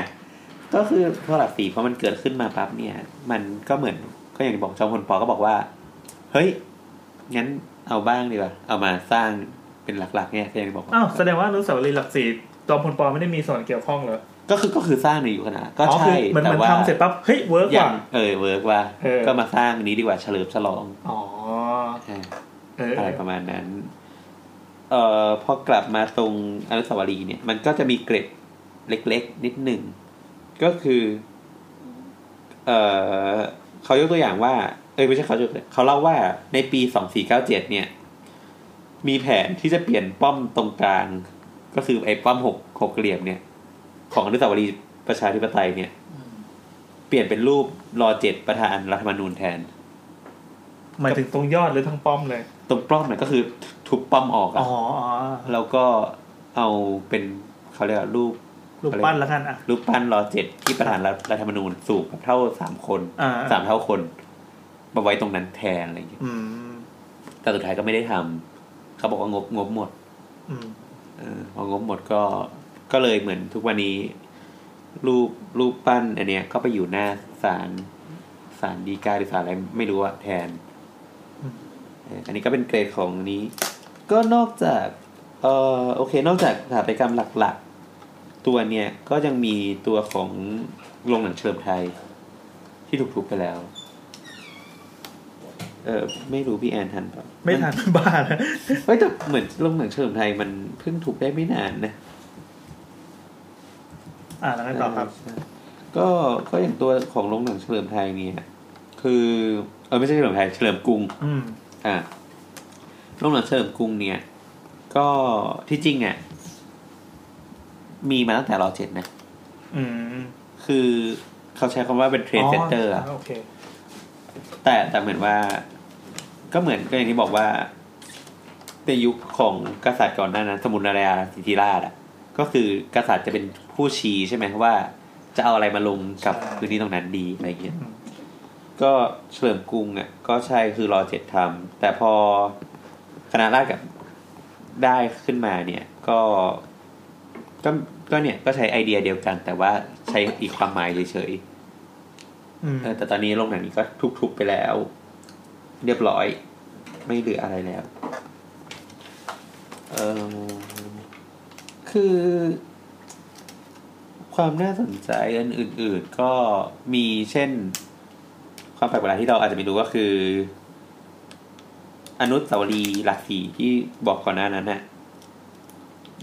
[SPEAKER 3] ก็คือพอหลักสี่พอมันเกิดขึ้นมาปั๊บเนี่ย มันก็เหมือนก็อย่างที่บอกจอมพลปอก็บอกว่า เฮ้ยงั้นเอาบ้างดีกว่าเอามาสร้างเป็นหลักๆเนี่ยก็อย่างที่บอกว่า
[SPEAKER 4] อ้าวแสดงว่าอนุสาวรีย์หลักสี่จอมพลปอไม่ได้มีส่วนเกี่ยวข้องเหรอ
[SPEAKER 3] ก็คือก็คือสร้างในอยู่ขนาดก็
[SPEAKER 4] อ๋อคื
[SPEAKER 3] ใช่
[SPEAKER 4] อเหมือนเห
[SPEAKER 3] แต่
[SPEAKER 4] มือน
[SPEAKER 3] ว่า
[SPEAKER 4] ทำเสร็จปั๊บเฮ้ยเวิร์ก
[SPEAKER 3] อ
[SPEAKER 4] ว่ะ
[SPEAKER 3] ย่างเออเวิร์กว่า
[SPEAKER 4] เออ
[SPEAKER 3] ก็มาสร้างนี้ดีกว่าเฉลิมฉลอง
[SPEAKER 4] อ๋อ
[SPEAKER 3] อ่า
[SPEAKER 4] เออเอ
[SPEAKER 3] อะไร
[SPEAKER 4] อ
[SPEAKER 3] ประมาณนั้น เอ่อพอกลับมาตรงอนุสาวรีย์เนี่ย มันก็จะมีเกร็ดเล็กๆ นิดหนึ่ง ก็คือ เอ่อเขายกตัวอย่างว่า เอ้ยไม่ใช่เขายกตัวเขาเล่าว่าในปีสองสี่เก้าเจ็ดเนี่ย มีแผนที่จะเปลี่ยนป้อมตรงกลาง ก็คือไอ้ป้อมหกหกเหลี่ยมเนี่ย ของอนุสาวรีย์ประชาธิปไตยเนี่ย เปลี่ยนเป็นรูปรอเจ็ดประธานรัฐธรรมนูญแทน
[SPEAKER 4] หมายถึงตรงยอดหรือทั้งป้อมเลย
[SPEAKER 3] ตรงปล้อมเนี่ยก็คือทุบป้อมออก
[SPEAKER 4] อ๋
[SPEAKER 3] อะ
[SPEAKER 4] ออ๋อ
[SPEAKER 3] แล้วก็เอาเป็นเขาเรียกว่ารูป
[SPEAKER 4] รูปปั้นแล้วกันอ่ะ
[SPEAKER 3] รูปปั้นรอเจ็ดที่ประธานรัฐธรรมนูญสูงเท่าสามคน
[SPEAKER 4] อ่า
[SPEAKER 3] สามเท่าคนมาไว้ตรงนั้นแทนอะไรอย่างเงี้ย
[SPEAKER 4] อืม
[SPEAKER 3] แต่สุดท้ายก็ไม่ได้ทำเขาบอกว่างบงบหมด
[SPEAKER 4] อืม
[SPEAKER 3] เออพองบหมดก็ ก็เลยเหมือนทุกวันนี้ รูปรูปปั้นอันเนี้ยก็ไปอยู่หน้าศาลศาลฎีกาหรือศาลอะไรไม่รู้อะแทนเอออันนี้ก็เป็นเกรดของอันนี้ ก็นอกจากเออโอเค นอกจากสถาปัตยกรรมหลักๆ ตัวเนี่ยก็ยังมีตัวของโรงหนังเฉลิมไทย ที่ถูกทุบไปแล้ว เออไม่รู้พี่แอนทันปะ
[SPEAKER 4] ไม่ทัน บ้าแล้ว
[SPEAKER 3] เฮ้ยแต่เหมือนโรงหนังเฉลิมไทยมันเพิ่งถูกได้ไม่นานนะ
[SPEAKER 4] อ่าแล้วกันต่อครับ
[SPEAKER 3] ใช่ก็ก็อย่างตัวของโรงหนังเฉลิมไทยเนี่ยคือเออไม่ใช่เฉลิมไทยเฉลิมกรุง
[SPEAKER 4] อืม
[SPEAKER 3] อ่ะโรงหนังเฉลิมกรุงเนี่ย ก็ที่จริงอ่ะมีมาตั้งแต่รอเจ็ดนะ
[SPEAKER 4] อืม
[SPEAKER 3] คือเขาใช้คำว่าเป็นเทรนเซนเตอร์อะ
[SPEAKER 4] โอเค
[SPEAKER 3] แต่แต่เหมือนว่า ก็เหมือนก็อย่างที่บอกว่าในยุคของกษัตริย์ก่อนหน้านั้น สมุนนารายาสิทธิราชอ่ะ ก็คือกษัตริย์จะเป็นผู้ชี้ใช่ไหมว่า จะเอาอะไรมาลงกับ
[SPEAKER 4] ใช่
[SPEAKER 3] พื้นที่ตรงนั้นดีอะไรอย่างเงี้ย ก็เฉลิมกรุงอ่ะก็ใช่คือรอเจ็ดทำแต่พอคณะราษฎรกับได้ขึ้นมาเนี่ย ก็ก็ก็เนี่ยก็ใช้ไอเดียเดียวกัน แต่ว่าใช้อีกความหมายเฉยๆ
[SPEAKER 4] อืม
[SPEAKER 3] เออแต่ตอนนี้โรงหนังนี้ก็ทุบๆไปแล้ว เรียบร้อย ไม่เหลืออะไรแล้วเออคือ ความน่าสนใจอันอื่น ๆ ก็มีเช่น ความแปลกประหลาดที่เราอาจจะไม่รู้ก็คือ อนุสาวรีย์หลักสีที่บอกก่อนหน้านั้นน่ะ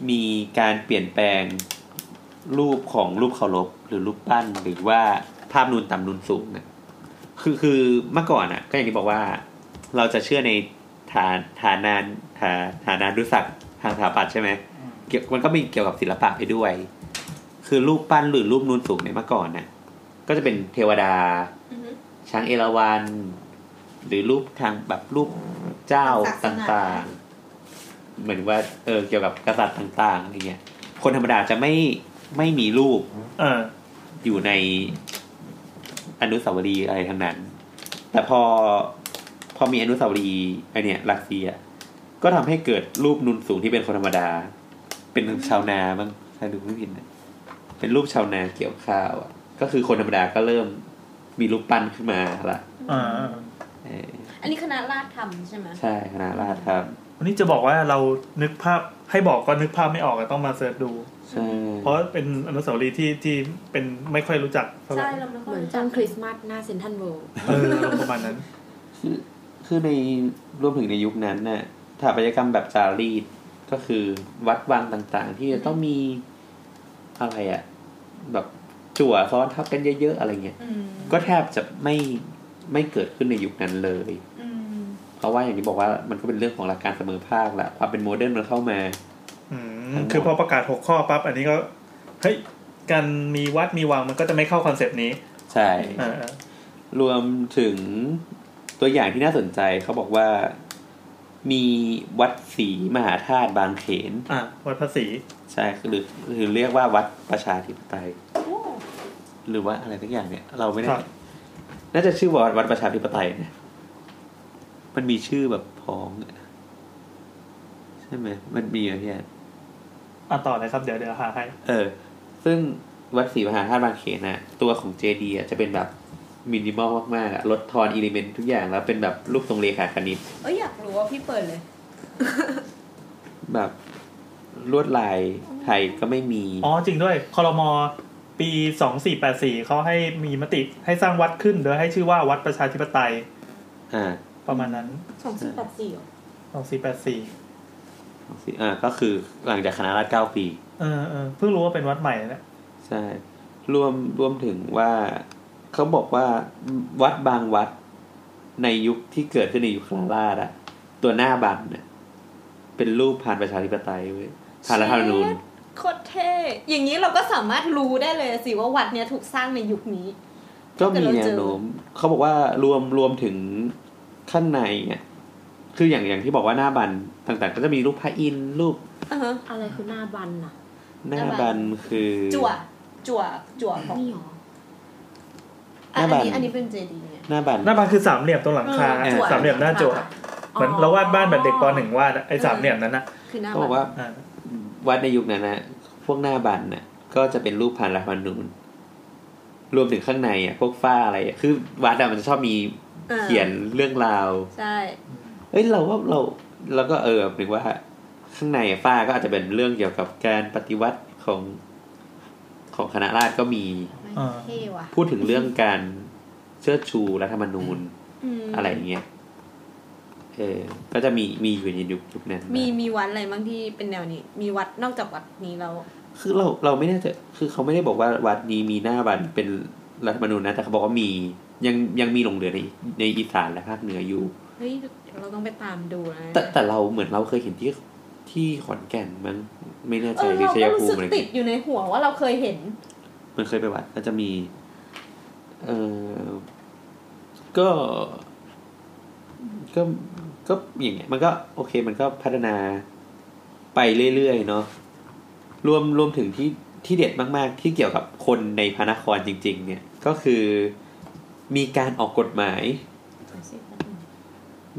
[SPEAKER 3] มีการเปลี่ยนแปลง รูปของรูปเคารพหรือรูปปั้นหรือว่าภาพนูนต่ำนูนสูงนะคือคือเมื่อก่อนอ่ะ ก็อย่างที่บอกว่า เราจะเชื่อในฐานฐานนานฐานฐานานุศักดิ์ทางสถาปัตย์ใช่ไหมเกี่ยวมันก็มีเกี่ยวกับศิลปะไปด้วย คือรูปปั้นหรือรูปนูนสูงในยเมื่อก่อนน่ะ ก็จะเป็นเทวดา
[SPEAKER 7] อือฮึ
[SPEAKER 3] ช้างเอราวัณหรือรูปทางแบบรูปเจ้าต
[SPEAKER 7] ศาสนา
[SPEAKER 3] ่างๆ เหมือนว่าเออเกี่ยวกับกษัตริย์ต่างๆอะไรเงี้ยคนธรรมดาจะไม่ไม่มีรูป
[SPEAKER 4] เออ
[SPEAKER 3] อยู่ในอนุสาวรีย์อะไรทั้งนั้น แต่พอพอมีอนุสาวรีย์ไอเนี่ยลักซีอ่ะก็ทำให้เกิดรูปนุนสูงที่เป็นคนธรรมดา เป็นชาวนาบ้างถ้าดูไม่ผิดนะเป็นรูปชาวนาเกี่ยวข้าวอะก็คือคนธรรมดาก็เริ่มมีรูปปั้นขึ้นมาละ
[SPEAKER 4] อ่า
[SPEAKER 3] เออ
[SPEAKER 5] อันนี้คณะราษฎรทำใช่ไหม
[SPEAKER 3] ใช่คณะราษฎรครับ
[SPEAKER 4] วันนี้จะบอกว่าเรานึกภาพให้บอกก็นึกภาพไม่ออกอะต้องมาเสิร์ชดู
[SPEAKER 3] ใช่
[SPEAKER 4] เพราะเป็นอนุสาวรีย์ที่ที่เป็นไม่ค่อยรู้จักเท่าไหร่
[SPEAKER 5] ใช่เราไม่ค่อ
[SPEAKER 6] เหมื
[SPEAKER 5] ย
[SPEAKER 6] อน
[SPEAKER 5] รู้
[SPEAKER 6] ต้
[SPEAKER 5] จัก
[SPEAKER 6] นคริสต์มาสหน้าเซนทรัลเวิลด์
[SPEAKER 4] เออประมาณนั้น
[SPEAKER 3] คือคือในรวมถึงในยุคนั้นน่ะสถาปัตยกรรมแบบจารีตก็คือวัดวังต่างๆ ที่จะต้องมีอะไรอ่ะ แบบจั่วซ้อนทับกันเยอะๆอะไรเงี้ย
[SPEAKER 7] อืม
[SPEAKER 3] ก็แทบจะไม่ไม่เกิดขึ้นในยุคนั้นเลย
[SPEAKER 7] อืม
[SPEAKER 3] เพราะว่าอย่างที่บอกว่ามันก็เป็นเรื่องของหลักการเสมอภาคแหละความเป็นโมเดิร์นมันเข้ามา
[SPEAKER 4] อืมคือพอประกาศหกข้อปั๊บอันนี้ก็เฮ้ยการมีวัดมีวังมันก็จะไม่เข้าคอนเซปต์นี้
[SPEAKER 3] ใช่
[SPEAKER 4] อ่าร
[SPEAKER 3] วมถึงตัวอย่างที่น่าสนใจเขาบอกว่ามีวัดศรีมหาธาตุบางเขน
[SPEAKER 4] อ่ะวัดภาษี
[SPEAKER 3] ใช่หรือหรือเรียกว่าวัดประชาธิปไตย หรือว่าอะไรสักอย่างเนี่ย เราไม่ได้
[SPEAKER 4] ครับ
[SPEAKER 3] น่าจะชื่อว่าวัดประชาธิปไตยนะมันมีชื่อแบบพ้องอะใช่ไหมมันมีอะไรเนี่ย
[SPEAKER 4] อ่ะต่อเลยครับเดี๋ยวเดี๋ยวหาให้
[SPEAKER 3] เออ ซึ่งวัดศรีมหาธาตุบางเขนน่ะ ตัวของเจดีย์อะจะเป็นแบบมินิมอลมากๆอะลดทอนอิเลเมนต์ทุกอย่างแล้วเป็นแบบรูปทรงเลขาคณิต
[SPEAKER 9] เอ้ยอยากรู้ว่าพี่เปิดเลย
[SPEAKER 3] แบบลวดลายไทยก็ไม่มี
[SPEAKER 4] อ๋อจริงด้วยคอรมอปีสองสี่แปดสี่เขาให้มีมติให้สร้างวัดขึ้นโดยให้ชื่อว่าวัดประชาธิปไตย
[SPEAKER 3] อ่า
[SPEAKER 4] ประมาณนั้น
[SPEAKER 6] สองสี่แปดสี่
[SPEAKER 4] สองสี่แปดสี่
[SPEAKER 3] อ่าก็คือหลังจากคณะรัฐเก้าปี
[SPEAKER 4] เออเออเพิ่งรู้ว่าเป็นวัดใหม่นะ
[SPEAKER 3] ใช่รวมรวมถึงว่าเขาบอกว่าวัดบางวัดในยุคที่เกิดขึ้นในยุคคลาราชอะตัวหน้าบัตรเนี่ยเป็นรูปผ่านประชาธิปไตยเว้ยผ่านรัฐธรรมนูญ
[SPEAKER 5] โคตรเท่อย่างนี้เราก็สามารถรู้ได้เลยสิว่าวัดเนี้ยถูกสร้างในยุคนี้
[SPEAKER 3] ก็มีแนวโน้มเขาบอกว่ารวมรวมถึงข้างในเนี่ยคืออย่างอย่างที่บอกว่าหน้าบันต่างๆ ก็จะมีรูปพระอินทร์รูป
[SPEAKER 5] อ่าฮะ
[SPEAKER 6] อะไรคือหน้าบันน่ะ
[SPEAKER 3] หน้าบันคือ
[SPEAKER 5] จั่ว จั่วจั่วของ
[SPEAKER 6] นี่หรอ
[SPEAKER 5] อัน
[SPEAKER 3] หน้าบั
[SPEAKER 5] นี้
[SPEAKER 3] น
[SPEAKER 5] อันนี้เป็นเจดีย์ไง
[SPEAKER 3] หน้าบัน
[SPEAKER 4] หน้าบ้านคือสามเหลี่ยมตรงหลังคา
[SPEAKER 3] เออจั่ว
[SPEAKER 4] สามเหลี่ยมหน้าจั่วเหมือนเราวาดบ้านแบบเด็กปหนึ่งวาดอะไอ้สาม
[SPEAKER 5] เออ
[SPEAKER 4] เหลี่ยมนั้นนะ
[SPEAKER 5] คือหน้า
[SPEAKER 3] เขา
[SPEAKER 5] บั
[SPEAKER 3] บ
[SPEAKER 5] น
[SPEAKER 3] อกว่า
[SPEAKER 4] อ่า
[SPEAKER 3] วัดในยุคนั้นนะ พวกหน้าบันน่ะ ก็จะเป็นรูปผ่านรัฐธรรมนูญรวมถึงข้างในอ่ะพวกฝ้าอะไรอ่ะคือวัดอะมันจะชอบมี
[SPEAKER 5] อ่า
[SPEAKER 3] เขียนเรื่องราว
[SPEAKER 5] ใช่
[SPEAKER 3] เอ้ยเราว่าเราเราก็เออหรือว่า ข้างในอะฝ้าก็อาจจะเป็นเรื่องเกี่ยวกับการปฏิวัติของของคณะราษฎรก็มี
[SPEAKER 4] อ่า
[SPEAKER 5] เท่ว่ะ
[SPEAKER 3] พูดถึงเรื่องการเชิดชูรัฐธรรมนูญ
[SPEAKER 5] ม
[SPEAKER 3] อะไรอย่างเงี้ยเออ ก็จะมีมีอยู่ในยุคยุคนั้นนะ
[SPEAKER 5] มีมีวัดอะไรบ้างที่เป็นแนวนี้ มีวัดนอกจากวัดนี้แล้ว
[SPEAKER 3] คือเราเราไม่แน่ใจคือเขาไม่ได้บอกว่าวัดนี้มีหน้าบันเป็นรัฐธรรมนูญนะ แต่เขาบอกว่ามียังยังมีหลงเหลือในในอีสานและภาคเหนืออยู่
[SPEAKER 5] เฮ้ยเดี๋ยวเราต้องไปตามดูนะ
[SPEAKER 3] แต่แต่เราเหมือนเราเคยเห็นที่ที่ขอนแก่นมั้งไม่แน่
[SPEAKER 5] เอ
[SPEAKER 3] ใจ
[SPEAKER 5] อ
[SPEAKER 3] หรือ
[SPEAKER 5] เรา
[SPEAKER 3] ชัย
[SPEAKER 5] ก็รู้
[SPEAKER 3] ภู
[SPEAKER 5] สึก
[SPEAKER 3] มิอะไร
[SPEAKER 5] ติดอยู่ในหัวว่าเราเคยเห็น
[SPEAKER 3] มันเคยไปวัดก็จะมี เออก็ก็ก็อย่างเงี้ยมันก็โอเค มันก็พัฒนาไปเรื่อยๆเนาะรวมรวมถึงที่ที่เด็ดมากๆ ที่เกี่ยวกับคนในพระนครจริง ๆ เนี่ย ก็คือมีการออกกฎหมาย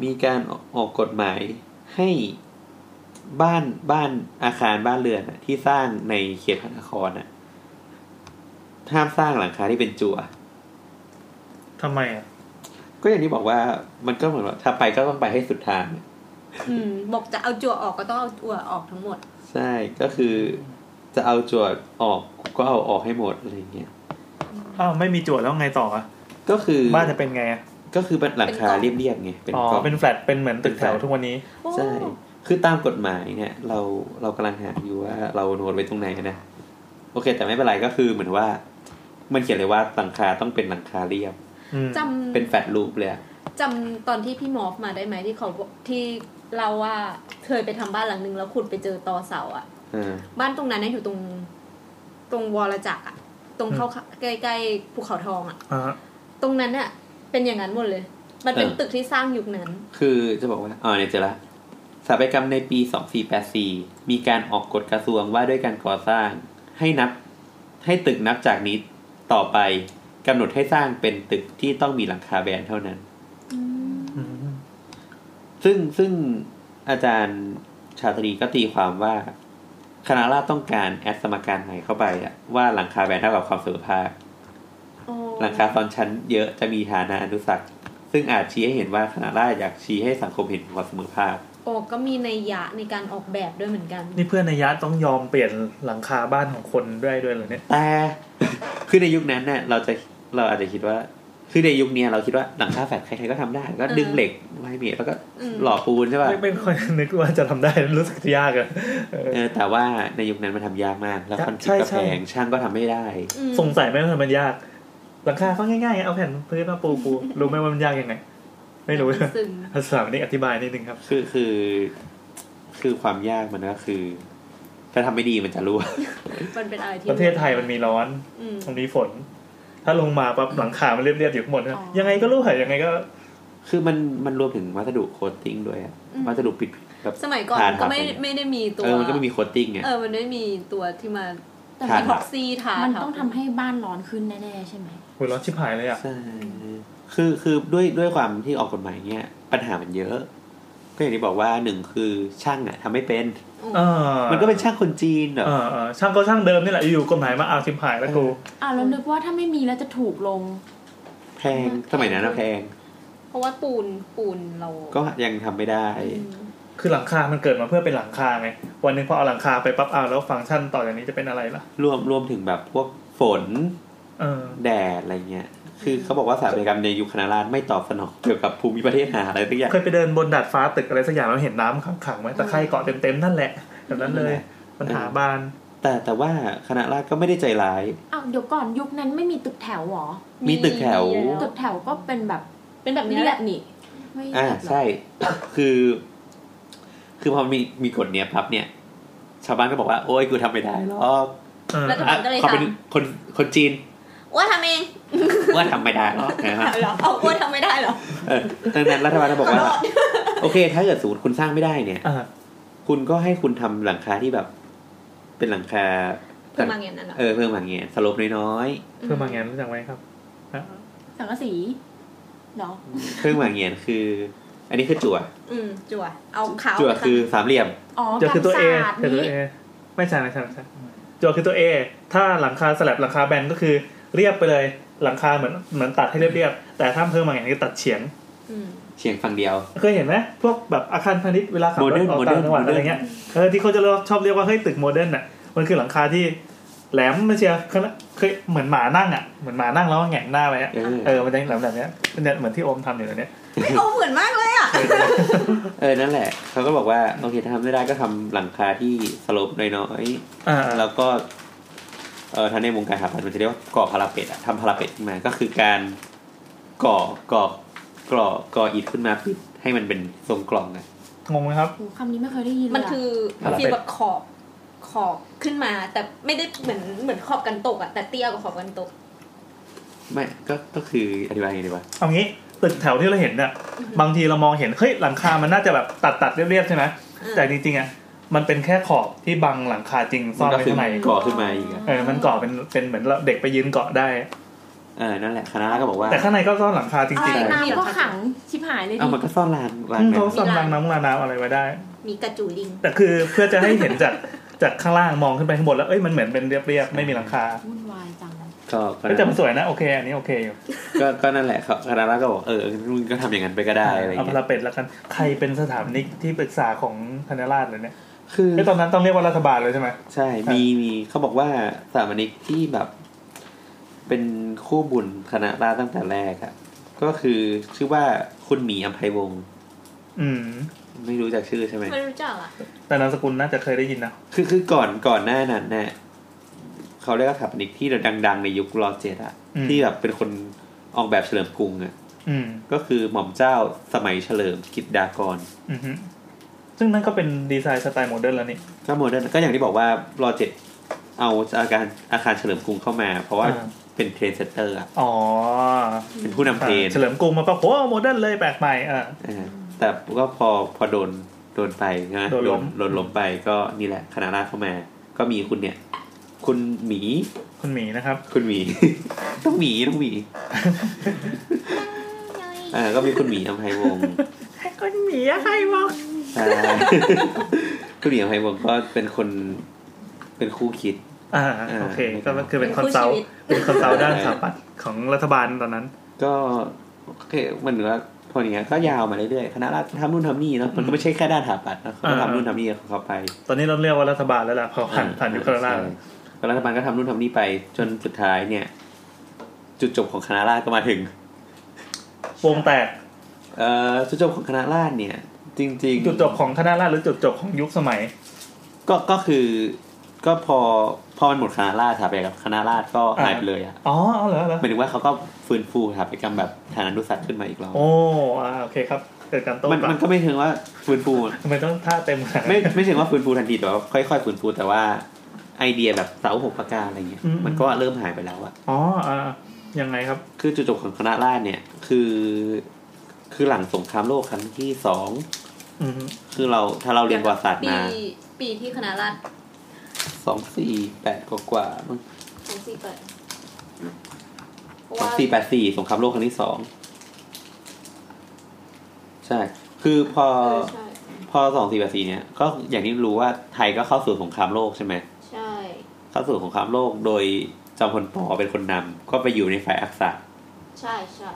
[SPEAKER 3] มีการออกกฎหมายให้บ้านบ้านอาคารบ้านเรือนอะที่สร้างในเขตพระนครน่ะห้ามสร้างหลังคาที่เป็นจั่ว
[SPEAKER 4] ทำไมอ่ะ
[SPEAKER 3] ก็อย่างที่บอกว่ามันก็เหมือนว่าถ้าไปก็ต้องไปให้สุดทาง
[SPEAKER 5] อืม บอกจะเอาจั่วออกก็ต้องเอาจั่วออกทั้งหมด
[SPEAKER 3] ใช่ก็คือจะเอาจวดออกก็เอาออกให้หมดอะไรเงี้ย
[SPEAKER 4] อ้าวไม่มีจั่วแล้วไงต่ออะ
[SPEAKER 3] ก็คือ
[SPEAKER 4] บ้านจะเป็นไงอะ
[SPEAKER 3] ก็คือเป็นหลังคาเรียบๆไงเป็น
[SPEAKER 4] อ๋อก
[SPEAKER 3] ล่อง
[SPEAKER 4] เป็นแฟลตเป็นเหมือนตึกแถว
[SPEAKER 3] เป็นแฟลต
[SPEAKER 4] ทุกวันนี้
[SPEAKER 3] ใช่ คือตามกฎหมายเนี่ย เราเรากำลังหาอยู่ว่าเราโน้ตไว้ตรงไหนนะ โอเค แต่ไม่เป็นไรก็คือเหมือนว่า มันเขียนเลยว่าหลังคาต้องเป็นหลังคาเรียบ
[SPEAKER 4] อืม
[SPEAKER 5] จ
[SPEAKER 3] เป็นแฟลตรูปเลยอะ
[SPEAKER 5] ำจำตอนที่พี่มอฟมาได้ไหมที่เขาบอกที่เราว่าเคยไปทำบ้านหลังนึงแล้วขุดไปเจอตอเสาอะ
[SPEAKER 3] เออ
[SPEAKER 5] บ้านตรงนั้นน่ะอยู่ตรงตรงวรจักรอะตรงเข้าใกล้ๆภูเขาทองอะ
[SPEAKER 4] อ่าฮะ
[SPEAKER 5] ตรงนั้นอะเป็นอย่างนั้นหมดเลย มันเป็นตึกที่สร้างยุคนั้น
[SPEAKER 3] คือจะบอกว่าอ๋อเนี่ยเจอละสถาปัตยกรรมในปี 2484 มีการออกกฎกระทรวงว่าด้วยการก่อสร้าง ให้นับ ให้ตึกนับจากนี้ต่อไปกำหนดให้สร้างเป็นตึกที่ต้องมีหลังคาแบนเท่านั้น
[SPEAKER 4] อืม
[SPEAKER 3] ซึ่งซึ่งอาจารย์ชาตรีก็ตีความว่า คณะราษฎรต้องการแอดสมการใหม่เข้าไปอะว่าหลังคาแบนเท่ากับความเสมอภาค
[SPEAKER 5] โอ้
[SPEAKER 3] หลังคาซ้อนชั้นเยอะจะมีฐานะอนุสักษ์ซึ่งอาจชี้ให้เห็นว่าคณะราษฎรอยากชี้ให้สังคมเห็นถึงความเสมอภาค
[SPEAKER 5] โอ้ก็มีในยยะในการออกแบบด้วยเหมือนกัน
[SPEAKER 4] นี่เพื่อนในยะต้องยอมเปลี่ยนหลังคาบ้านของคนด้วยด้วยเหรอเนี่ย
[SPEAKER 3] แต่ คือในยุคนั้นเนี่ยเราจะเราอาจจะคิดว่า คือในยุคเนี้ยเราคิดว่าหลังคาแฟลตใครๆก็ทำได้ ก็ดึงเหล็กไม้เมียแล้วก็
[SPEAKER 5] อืม
[SPEAKER 3] หล่อปูนใช่ป่ะ
[SPEAKER 4] ไม่ไม่ค่อยนึกว่าจะทำได้ รู้สึกยากอะเออ
[SPEAKER 3] เออแต่ว่าในยุคนั้นมันทำยากมาก แล้วคอนกรี
[SPEAKER 4] ใช่
[SPEAKER 3] ตก็
[SPEAKER 4] ใช่
[SPEAKER 3] แพงช่างก็ทำไม่ได้
[SPEAKER 5] อืม
[SPEAKER 4] สงสัยไหมว่ามันยาก หลังคาก็ง่ายๆ เอาแผ่นพื้นมาปูปูรู้ไหมว่ามันยากยังไง ไม่รู้
[SPEAKER 5] ซึ่ง
[SPEAKER 4] ภาษาอันนี้อธิบายนิดนึงครับ
[SPEAKER 3] คือคือคือความยากมันก็คือ ถ้าทำไม่ดีมันจะรั่ว
[SPEAKER 5] มันเป็นอะไรที่
[SPEAKER 4] ประเทศไทยมันมีร้อน
[SPEAKER 5] อืม
[SPEAKER 4] มันมีฝน ถ้าลงมาปั๊บหลังคามันเรียบๆอยู่ข้างบนนะ
[SPEAKER 5] อ๋อ
[SPEAKER 4] ยังไงก็รู้เหรอยังไงก็
[SPEAKER 3] คือมันมันรวมถึงวัสดุโคตติ้งด้วยอะ
[SPEAKER 5] อืม
[SPEAKER 3] วัสดุปิดแบบ
[SPEAKER 5] สมัยก่อน
[SPEAKER 3] ฐา
[SPEAKER 5] ก็
[SPEAKER 3] ทับ
[SPEAKER 5] ไม่
[SPEAKER 3] อะรเงี้ย
[SPEAKER 5] ไม่ได้มีตัว
[SPEAKER 3] เออมันก็ไม่มีโคตติ้งไง
[SPEAKER 5] เออมันไม่มีตัวที่มา
[SPEAKER 9] แต่
[SPEAKER 3] ครั
[SPEAKER 5] อี
[SPEAKER 3] บ
[SPEAKER 5] พ็อกซี่ทา
[SPEAKER 9] มัน
[SPEAKER 5] ทับ
[SPEAKER 9] ต้องทำให้บ้านร้อนขึ้นแน่ๆใช่ไหม
[SPEAKER 4] หุยร้อนชิบหายเลยอ่ะ
[SPEAKER 3] ใช่คือคือด้วยด้วยความที่ออกกฎหมายเนี้ยปัญหามันเยอะ ก็อย่างที่บอกว่าหนึ่งคือช่างอะทำไม่เป็น
[SPEAKER 4] เออ
[SPEAKER 3] มันก็เป็นช่างคนจีนแบบ
[SPEAKER 4] เออเออช่างก็ช่างเดิมนี่แหละ อยู่ๆกฎหมายมาเอาชิบหายแล้วกู
[SPEAKER 9] อ้าวแล้วนึกว่าถ้าไม่มีแล้วจะถูกลง
[SPEAKER 3] แพงสมัยนั้นนะแพง
[SPEAKER 5] เพราะว่าปูนปูนเรา
[SPEAKER 3] ก็ยังทำไม่ได้
[SPEAKER 5] อืม
[SPEAKER 4] คือหลังคา มันเกิดมาเพื่อเป็นหลังคาไง วันหนึงพอเอาหลังคาไปปั๊บเอาแล้วฟังก์ชันต่อจากนี้จะเป็นอะไรล่ะ
[SPEAKER 3] รวมรวมถึงแบบพวกฝน
[SPEAKER 4] เออ
[SPEAKER 3] แดดอะไรเงี้ย คือเขาบอกว่าสถาปัตยกรรมในยุคคณะราษฎรไม่ตอบสนองเกี่ยวกับภูมิประเทศหาอะไรสักอย่าง
[SPEAKER 4] เคยไปเดินบนดาดฟ้าตึกอะไรสักอย่างแล้วเห็นน้ำขังๆไหมตะไคร่เกาะเต็มๆนั่นแหละแบบนั้นเลยปัญหาบาน
[SPEAKER 3] แต่แต่ว่าคณะราษฎรก็ไม่ได้ใจร้าย
[SPEAKER 9] อ้าวเดี๋ยวก่อนยุคนั้นไม่มีตึกแถวหรอ
[SPEAKER 3] มีตึกแถว
[SPEAKER 5] มี
[SPEAKER 9] ตึ
[SPEAKER 5] แล้ว
[SPEAKER 9] กแถวก็เป็นแบบ
[SPEAKER 5] เป็นแบบนี้
[SPEAKER 9] เรี
[SPEAKER 5] แห
[SPEAKER 9] ย
[SPEAKER 5] ละ
[SPEAKER 9] บนี่ไม่เรี
[SPEAKER 3] อ่าย
[SPEAKER 9] บหรอ
[SPEAKER 3] ใช่ คือ คือพอมีมีกฎเนี้ยปั๊บเนี่ย ชาวบ้านก็บอกว่า โอ้ยกูทำไม่ได้หรอก
[SPEAKER 4] เออ
[SPEAKER 5] แล้วก็
[SPEAKER 3] อ่ะ
[SPEAKER 5] มันเลย
[SPEAKER 3] เขาเป็น
[SPEAKER 5] ท
[SPEAKER 3] คนคนจีน
[SPEAKER 5] อ้วนทำเอง
[SPEAKER 3] ว่าทำไม่ได้หรอกนะ ฮะ
[SPEAKER 5] เหรอเอาอ้วนทำไม่ได้เหรอ
[SPEAKER 3] เออดังนั้นรัฐบาลก็บอกว่า โอเค ถ้าเกิดสมมติคุณสร้างไม่ได้เนี่ย
[SPEAKER 4] อ่า
[SPEAKER 3] คุณก็ให้คุณทำหลังคาที่แบบ เป็นหลังคา
[SPEAKER 5] เพิ่มมาอย่างนั้นเหรอ
[SPEAKER 3] เออเพิ่มมาอย่างเงี้ยสลบน้อย
[SPEAKER 4] เพื่อมาไงรู้จักไหมครับ
[SPEAKER 9] สังกะสีหรอ
[SPEAKER 3] ๆเพิ่มมาอย่างเงี้ยคือ อันนี้คือจั่ว
[SPEAKER 5] อืมจั่วเอาขาว
[SPEAKER 3] จั่ว
[SPEAKER 5] ไปข้าง
[SPEAKER 3] คือสามเหลี่ยม
[SPEAKER 9] อ๋อ
[SPEAKER 4] เดี๋ยวคือตัวเอ
[SPEAKER 9] การศาสตร์
[SPEAKER 4] เดี๋ยวตัว
[SPEAKER 9] นี้
[SPEAKER 4] เอไม่ใช่ไม่ใช่ไม่ใช่ ตัวคือตัว A ถ้าหลังคาสลับหลังคาแบนก็คือเรียบไปเลยหลังคาเหมือนเหมือนตัดให้เรียบๆแต่ถ้าเพิ่มมาอย่างนี้ตัดเฉียง
[SPEAKER 3] เฉียงฝั่งเดียว
[SPEAKER 4] เคยเห็นไหมพวกแบบอาคารพาณิชย์เวลาขับรถ
[SPEAKER 3] Modern
[SPEAKER 4] ออกต่างจังหวัด
[SPEAKER 3] Modern
[SPEAKER 4] อะไรเงี้ยเออที่เขาจะเรียกชอบเรียกว่าเฮ้ยตึกโมเดิร์นอ่ะมันคือหลังคาที่แหลมมาเชียร์เคยเคยเหมือนหมานั่งอ่ะเหมือนหมานั่งแล้วก็แหงนหน้าไปอ่ะ
[SPEAKER 3] เออ
[SPEAKER 4] เออมันจะแหลมแบบเนี้ยเนี่ยเหมือนที่โอมทำอยู่ตอนเนี้ย
[SPEAKER 7] ไม่โอเหมือนมากเลยอ่ะ
[SPEAKER 3] เออ นั่นแหละ เขาก็บอกว่า โอเคถ้าทำไม่ได้ก็ทำหลังคาที่สโลปน้อย
[SPEAKER 4] อ่า
[SPEAKER 3] ๆแล้วก็ เออถ้าในวงการสถาปัตย์มันจะเรียกว่าก่อพาราเป็ตอะทำพาราเป็ตขึ้นมา ก็คือการก่อก่อก่อก่ออิฐขึ้นมาปิดให้มันเป็นทรงกล่องอะ
[SPEAKER 4] งงไหมครับ
[SPEAKER 9] โอ้คำนี้ไม่เคยได้ยิน
[SPEAKER 5] มันคือ
[SPEAKER 3] อะไร
[SPEAKER 5] ฟีลแบบขอบขอบขึ้นมา แต่ไม่ได้เหมือนเหมือนขอบกันตกอะแต่เตี้ยกว่าขอบกันตก
[SPEAKER 3] ไม่ก็ก็คืออธิบายยังไงดีวะ
[SPEAKER 4] เอางี้ตึกแถวที่เราเห็นเนี่ยบางทีเรามองเห็นเฮ้ยหลังคามันน่าจะแบบตัดตัดๆเรียบๆใช่ไหม
[SPEAKER 5] อืม
[SPEAKER 4] แต่จริงๆอ่ะมันเป็นแค่ขอบที่บังหลังคาจริงซ่
[SPEAKER 3] มั
[SPEAKER 4] อน น
[SPEAKER 3] ก็
[SPEAKER 4] ไว้
[SPEAKER 3] คือ
[SPEAKER 4] ข้างใน
[SPEAKER 3] ก่อขึ้นมาอีกอะ
[SPEAKER 4] เออมันก่อเป็นเป็นเหมือนเราเด็กไปยืนเกาะได้
[SPEAKER 3] เออ นั่นแหละคณะก็บอกว่า
[SPEAKER 4] แต่ข้างในก็ซ่อนหลังคาจริงๆ
[SPEAKER 5] ใช่
[SPEAKER 4] นะ
[SPEAKER 9] น้ำก็ขังชิบหายเลยดิ
[SPEAKER 3] เอามันก็ซ่อนลานลาน
[SPEAKER 4] อืม
[SPEAKER 3] นะ
[SPEAKER 4] เขาสำลังน้ำลาน้ำอะไรไว้ได้
[SPEAKER 5] มีกระจุยลิง
[SPEAKER 4] แต่คือเพื่อจะให้เห็นจาก จากข้างล่างมองขึ้นไปข้างบนแล้วเอ้ยมันเหมือนเป็นเรียบๆไม่มีหลังคา
[SPEAKER 9] วุ่นวายจัง
[SPEAKER 3] ก็ก็นั่น
[SPEAKER 4] ก็
[SPEAKER 3] แห
[SPEAKER 4] จะมัน
[SPEAKER 3] ละ
[SPEAKER 4] สวยนะโอเคอันนี้โอเคอยู่
[SPEAKER 3] ก็ก็นั่นแหละครับคณะก็บอกเออมึงก็ทำอย่างนั้นไปก็ได้อะไรอย่า
[SPEAKER 4] เอา
[SPEAKER 3] ง
[SPEAKER 4] พ
[SPEAKER 3] เงี้
[SPEAKER 4] ลาย เป็ดแล้วกันใครเป็นสถาปนิกที่ปรึกษาของคณะราษฎรเลยเนี่ย
[SPEAKER 3] คือ
[SPEAKER 4] ไอ้ยตอนนั้นต้องเรียกว่ารัฐบาลเลยใช่ไหม
[SPEAKER 3] ใช่ มี มีเขาบอกว่าสถามนิกที่แบบ เป็นคู่บุญคณะราษฎรตั้งแต่แรกอะก็คือชื่อว่าคุณหมีอัมไพวงศ์
[SPEAKER 4] อืม
[SPEAKER 3] ไม่รู้จักชื่อใช่ไหม
[SPEAKER 5] ไม่รู้จักอะ
[SPEAKER 4] แต่นามสกุลน่าจะเคยได้ยินนะ
[SPEAKER 3] คือคือก่อนก่อนหน้านั้นเนี่ยเขาเรียกว่าสถาปนิกที่ดัง ๆ ในยุครอเจ็ดอะที่แบบเป็นคนออกแบบเฉลิมกรุงอะ
[SPEAKER 4] อืม
[SPEAKER 3] ก็คือหม่อมเจ้าสมัยเฉลิมกิจดากร
[SPEAKER 4] อือฮึซึ่งนั่นก็เป็นดีไซน์สไตล์โมเดิร์นแล้วนี่
[SPEAKER 3] ก็โมเดิร์นก็อย่างที่บอกว่ารอเจ็ดเอาอาคารอาคารเฉลิมกรุงเข้ามา เพราะว่า
[SPEAKER 4] อ่า
[SPEAKER 3] เป็นเทรนเซตเตอร์อะ
[SPEAKER 4] อ๋อ
[SPEAKER 3] เป็นผู้นำเทรน
[SPEAKER 4] เฉลิมกรุงมาปะโหโมเดิร์นเลยแปลกใหม่อ่ะ
[SPEAKER 3] เออแต่ก็พอพอโดนโดนไปใช่ไหม
[SPEAKER 4] โดนล้ม
[SPEAKER 3] โดนล้มไปก็นี่แหละคณะราษฎรเข้ามา ก็มีคุณเนี่ย คุณหมี
[SPEAKER 4] คุณหมีนะครับ
[SPEAKER 3] คุณหมี ต้องหมีต้องหมีอ่าก็มีคุณหมีอัมไพวงศ์
[SPEAKER 4] คุณหมีอะใครบอก
[SPEAKER 3] ใช่ คุณหมีอัมไพวงศ์ก็เป็นคนเป็นคู่คิด
[SPEAKER 4] อ่าโอเคก็คือเป็นคอนซัลท์เป็นคอนซัลท์ด้านสถาปัตย์ของรัฐบาลตอนนั้น
[SPEAKER 3] ก็โอเคมันเหมือนว่าพออย่างเงี้ยก็ยาวมาเรื่อยๆคณะราษฎรทำนู่นทำนี่เนาะมันก็ไม่ใช่แค่ด้านสถาปัตย์นะเขาก็
[SPEAKER 4] อ่า
[SPEAKER 3] ทำนู่นทำนี่ของเขาไป
[SPEAKER 4] ตอนนี้เราเรียกว่ารัฐบาลแล้วล่ะพอผ่านผ่านยุคคราช
[SPEAKER 3] ใช่ก็รัฐบาลก็ทำนู่นทำนี่ไปจนสุดท้ายเนี่ย จุดจบของคณะราษฎรก็มาถึง
[SPEAKER 4] วงแตก
[SPEAKER 3] เอ่อจุดจบของคณะราษฎรเนี่ย จริงๆ
[SPEAKER 4] จุดจบของคณะราษฎรหรือจุดจบของยุคสมัย
[SPEAKER 3] ก็ก็คือ ก็พอพอมันหมดคณะราษฎรสถาปัตยกรรมคณะราษฎรก็
[SPEAKER 4] อ่า
[SPEAKER 3] หายไปเลยอ่ะ
[SPEAKER 4] อ๋อเอาเหรอเหรอ
[SPEAKER 3] หมายถึงว่าเขาก็ฟื้นฟูสถาปัตยกรรมแบบฐานานุสัตย์ขึ้นมาอีกรอบ
[SPEAKER 4] โอ้อ่าโอเคครับเกิดการโต้
[SPEAKER 3] มัน
[SPEAKER 4] กลั
[SPEAKER 3] มัน
[SPEAKER 4] บ
[SPEAKER 3] ก็ไม่ถึงว่าฟื้นฟู
[SPEAKER 4] ทำไมต้องท่าเต็มขนาดนั้น
[SPEAKER 3] ไม่ไม่ถึงว่าฟื้นฟูทันทีแต่ว่าค่อยๆฟื้นฟูแต่ว่าไอเดียแบบเสาหกประการอะไรเงี้ย
[SPEAKER 4] อืม
[SPEAKER 3] มันก็เริ่มหายไปแล้วอะ
[SPEAKER 4] อ๋ออ่ายังไงครับ
[SPEAKER 3] คือจุดจบของคณะราษฎรเนี่ยคือ คือหลังสงครามโลกครั้งที่สอง
[SPEAKER 4] อืม
[SPEAKER 3] คือเราถ้าเราเรียนประวัติศาสตร์
[SPEAKER 5] ปี
[SPEAKER 3] มา
[SPEAKER 5] ปีที่คณะราษฎร
[SPEAKER 3] สองสี่แปดกว่ากว่าๆมั้ง
[SPEAKER 5] สองสี่เปิดเพราะ
[SPEAKER 3] สอง
[SPEAKER 5] ว่า
[SPEAKER 3] สี่แปดสี่สงครามโลกครั้งที่สองใช่ คือพอ
[SPEAKER 5] เออใช่
[SPEAKER 3] พอสองสี่แปดสี่เนี่ยก็อย่างที่รู้ว่าไทยก็เข้าสู่สงครามโลกใช่ไหม
[SPEAKER 5] ใช่
[SPEAKER 3] เข้าสู่สงครามโลกโดยจอมพลปอเป็นคนนำก็ไปอยู่ในฝ่ายอักษะ
[SPEAKER 5] ใช่ใช่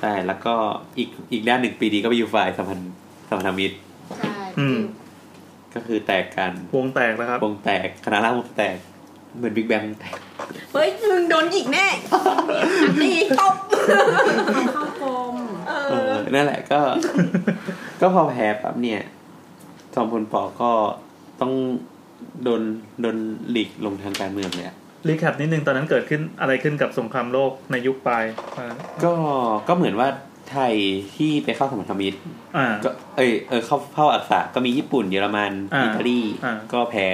[SPEAKER 3] ใช่แล้วก็อีกอีกด้านหนึ่งปีดีก็ไปอยู่ฝ่ายสัมพันธ์สัมพันธมิตร
[SPEAKER 5] ใช่
[SPEAKER 4] อืม
[SPEAKER 3] ก็คือแตกกัน
[SPEAKER 4] วงแตกนะครับ
[SPEAKER 3] วงแตกคณะร่างวงแตก เหมือนบิ๊กแบงแตก
[SPEAKER 7] เฮ้ย มึงโดนอีกแน่ตีตบ
[SPEAKER 9] เข้ากลม
[SPEAKER 7] เอ
[SPEAKER 3] เอ
[SPEAKER 7] อ
[SPEAKER 3] อนั่นแหละก็ ก็พอแพ้ปั๊บเนี่ยจอมพลปอก็ต้องโดนโดนหลีกลงทางการเมืองเลยอะ
[SPEAKER 4] รีแคปนิดนึงตอนนั้นเกิดขึ้นอะไรขึ้นกับสงครามโลกในยุคปลายอ่า
[SPEAKER 3] ก็ก็เหมือนว่าไทยที่ไปเข้าสมรรถมิตร
[SPEAKER 4] อ่า
[SPEAKER 3] ก็เอยเออเข้าเข้าอักษะก็มีญี่ปุ่นเยอรมัน
[SPEAKER 4] อ่า
[SPEAKER 3] อิตาลี
[SPEAKER 4] อ่า
[SPEAKER 3] ก็แพ้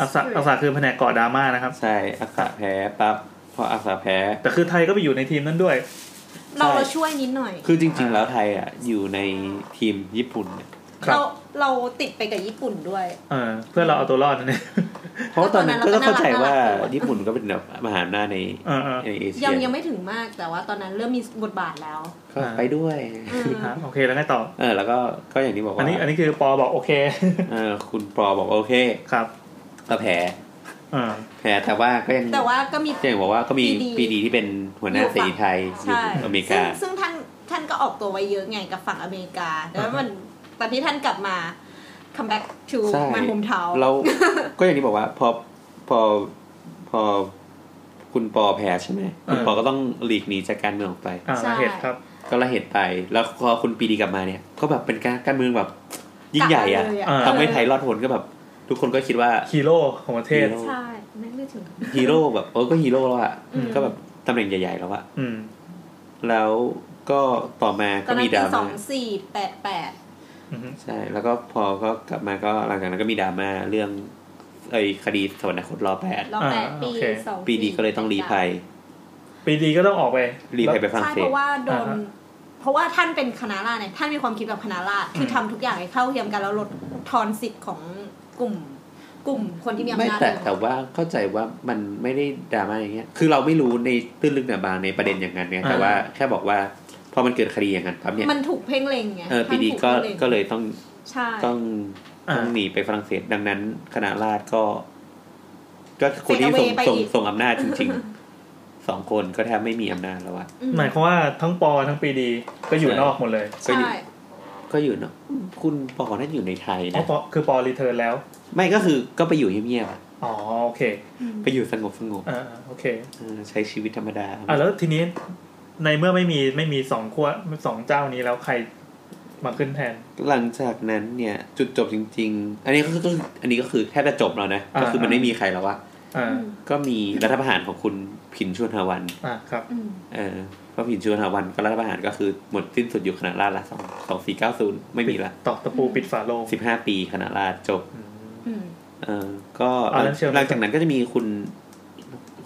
[SPEAKER 4] อักษะอักษะคือแผนกก่อดราม่านะครับ
[SPEAKER 3] ใช่อักษะแพ้ปั๊บพออักษะแพ้
[SPEAKER 4] แต่คือไทยก็ไปอยู่ในทีมนั้นด้วย
[SPEAKER 5] เรา
[SPEAKER 3] ใช่
[SPEAKER 5] เราช่วยนิดหน่อย
[SPEAKER 3] คือจริง ๆ แล้วไทยอ่ะอยู่ในทีมญี่ปุ่นเนี่ย
[SPEAKER 4] ครับ
[SPEAKER 5] เราเราติดไปกับญี่ปุ่นด้วย
[SPEAKER 4] เออเพื่อเราเอาตัวรอดนะเนี่ย
[SPEAKER 3] เพราะว่าตอนนั้น
[SPEAKER 5] ก็ตอนนั้
[SPEAKER 3] ก็
[SPEAKER 5] นเราก็
[SPEAKER 3] เข้าใจ
[SPEAKER 5] น่ารัก
[SPEAKER 3] ว่า
[SPEAKER 5] น่ารัก
[SPEAKER 3] ญี่ปุ่นก็เป็นแบบมหาอำนาจใน
[SPEAKER 4] อ่าๆ
[SPEAKER 3] ในเอเชีย
[SPEAKER 5] ยังยังไม่ถึงมากแต่ว่าตอนนั้นเริ่มมีบทบาทแล้ว
[SPEAKER 3] ก็ไปด้วย
[SPEAKER 4] อ่ะโอเคแล้วไงต่อ
[SPEAKER 3] เออ แล้วก็ก็อย่างที่บอกว่า
[SPEAKER 4] อันนี้อันนี้คือปอบอกโอเค
[SPEAKER 3] เออคุณปอบอกโอเค
[SPEAKER 4] ครับ
[SPEAKER 3] ก็แพ้
[SPEAKER 4] อ่า
[SPEAKER 3] แพ้แต่ว่าก็ยัง
[SPEAKER 7] แต่ว่าก็มี
[SPEAKER 3] ก็ยังบอกว่าก็มี
[SPEAKER 7] ปีดี
[SPEAKER 3] ปีดีที่เป็นหัวหน้าเสรีไทยอ
[SPEAKER 7] ใช่
[SPEAKER 3] ยู่อเมริ
[SPEAKER 7] ซึ่
[SPEAKER 3] กาง
[SPEAKER 7] ซึ่งท่านท่านก็ออกตัวไว้เยอะไงกับฝั่งอเมริกา แล้
[SPEAKER 4] อ่าว ฮะ
[SPEAKER 7] มันตอนที่ท่านกลับมา come back to
[SPEAKER 3] ใช่
[SPEAKER 7] my hometown
[SPEAKER 3] เรา ก็อย่างที่บอกว่า พอพอพอคุณปอแพ้ใช่ไหมคุณปอก็ต้องหลีกหนีจากการเมืองออกไป
[SPEAKER 4] อ่า
[SPEAKER 5] ใช่
[SPEAKER 4] เหตุครับ
[SPEAKER 3] ก็ละเหตุไป แล้วพอคุณปีดีกลับมาเนี่ย ก็แบบเป็นการการเมืองแบบ ยิ่งใหญ่อะ
[SPEAKER 7] กลับมาเลยอะ
[SPEAKER 4] อ่า
[SPEAKER 3] ทำให้ไทยรอดพ้นก็แบบ ทุกคนก็คิดว่า
[SPEAKER 4] ฮีโร่ของประเทศ
[SPEAKER 3] ใช่
[SPEAKER 5] ใช่ไม่ได้ถึง
[SPEAKER 3] ฮีโร่แบบโอ้ก็ฮีโร่แล้วอะก็แบบตำแหน่งใหญ่ๆแล้วอะ
[SPEAKER 4] อืม
[SPEAKER 3] แล้วก็ต่อมา
[SPEAKER 7] ต
[SPEAKER 3] ก็
[SPEAKER 7] อนนั้
[SPEAKER 3] มี
[SPEAKER 7] น
[SPEAKER 3] ด
[SPEAKER 7] ปี
[SPEAKER 3] รา
[SPEAKER 7] สอ
[SPEAKER 3] ม่าง
[SPEAKER 7] สี่แปดแปด
[SPEAKER 4] อืม
[SPEAKER 3] ใช่ แล้วก็พอก็กลับมาก็หลังจากนั้นก็มีดราม่าเรื่องไอ้คดีสวรรคตรอแปด
[SPEAKER 5] รอบแปดปีสอง
[SPEAKER 3] ปีดีก็เลยต้องรีภัย
[SPEAKER 4] ปีดีก็ต้องออกไป
[SPEAKER 3] รีภัยไปฝรั่ง
[SPEAKER 7] ใช่
[SPEAKER 3] เศ
[SPEAKER 7] เพ
[SPEAKER 3] ส
[SPEAKER 7] ราะว่าโดน
[SPEAKER 4] อ่าฮะ
[SPEAKER 7] เพราะว่าท่านเป็นคณะราษฎรเนี่ยท่านมีความคิดแบบคณะราษฎรคือทำทุกอย่างให้เท่าเทียมกันแล้วลดทอนสิทธิ์ของกลุ่ม กลุ่มคนที่มีอำ
[SPEAKER 3] ไม่
[SPEAKER 7] นาจ
[SPEAKER 3] แต่
[SPEAKER 7] ลง
[SPEAKER 3] แต่ว่าเข้าใจว่ามันไม่ได้ดราม่าอย่างเงี้ย คือเราไม่รู้ในตื้นลึกหนาบางในประเด็นอย่างนั้นเนี่ย
[SPEAKER 4] อ่า
[SPEAKER 3] แต่ว่าแค่บอกว่าพอมันเกิดคดีอย่างนั้นปั๊บเนี่ย
[SPEAKER 7] มันถูกเพ่งเล็งไง
[SPEAKER 3] เออ
[SPEAKER 7] ท่าน
[SPEAKER 3] ปีดีก็
[SPEAKER 7] ถูพ่งง
[SPEAKER 3] ก็เลยต้อง
[SPEAKER 7] ใช่
[SPEAKER 3] ต้อง
[SPEAKER 4] อ่า
[SPEAKER 3] ต้องหนีไปฝรั่งเศส ดังนั้นคณะราษฎรก็ ก็คนที่ส่งส่งส่งอำนาจจริง ๆ สองคนก็แทบไม่มีอำนาจแล้วอะ
[SPEAKER 7] อืม
[SPEAKER 4] หมายความว่าทั้งปอทั้งปีดีก็อยู่นอกหมดเลย
[SPEAKER 3] ก็อยู่
[SPEAKER 7] ใช่
[SPEAKER 3] ก็อยู่เนาะคุณปอน่าจะอยู่ในไทย
[SPEAKER 4] อ๋อ
[SPEAKER 3] นะ
[SPEAKER 4] ปอคือปอรีเทิร์นแล้ว
[SPEAKER 3] ไม่ก็คือก็ไปอยู่เงียบๆอะ
[SPEAKER 4] อ๋อโอเค
[SPEAKER 3] ไปอยู่สงบสงบ
[SPEAKER 4] อ่าโอเค
[SPEAKER 3] ใช้ชีวิตธรรมดา
[SPEAKER 4] อ่าแล้วทีนี้ในเมื่อไม่มีไม่มีสองขั้วสองเจ้านี้แล้วใครมาขึ้นแทน
[SPEAKER 3] หลังจากนั้นเนี่ยจุดจบจริง ๆ อันนี้ก็คือก็คืออันนี้ก็คือแทบจะจบแล้วนะ
[SPEAKER 4] อ่า
[SPEAKER 3] ก็คือมันไม่มีใครแล้วอะ
[SPEAKER 4] อ่า
[SPEAKER 3] ก็มีรัฐประหารของคุณผินชวนหาวัน
[SPEAKER 4] อ่าครับ
[SPEAKER 3] เออเพราะผินชวนหาวันก็รัฐประหารก็คือหมดสิ้นสุดอยู่คณะราษฎรละสองสองสี่เก้าศูนย์ไม่มีละ
[SPEAKER 4] ตอกตะปูปิดฝาโลง
[SPEAKER 3] สิบห้าปีคณะราษฎรจบ
[SPEAKER 4] อืม
[SPEAKER 3] เออก็
[SPEAKER 4] อ่าแล้วเชิญ
[SPEAKER 3] หลังจากนั้นก็จะมีคุณ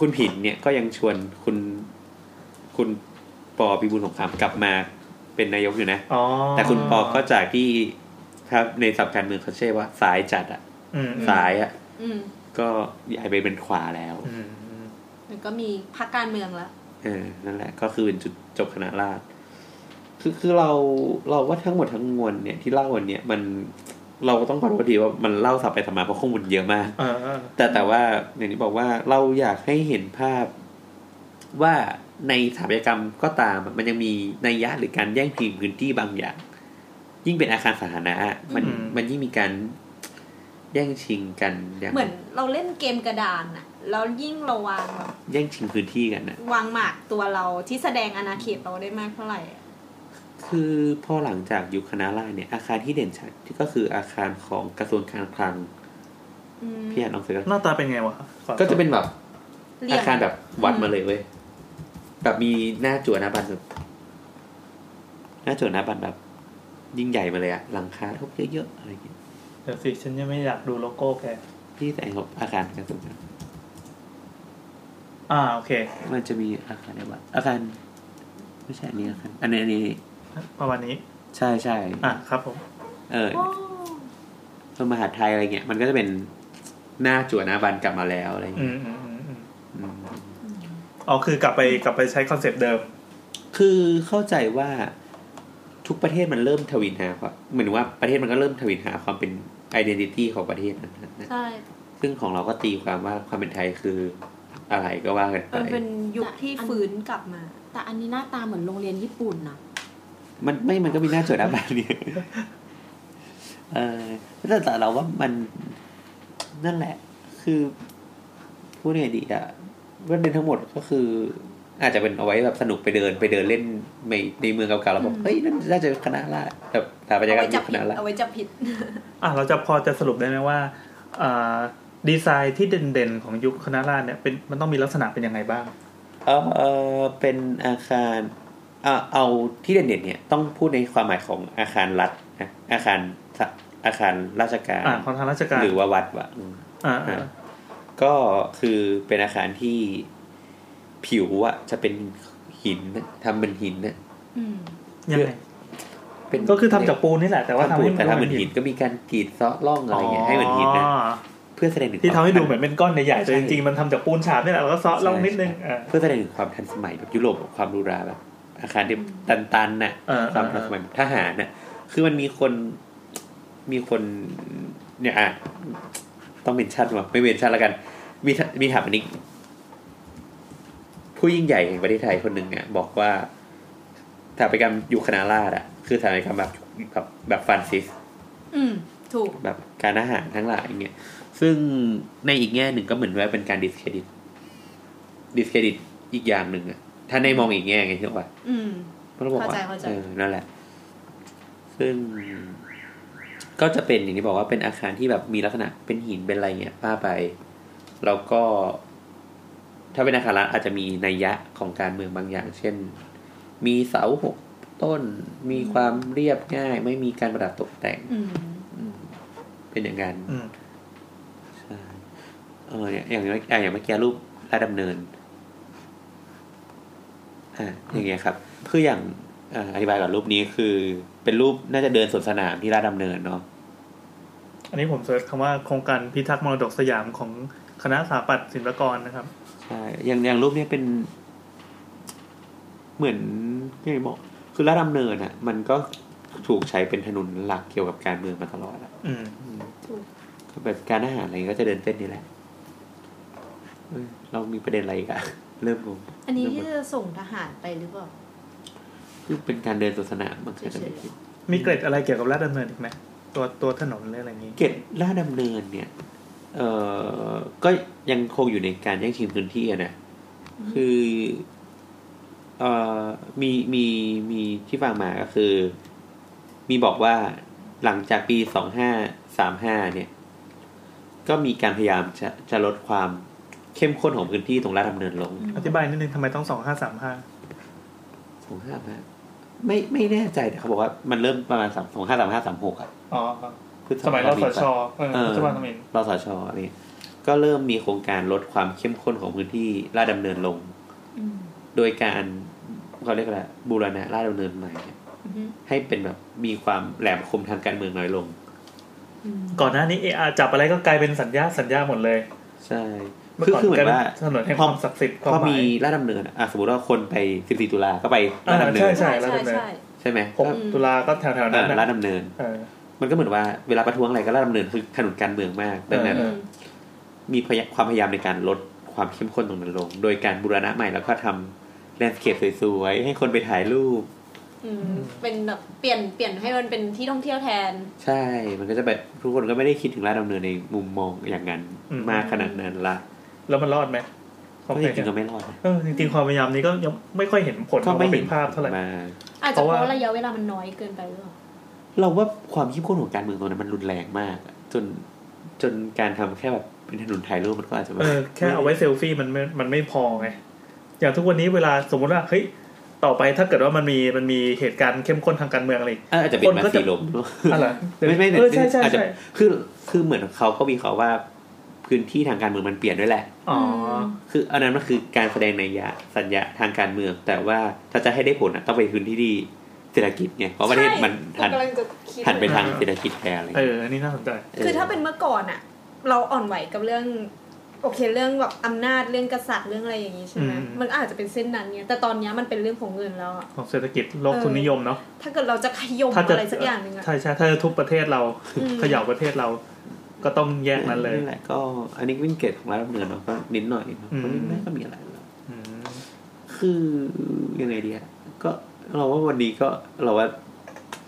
[SPEAKER 3] คุณผินเนี่ยก็ยังชวนคุณคุณปอพิบูลสงครามกลับมาเป็นนายกอยู่นะ
[SPEAKER 4] อ๋อ
[SPEAKER 3] แต่คุณปอก็จากที่ครับในสับการเมืองเขาใช้ว่าสายจัดอะ
[SPEAKER 4] อืม
[SPEAKER 3] ซ้ายอ่ะ
[SPEAKER 7] อืม
[SPEAKER 3] ก็ย้ายไปเป็นขวาแล้ว
[SPEAKER 4] อืม
[SPEAKER 7] มันก็มีพรรคการเมืองแล้ว
[SPEAKER 3] เออนั่นแหละ ก็คือเป็นจุดจบคณะราษฎรคือคือเราเราว่าทั้งหมดทั้งมวลเนี่ยที่เล่าวันเนี่ยมันเราก็ต้องขอโทษทีว่ามันเล่าสับไปสับมาเพราะข้อมูลเยอะมาก
[SPEAKER 4] อ่าอ่า
[SPEAKER 3] แต่แต่ว่าอย่างที่บอกว่าเราอยากให้เห็นภาพว่าในสถาปัตยกรรมก็ตามอะมันยังมีนัยยะหรือการแย่งชิงพื้นที่บางอย่าง ยิ่งเป็นอาคารสาธารณะอะมันมันยิ่งมีการแย่งชิงกันอย่าง
[SPEAKER 7] เหมือนเราเล่นเกมกระดานอะแล้วยิ่งเราวางแบบ
[SPEAKER 3] แย่งชิงพื้นที่กันนะ
[SPEAKER 7] วางหมากตัวเราที่แสดงอาณาเขตเราได้มากเท่าไหร่อะ
[SPEAKER 3] คือพอหลังจากยุคคณะราษฎรเนี่ยอาคารที่เด่นชัดก็คืออาคารของกระทรวงการคลัง
[SPEAKER 7] อืม
[SPEAKER 3] พี่อ่านออกเสียง
[SPEAKER 4] หน้าตาเป็นไงวะขอโทษ
[SPEAKER 3] ก็จะเป็นแบบ
[SPEAKER 7] เรีย
[SPEAKER 3] อาง คารแบบวัดมาเลยเว้ยแบบมีหน้าจั่วหน้าบันแบบหน้าจั่วหน้าบันแบบ ยิ่งใหญ่มาเลยอะหลังคาทุกเยอะๆอะไรอย่างเงี้ย
[SPEAKER 4] เดี๋ยวสิฉันยังไม่อยากดูโลโก้แก
[SPEAKER 3] พี่แต่งของอาคารกระทรวงการคลัง
[SPEAKER 4] อ่าโอเค
[SPEAKER 3] มันจะมีอาคารในวัดอาคารไม่ใช่อันนี้อาคารอันนี้อันนี้
[SPEAKER 4] ประมาณนี้
[SPEAKER 3] ใช่ใช่
[SPEAKER 4] อ่าครับผม
[SPEAKER 3] เออเออมหาดไทยอะไรเงี้ยมันก็จะเป็นหน้าจั่วหน้าบันกลับมาแล้วอะไรอย่าง
[SPEAKER 4] อื
[SPEAKER 3] เงี้ย
[SPEAKER 4] มอืมอืมอืม
[SPEAKER 3] อืม
[SPEAKER 4] อ๋อคือกลับไปกลับไปใช้คอนเซปต์เดิม
[SPEAKER 3] คือเข้าใจว่าทุกประเทศมันเริ่มทวินหาความเหมือนว่าประเทศมันก็เริ่มทวินหาความเป็นไอดีนิตี้ของประเทศนั้นนะ
[SPEAKER 7] ใช่
[SPEAKER 3] ซึ่งของเราก็ตีความว่าความเป็นไทยคืออะไรก็ว่ากันไป
[SPEAKER 7] มันเป็นยุคที่ฟื้นกลับมา
[SPEAKER 6] แต่อันนี้หน้าตาเหมือนโรงเรียนญี่ปุ่นนะ
[SPEAKER 3] มันไม่มันก็มีหน้าจดอะไรเนี่ยเออแต่แต่เราว่ามันนั่นแหละ คือพูดไงดีอะประเด็นทั้งหมดก็คือ อาจจะเป็นเอาไว้แบบสนุกไปเดินไปเดินเล่นในในเมืองเก่าๆแล้วบอก
[SPEAKER 7] อืม
[SPEAKER 3] เฮ้ยนั่นน่าจะคณะละแบบสถาปัตย
[SPEAKER 7] เอา
[SPEAKER 3] กรร
[SPEAKER 7] ไว้
[SPEAKER 3] ม
[SPEAKER 7] จับ
[SPEAKER 3] ค
[SPEAKER 7] ผิด
[SPEAKER 3] ณะละ
[SPEAKER 7] เอาไว้จับผิด
[SPEAKER 4] อ่ะเราจะพอจะสรุปได้ไหมว่าอ่าดีไซน์ที่เด่นๆ ของยุคคณะราษฎรเนี่ยเป็นมันต้องมีลักษณะเป็นยังไงบ้าง
[SPEAKER 3] เออเออเป็นอาคารเออเอาที่เด่นๆเนี่ยต้องพูดในความหมายของอาคารรัฐนะอาคารสะอาคารราชการ
[SPEAKER 4] อ่าของทางราชการ
[SPEAKER 3] หรือว่าวัดวะอืม
[SPEAKER 4] อ่าอ่า
[SPEAKER 3] ก็คือเป็นอาคารที่ผิวอะจะเป็นหินนะทำเป็นหินนะ
[SPEAKER 7] อืม
[SPEAKER 4] ยังไง
[SPEAKER 3] เป็น
[SPEAKER 4] ก็คือทำจากปูนนี่แหละแต่ว่า
[SPEAKER 3] ทำปูน
[SPEAKER 4] ให้
[SPEAKER 3] แต่ทำเหมือนหินก็มีการกรีดเซาะร่องอะไรเงี้ยให้เหมือนหินนะเพื่อแสดงถึง
[SPEAKER 4] ที่ทำให้ดูเหมือน
[SPEAKER 3] ควา
[SPEAKER 4] เป็นก้อนใหญ่ๆแต่
[SPEAKER 3] ใช่
[SPEAKER 4] จริงๆมันทำจากปูนฉาบนี่แหละแล้วก็เซาะ
[SPEAKER 3] ใช่
[SPEAKER 4] ลองนิดนึง
[SPEAKER 3] ใช่
[SPEAKER 4] อ่า
[SPEAKER 3] เพื่อแสดงถึงความทันสมัยแบบยุโรปกับความหรูหราแบบอาคารที่ตันๆน่ะ
[SPEAKER 4] เออ
[SPEAKER 3] ความ
[SPEAKER 4] เออ
[SPEAKER 3] ทันสมัยทหารน่ะ คือมันมีคนมีคนเนี่ยอ่ะต้องเป็นชาติว่ะไม่เป็นชาติละกัน มีทะมีถามอันนี้ผู้ยิ่งใหญ่แห่งประเทศไทยคนหนึ่งเนี่ย บอกว่าสถาปัตยกรรมอยู่คณะราษฎรอะคือสถาปัตยกรรมแบบแบบแบบฟรานซิส
[SPEAKER 5] อืม ถูก
[SPEAKER 3] แบบการอาหารทั้งหลายเนี่ย ซึ่งในอีกแง่หนึ่งก็เหมือนว่าเป็นการดิสเครดิต ดิสเครดิตอีกอย่างหนึ่งอะถ้าในมองอีกแง่ไงที่ว่า
[SPEAKER 5] อืม
[SPEAKER 3] เพราะเราบอกว่า
[SPEAKER 5] เข้าใจเข้าใจ
[SPEAKER 3] เออนั่นแหละ ซึ่ง ก็จะเป็นอย่างที่บอกว่าเป็นอาคารที่แบบมีลักษณะเป็นหินเป็นอะไรเงี้ยป้าไป แล้วก็ ถ้าเป็นอาคารละอาจจะมีนัยยะของการเมืองบางอย่าง เช่น มีเสาหกต้น มีความเรียบง่าย ไม่มีการประดับตกแต่ง
[SPEAKER 5] อืม
[SPEAKER 3] เป็นอย่างนั้น
[SPEAKER 4] อืม
[SPEAKER 3] ใช่เออเนี่ยอย่างเมื่ออ่ะอย่างเมื่อกี้รูปลาดดำเนินอ่าอย่างเงี้ยครับคืออย่างอ่าอธิบายก่อนรูปนี้คือ เป็นรูปน่าจะเดินสวนสนามที่ลาดดำเนินเนาะ
[SPEAKER 4] อันนี้ผมเสิร์ชคำว่าโครงการพิทักษ์มรดกสยามของคณะสถาปัตย์ศิลปากรนะครับ
[SPEAKER 3] ใช่อย่างอย่างรูปเนี้ยเป็น เหมือนยังไงบอกคือลาดดำเนินอ่ะ มันก็ถูกใช้เป็นถนนหลักเกี่ยวกับการเมืองมาตลอดอะ
[SPEAKER 4] อืม
[SPEAKER 3] ก็แบบการอาหารอะไรก็จะเดินเส้นนี้แหละเอ้ยเรามีประเด็นอะไรอีกอะ เริ่มงง
[SPEAKER 5] อันนี้
[SPEAKER 3] เริ่ม
[SPEAKER 5] ที่
[SPEAKER 3] งง
[SPEAKER 5] จะส่งทหารไปหรือเปล่า
[SPEAKER 3] คือเป็นการเดินสวนสนามมันก็จะไม่
[SPEAKER 5] เฉ
[SPEAKER 3] ผิ
[SPEAKER 5] ย
[SPEAKER 3] ด
[SPEAKER 4] มีเกร็ดอะไรเกี่ยวกับราชดำเนินอีกไหมตัวตัวถนนหรืออะไรอย่างนี้
[SPEAKER 3] เกตลาดดำเนินเนี่ย เอ่อก็ยังคงอยู่ในการแย่งชิงพื้นที่อะนะคือเอ่อมีมีมีที่ฟังมาก็คือ มีบอกว่าหลังจากปีสองห้าสามห้าเนี่ย ก็มีการพยายามจะจะลดความเข้มข้นของพื้นที่ตรงลาดดำเนินลง
[SPEAKER 4] อธิบายนิดนึงทำไมต้องสองห้าสามห้า
[SPEAKER 3] สองห้าห้าไม่ไม่แน่ใจแต่เขาบอกว่ามันเริ่มประมาณสามสองห้าสามห้าสามหกอ่ะ
[SPEAKER 4] อ๋อ
[SPEAKER 3] คือ
[SPEAKER 4] สมัยเราสช
[SPEAKER 3] อ
[SPEAKER 4] เออปัจจุบันสมัย
[SPEAKER 3] รสชอะไรเงี้ยก็เริ่มมีโครงการลดความเข้มข้นของพื้นที่ลาดดำเนินลง โดยการเขาเรียกว่าอะไรบูรณะลาดดำเนินใหม่เนี่ย
[SPEAKER 5] อือฮึ
[SPEAKER 3] ให้เป็นแบบมีความแหลมคมทางการเมืองน้อยลง
[SPEAKER 4] ก่อนหน้านี้เออาจับอะไรก็กลายเป็นสัญญาสัญญาหมดเลย
[SPEAKER 3] ใช่
[SPEAKER 4] เมื่อ
[SPEAKER 3] คือ
[SPEAKER 4] ก่อน
[SPEAKER 3] คือเหมื
[SPEAKER 4] ก
[SPEAKER 3] อยน
[SPEAKER 4] ลาเป็น
[SPEAKER 3] ว่า
[SPEAKER 4] ถนนแห่งความศักดิ์สิทธิ์ค
[SPEAKER 3] พ
[SPEAKER 4] วาม
[SPEAKER 3] อ
[SPEAKER 4] หมา
[SPEAKER 3] มี
[SPEAKER 4] ย
[SPEAKER 3] ลาดดำเนินอะอ่ะสมมติว่าคนไปสิบสี่ตุลาก็ไปลาดดำเนิน
[SPEAKER 4] อ่าใช่ แล้ว
[SPEAKER 6] ใช่
[SPEAKER 4] ดำเนิน
[SPEAKER 6] ใช่
[SPEAKER 3] ใช่ไหม
[SPEAKER 4] หกตุลาก็แถวๆ
[SPEAKER 3] อ่า
[SPEAKER 4] นั้น
[SPEAKER 3] ลา
[SPEAKER 4] นะ
[SPEAKER 3] ดดำเนิน
[SPEAKER 4] เออ
[SPEAKER 3] มันก็เหมือนว่าเวลาประท้วงอะไรก็ลาดดำเนินคือถนนการเมืองมากดังนั้น
[SPEAKER 4] เออ
[SPEAKER 3] มีพยาความพยายามในการลดความเข้มข้นตรงนั้นลง โดยการบูรณะใหม่แล้วก็ทำแลนด์สเคปสวยๆ ให้คนไปถ่ายรูป
[SPEAKER 5] อืม เป็นแบบเปลี่ยนเปลี่ยนให้มันเป็นที่ท่องเที่ยวแทน
[SPEAKER 3] ใช่ มันก็จะแบบทุกคนก็ไม่ได้คิดถึงลาดดำเนินในมุมมองอย่างนั้น
[SPEAKER 4] อืม
[SPEAKER 3] มากขนาดนั้นละ
[SPEAKER 4] แล้วมันรอดไหม
[SPEAKER 3] ก็จริงๆก็ไม่รอดนะ
[SPEAKER 4] เออจริงๆความพยายามนี้ก็ยังไม่ค่อยเห็นผล
[SPEAKER 3] ก็ไม่
[SPEAKER 4] ออกมา
[SPEAKER 3] เห็
[SPEAKER 4] เป็น นภาพเท่าไหร่
[SPEAKER 3] มา
[SPEAKER 5] อาจจะเพ
[SPEAKER 4] เพราะว่า
[SPEAKER 5] ราะระยะเวลามันน้อยเกินไปหรือเปล่า
[SPEAKER 3] เราว่าความเข้มข้นของการเมืองตรงนั้นมันรุนแรงมากอะจนจนการทำแค่แบบเป็นถนนถ่ายรูปมันก็อาจจะไม่
[SPEAKER 4] เออแค่เอาไว้เซลฟี่มันไม่มันไม่พอไงอย่างทุกวันนี้เวลาสมมุติว่าเฮ้ยต่อไปถ้าเกิดว่ามันมีมันมีเหตุการณ์เข้มข้นทางการเมืองอะไรอีก
[SPEAKER 3] อาจจะเป็น
[SPEAKER 4] คน
[SPEAKER 3] มา
[SPEAKER 4] ก็จะ
[SPEAKER 3] สีลมด้วย
[SPEAKER 4] อะไร
[SPEAKER 3] ไม่ไม่
[SPEAKER 4] เออใช่ใช่
[SPEAKER 3] อาจจะ
[SPEAKER 4] ใช่
[SPEAKER 3] คือคือเหมือนเขาก็มีเขาว่าพื้นที่ทางการเมืองมันเปลี่ยนด้วยแหละ
[SPEAKER 4] อ๋อ
[SPEAKER 3] คืออันนั้นมันคือการแสดงในยยะสัญญาทางการเมือง แต่ว่าถ้าจะให้ได้ผลอะต้องไปพื้นที่ที่เศรษฐกิจไงเพราะประเทศมันหัน
[SPEAKER 9] กำลังจะคิด
[SPEAKER 3] หันไปทางเศรษฐกิจแปรอะไร
[SPEAKER 4] เอออันนี้น่าสนใจ
[SPEAKER 5] คือถ้าเป็นเมื่อก่อนอะเราอ่อนไหวกับเรื่อง โอเคเรื่องแบบอำนาจเรื่องกษัตริย์เรื่องอะไรอย่างนี้ใช่ไหม
[SPEAKER 4] อืม
[SPEAKER 5] มันอาจจะเป็นเส้นนั้นเนี่ยแต่ตอนเนี้ยมันเป็นเรื่องของเงินแล้วอะ
[SPEAKER 4] ของเศรษฐกิจโลกทุนนิยมเนาะ
[SPEAKER 5] ถ้าเกิดเราจะขยม
[SPEAKER 4] ถ้าจะ
[SPEAKER 5] อะไรสักอย่างหนึ่งอะ
[SPEAKER 4] ใช่ใช่ถ้าจะทุบประเทศเรา
[SPEAKER 5] อืม
[SPEAKER 4] เขย่าประเทศเรา ก็ต้องแยกนั้นเลย
[SPEAKER 3] นั่นแหละก็อันนี้วิ่งเกตของรัฐดำเนินเนาะก็นิดหน่อยเนาะ
[SPEAKER 4] อืม
[SPEAKER 3] ก็ไม่ก็มีอะไรหรอก
[SPEAKER 4] อืม
[SPEAKER 3] คือยังไงดีอะก็เราว่าวันนี้ก็เราว่า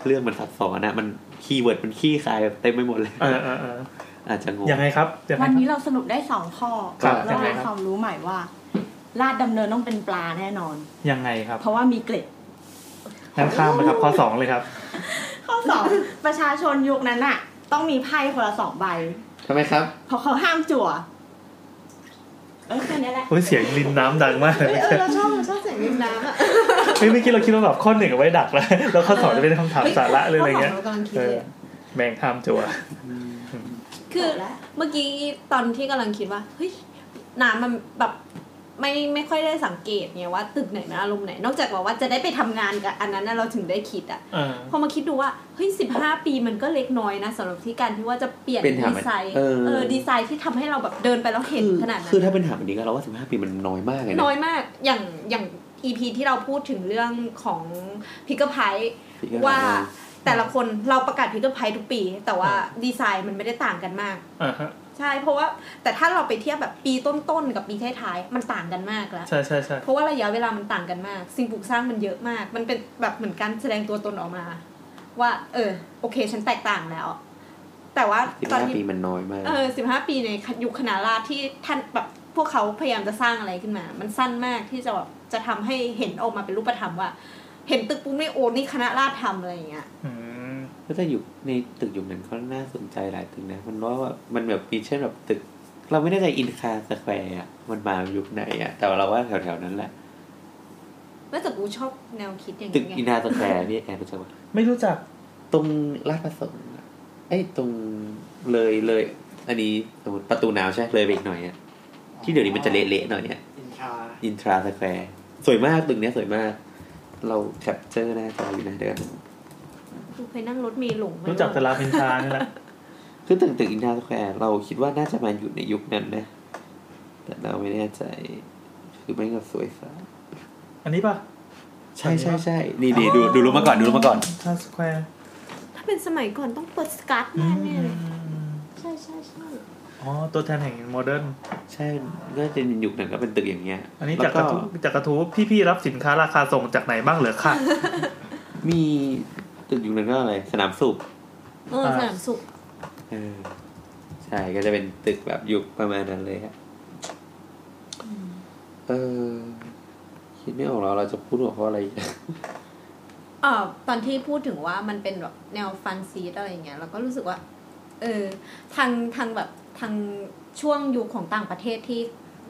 [SPEAKER 3] เรื่องมันซับซ้อนอะมันคีย์เวิร์ดมันขี้คายแบบเต็มไปหมดเลย
[SPEAKER 4] เออเออเออ
[SPEAKER 3] อาจจะงง
[SPEAKER 4] ยังไงครับยังไง
[SPEAKER 6] วัน
[SPEAKER 4] ค
[SPEAKER 6] นี้
[SPEAKER 4] รับ
[SPEAKER 6] เราสรุปได้สองข้อ
[SPEAKER 4] ครับ
[SPEAKER 6] เรา
[SPEAKER 4] ยังไง
[SPEAKER 6] ได้
[SPEAKER 4] ครับ
[SPEAKER 6] ความรู้ใหม่ว่าลาดดำเนินต้องเป็นปลาแน่นอน
[SPEAKER 4] ยังไงครับ
[SPEAKER 6] เพราะว่ามีเกล็ด
[SPEAKER 4] งั้นข้ามไปครับ ข้อสองเลยครับ
[SPEAKER 6] ข้อสอง ประชาชนยุคนั้นอะต้องมีไพ่คนละสองใบ
[SPEAKER 3] ทำไมครับ
[SPEAKER 6] เพราะเขาห้ามจั่ว เออแค่นี้แหละ
[SPEAKER 4] เฮ้ยเสียงลินน้ำดังมากเลย
[SPEAKER 5] เออเราชอบเราชอบเสียงริมน้ำอะ
[SPEAKER 4] เฮ้ยเมื่อกี้เราคิดว่าแบบข้อหนึ่งเอาไว้ดักแล้ว แล้วข้อสองจะเป็นคำถามสาระเลยอะไรเงี้ย
[SPEAKER 5] เรากำลังคิด
[SPEAKER 4] เอ
[SPEAKER 5] เล
[SPEAKER 4] อย
[SPEAKER 5] อะ
[SPEAKER 4] แบ่งห้ามจัว
[SPEAKER 5] คือเมื่อกี้ตอนที่กำลังคิดว่าเฮ้ยน้ำมันแบบไม่ไม่ค่อยได้สังเกตไงว่าตึกไหนมันอารมณ์ไหน นอกจากแบบว่าจะได้ไปทำงานกับอันนั้นน่ะเราถึงได้คิดอะ
[SPEAKER 4] เออ
[SPEAKER 5] พอมาคิดดูว่าเฮ้ยสิบห้าปีมันก็เล็กน้อยนะสำหรับที่การที่ว่าจะเปลี่ยน
[SPEAKER 3] เป็นถาม
[SPEAKER 5] ดีไซน์
[SPEAKER 3] เออ
[SPEAKER 5] เออดีไซน์ที่ทำให้เราแบบเดินไปแล้วเห็นขนาดนั้
[SPEAKER 3] คือน ถ้าเป็นถามแบบนี้ก็เราว่าสิบห้าปีมันน้อยมากเลยนะ
[SPEAKER 5] น้อยมากอย่างอย่างอีพีที่เราพูดถึงเรื่องของพิกเกอร์ไพว่าแต่ละคนเราประกาศพิกเกอร์ไพทุกปี แต่ว่าดีไซน์มันไม่ได้ต่างกันมาก
[SPEAKER 4] อ่าฮะ
[SPEAKER 5] ใช่เพราะว่าแต่ถ้าเราไปเทียบแบบปีต้นๆกับปีท้ายๆมันต่างกันมากแล้ว
[SPEAKER 4] ใช่ใช่ใช่
[SPEAKER 5] เพราะว่าระยะเวลามันต่างกันมาก สิ่งปลูกสร้างมันเยอะมาก มันเป็นแบบเหมือนการแสดงตัวตนออกมา ว่า เออ โอเค ฉันแตกต่างแล้ว แต่ว่า
[SPEAKER 3] สิบ
[SPEAKER 5] ตอน
[SPEAKER 3] ห้า
[SPEAKER 5] นี้
[SPEAKER 3] ปีมันน้อยมาก
[SPEAKER 5] เออสิบห้าปีในยุคคณะราษฎรที่ท่านแบบพวกเขาพยายามจะสร้างอะไรขึ้นมา มันสั้นมากที่จะแบบจะทำให้เห็นออกมาเป็นรูปธรรมว่า เห็นตึกปุ๊บนี่โอ้นี่คณะราษฎรทำอะไรอย่างเงี้ย
[SPEAKER 4] อืม
[SPEAKER 3] ก็จะอยู่ในตึกอยู่นั้นก็น่าสนใจหลายตึกนะ มันว่าว่ามันแบบมีเช่นแบบตึก เราไม่แน่ใจอินคาสแควร์อ่ะ มันมายุคไหนอ่ะ แต่เราว่าแถวๆนั้นแหละ
[SPEAKER 5] แล้วแต่กูชอบแนวคิดอย่าง
[SPEAKER 3] ตึก
[SPEAKER 5] เงี้ย
[SPEAKER 3] อินคาสแควร์นี่แอนรู้จักปะ
[SPEAKER 4] ไม่รู้จัก
[SPEAKER 3] ตรงลาดประสงค์อะไอ้ยตรงเลยเลยอันนี้สมมติประตูน้ำใช่ไหมเลยไปอีกหน่อยอ่ะ ที่เดี๋ยวนี้มันจะเละๆหน่อยเนี่ย
[SPEAKER 8] อินทา
[SPEAKER 3] อินทราสแควร์สวยมากตึกเนี้ยสวยมาก เราแคปเจอร์หน้าจออยู่นะเดี๋ยวกัน
[SPEAKER 5] กูเคยนั่งรถเมล์หลงไป
[SPEAKER 4] รู้จักแต่รามอินทรานี่แหละ
[SPEAKER 3] คือตึกตึกอินทราสแควร์เราคิดว่าน่าจะมาอยู่ในยุคนั้นนะ แต่เราไม่แน่ใจ คือไม่ก็สวยซะ
[SPEAKER 4] อันนี้ป่ะ
[SPEAKER 3] ใช่ใช่ใช่นี่ดีดูดูรูปมาก่อนดูรูปมาก่อน
[SPEAKER 4] ทาสแควร์
[SPEAKER 5] ถ้าเป็นสมัยก่อนต้องเปิดสกัดแน่เลย ใช่ใช่ใช่
[SPEAKER 4] อ๋อ ตัวแทนแห่งโมเดิร์น
[SPEAKER 3] ใช่น่าจะเป็นยุคนั้นก็เป็นตึกอย่างเงี้ย
[SPEAKER 4] อันนี้
[SPEAKER 3] แล้
[SPEAKER 4] จาก
[SPEAKER 3] ว
[SPEAKER 4] ก
[SPEAKER 3] ก็
[SPEAKER 4] ระทู้จากกระทู้พี่ๆรับสินค้าราคาส่งจากไหนบ้างเหรอ ค่ะ
[SPEAKER 3] มีตึกยุคนั้นก็อะไรสนามสูบ
[SPEAKER 5] เออสนามสุข
[SPEAKER 3] เออใช่ก็จะเป็นตึกแบบยุคประมาณนั้นเลยฮะเออคิดไม่ออกแล้วเราจะพูดหัวข้ออะไรอีก
[SPEAKER 5] เอ่อตอนที่พูดถึงว่ามันเป็นแบบแนวฟันซีดอะไรอย่างเงี้ยเราก็รู้สึกว่า เออทางทางแบบทางช่วงยุคของต่างประเทศที่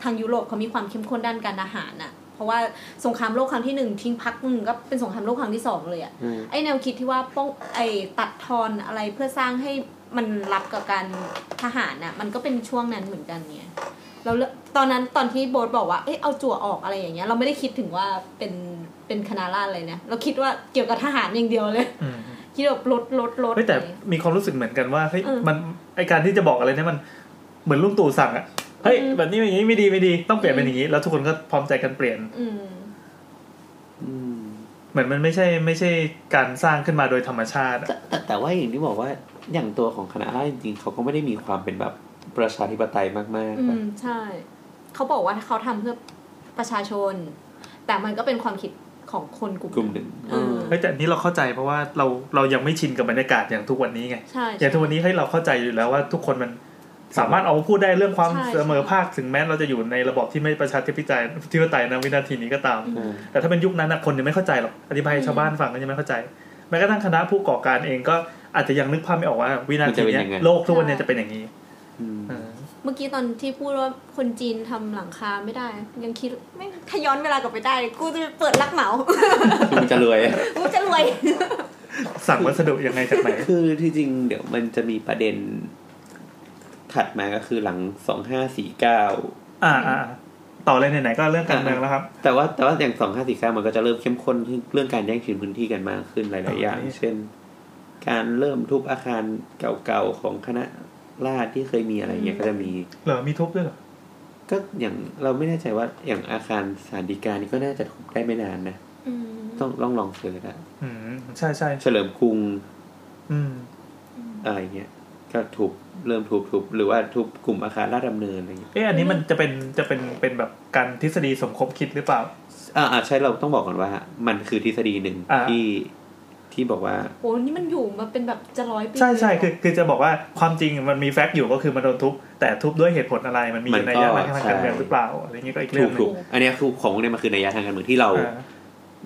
[SPEAKER 5] ทางยุโรปเขามีความเข้มข้นด้านการอาหารน่ะ เพราะว่าสงครามโลกครั้งที่หนึ่งทิ้งพักหนึ่งก็เป็นสงครามโลกครั้งที่สองเลยอะ
[SPEAKER 3] อืม
[SPEAKER 5] ไอแนวคิดที่ว่าป้องไอตัดทอนอะไรเพื่อสร้างให้มันรับกับการทหารน่ะ มันก็เป็นช่วงนั้นเหมือนกันเนี่ยเราเลือกตอนนั้นตอนที่โบทบอกว่าเอยเอาจั่วออกอะไรอย่างเงี้ย เราไม่ได้คิดถึงว่าเป็นเป็นคณะราษฎรอะไรนะเราคิดว่าเกี่ยวกับทหารอย่างเดียวเลย
[SPEAKER 4] อืม
[SPEAKER 5] คิดแบบลดลดลด
[SPEAKER 4] เฮ้ยแต่
[SPEAKER 5] อะไร
[SPEAKER 4] มีความรู้สึกเหมือนกันว่าเฮ้ย
[SPEAKER 5] เออ
[SPEAKER 4] มันไอการที่จะบอกอะไรเนี่ยมันเหมือนลุงตู่สั่งอะเฮ้ย
[SPEAKER 5] อืม
[SPEAKER 4] แบบนี้แบบนี้ไม่ดีไม่ดีต้องเปลี่ยนเป็นอย่างนี้ แล้วทุกคนก็พร้อมใจกันเปลี่ยน
[SPEAKER 5] อืม
[SPEAKER 3] อืม
[SPEAKER 4] เหมือนมันไม่ใช่ไม่ใช่การสร้างขึ้นมาโดยธรรมชาติอะ
[SPEAKER 3] แต่แต่แต่ว่าอย่างที่บอกว่าอย่างตัวของคณะราษฎรจริงๆเขาก็ไม่ได้มีความเป็นแบบประชาธิปไตยมาก
[SPEAKER 5] อื
[SPEAKER 3] ๆแบบ
[SPEAKER 5] มใช่ เขาบอกว่าเขาทำเพื่อประชาชน แต่มันก็เป็นความคิดของคนกลุ่ม
[SPEAKER 3] กลุ่มหนึ่ง
[SPEAKER 5] เออ
[SPEAKER 4] เฮ้ยแต่อันนี้เราเข้าใจเพราะว่าเราเรายังไม่ชินกับบรรยากาศอย่างทุกวันนี้ไง
[SPEAKER 5] ใช่
[SPEAKER 4] อ
[SPEAKER 5] ใช่
[SPEAKER 4] ย่างทุกวันนี้ให้เราเข้าใจอยู่แล้วว่าทุกคนมันสามารถเอามาพูดได้เรื่องความ
[SPEAKER 5] ใช่
[SPEAKER 4] เสมอภาคถึงแม้เราจะอยู่ในระบอบที่ไม่ประชาธิปไตยที่ปไตยนะวินาทีนี้ก็ตาม
[SPEAKER 3] เออ
[SPEAKER 4] แต่ถ้าเป็นยุคนั้นนะคนยังไม่เข้าใจหรอกอธิบายให้ชาวบ้านฟังก็ยังไม่เข้าใจแม้กระทั่งคณะผู้ก่อการเองก็อาจจะยังนึกภาพไม่ออกว่าวินาทีเนี้ยโลกทุกวันเนี้จะเป็นอย่างนี้
[SPEAKER 3] อืม
[SPEAKER 4] เออ
[SPEAKER 5] เมื่อกี้ตอนที่พูดว่าคนจีนทำหลังคาไม่ได้ ยังคิดไม่งถ้าย้อนเวลากลับไปได้ กูจะเปิดรักเหมา
[SPEAKER 3] คือมันจะร วย
[SPEAKER 5] กูจะรวย
[SPEAKER 4] สั่งวัสดุยังไงจากไหน
[SPEAKER 3] คือที่จริงเดี๋ยวมันจะมีประเด็น ถัดมาก็คือหลังสองห้าสี่เก้า
[SPEAKER 4] อ่าอ่าอ่าต่อเลยไหนๆก็เรื่องการเมืองแล้วครับ
[SPEAKER 3] แต่ว่าแต่ว่าอย่างสองห้าสี่เก้ามันก็จะเริ่มเข้มข้นเรื่องการแย่งชิงพื้นที่กันมากขึ้นหลายๆอย่าง
[SPEAKER 4] อ๋อ
[SPEAKER 3] เช่น การเริ่มทุบอาคารเก่าๆของคณะราษฎรที่เคยมีอะไรเงี้ยก็จะมี
[SPEAKER 4] เหรอมีทุบด้วยเหรอ
[SPEAKER 3] ก็อย่างเราไม่แน่ใจว่าอย่างอาคารสารดีการนี่ก็น่าจะถูกได้ไม่นานนะ ต้องลองลองเสิร์ชอะ
[SPEAKER 4] อืมใช่ใช่
[SPEAKER 3] เฉลิมกรุง
[SPEAKER 4] อืม
[SPEAKER 3] อะไรเงี้ยก็ถูกเริ่มถูกถูกหรือว่าถูกกลุ่มอาคารราชดำเนินอะไรเงี้ย
[SPEAKER 4] เอ๊ะอันนี้มันจะเป็นจะเป็นเป็นแบบการทฤษฎีสมคบคิดหรือเปล่า
[SPEAKER 3] อ่าอ่าใช่เราต้องบอกก่อนว่า มันคือทฤษฎีหนึ่ง
[SPEAKER 4] อ่า
[SPEAKER 3] ที่ที่บอกว่า
[SPEAKER 5] โอ้นี่มันอยู่มาเป็นแบบจะร้อยปี
[SPEAKER 4] ใช่ใช่คือคือจะบอกว่าความจริงมันมีแฟกต์อยู่ก็คือมันโดนทุบแต่ทุบด้วยเหตุผลอะไรมันมี
[SPEAKER 3] มันก็
[SPEAKER 4] ในยะอะไรทางการเมือง
[SPEAKER 3] ใช่
[SPEAKER 4] หรือเปล่าอะไรอย่างงี้ก็อีกเรื่
[SPEAKER 3] ถู
[SPEAKER 4] อก งหนึ
[SPEAKER 3] ถู
[SPEAKER 4] ง
[SPEAKER 3] กอันเนี้ยคือของพวกเนี้ยมันคือนัยยะทางการเมืองที่เรา
[SPEAKER 4] อ่า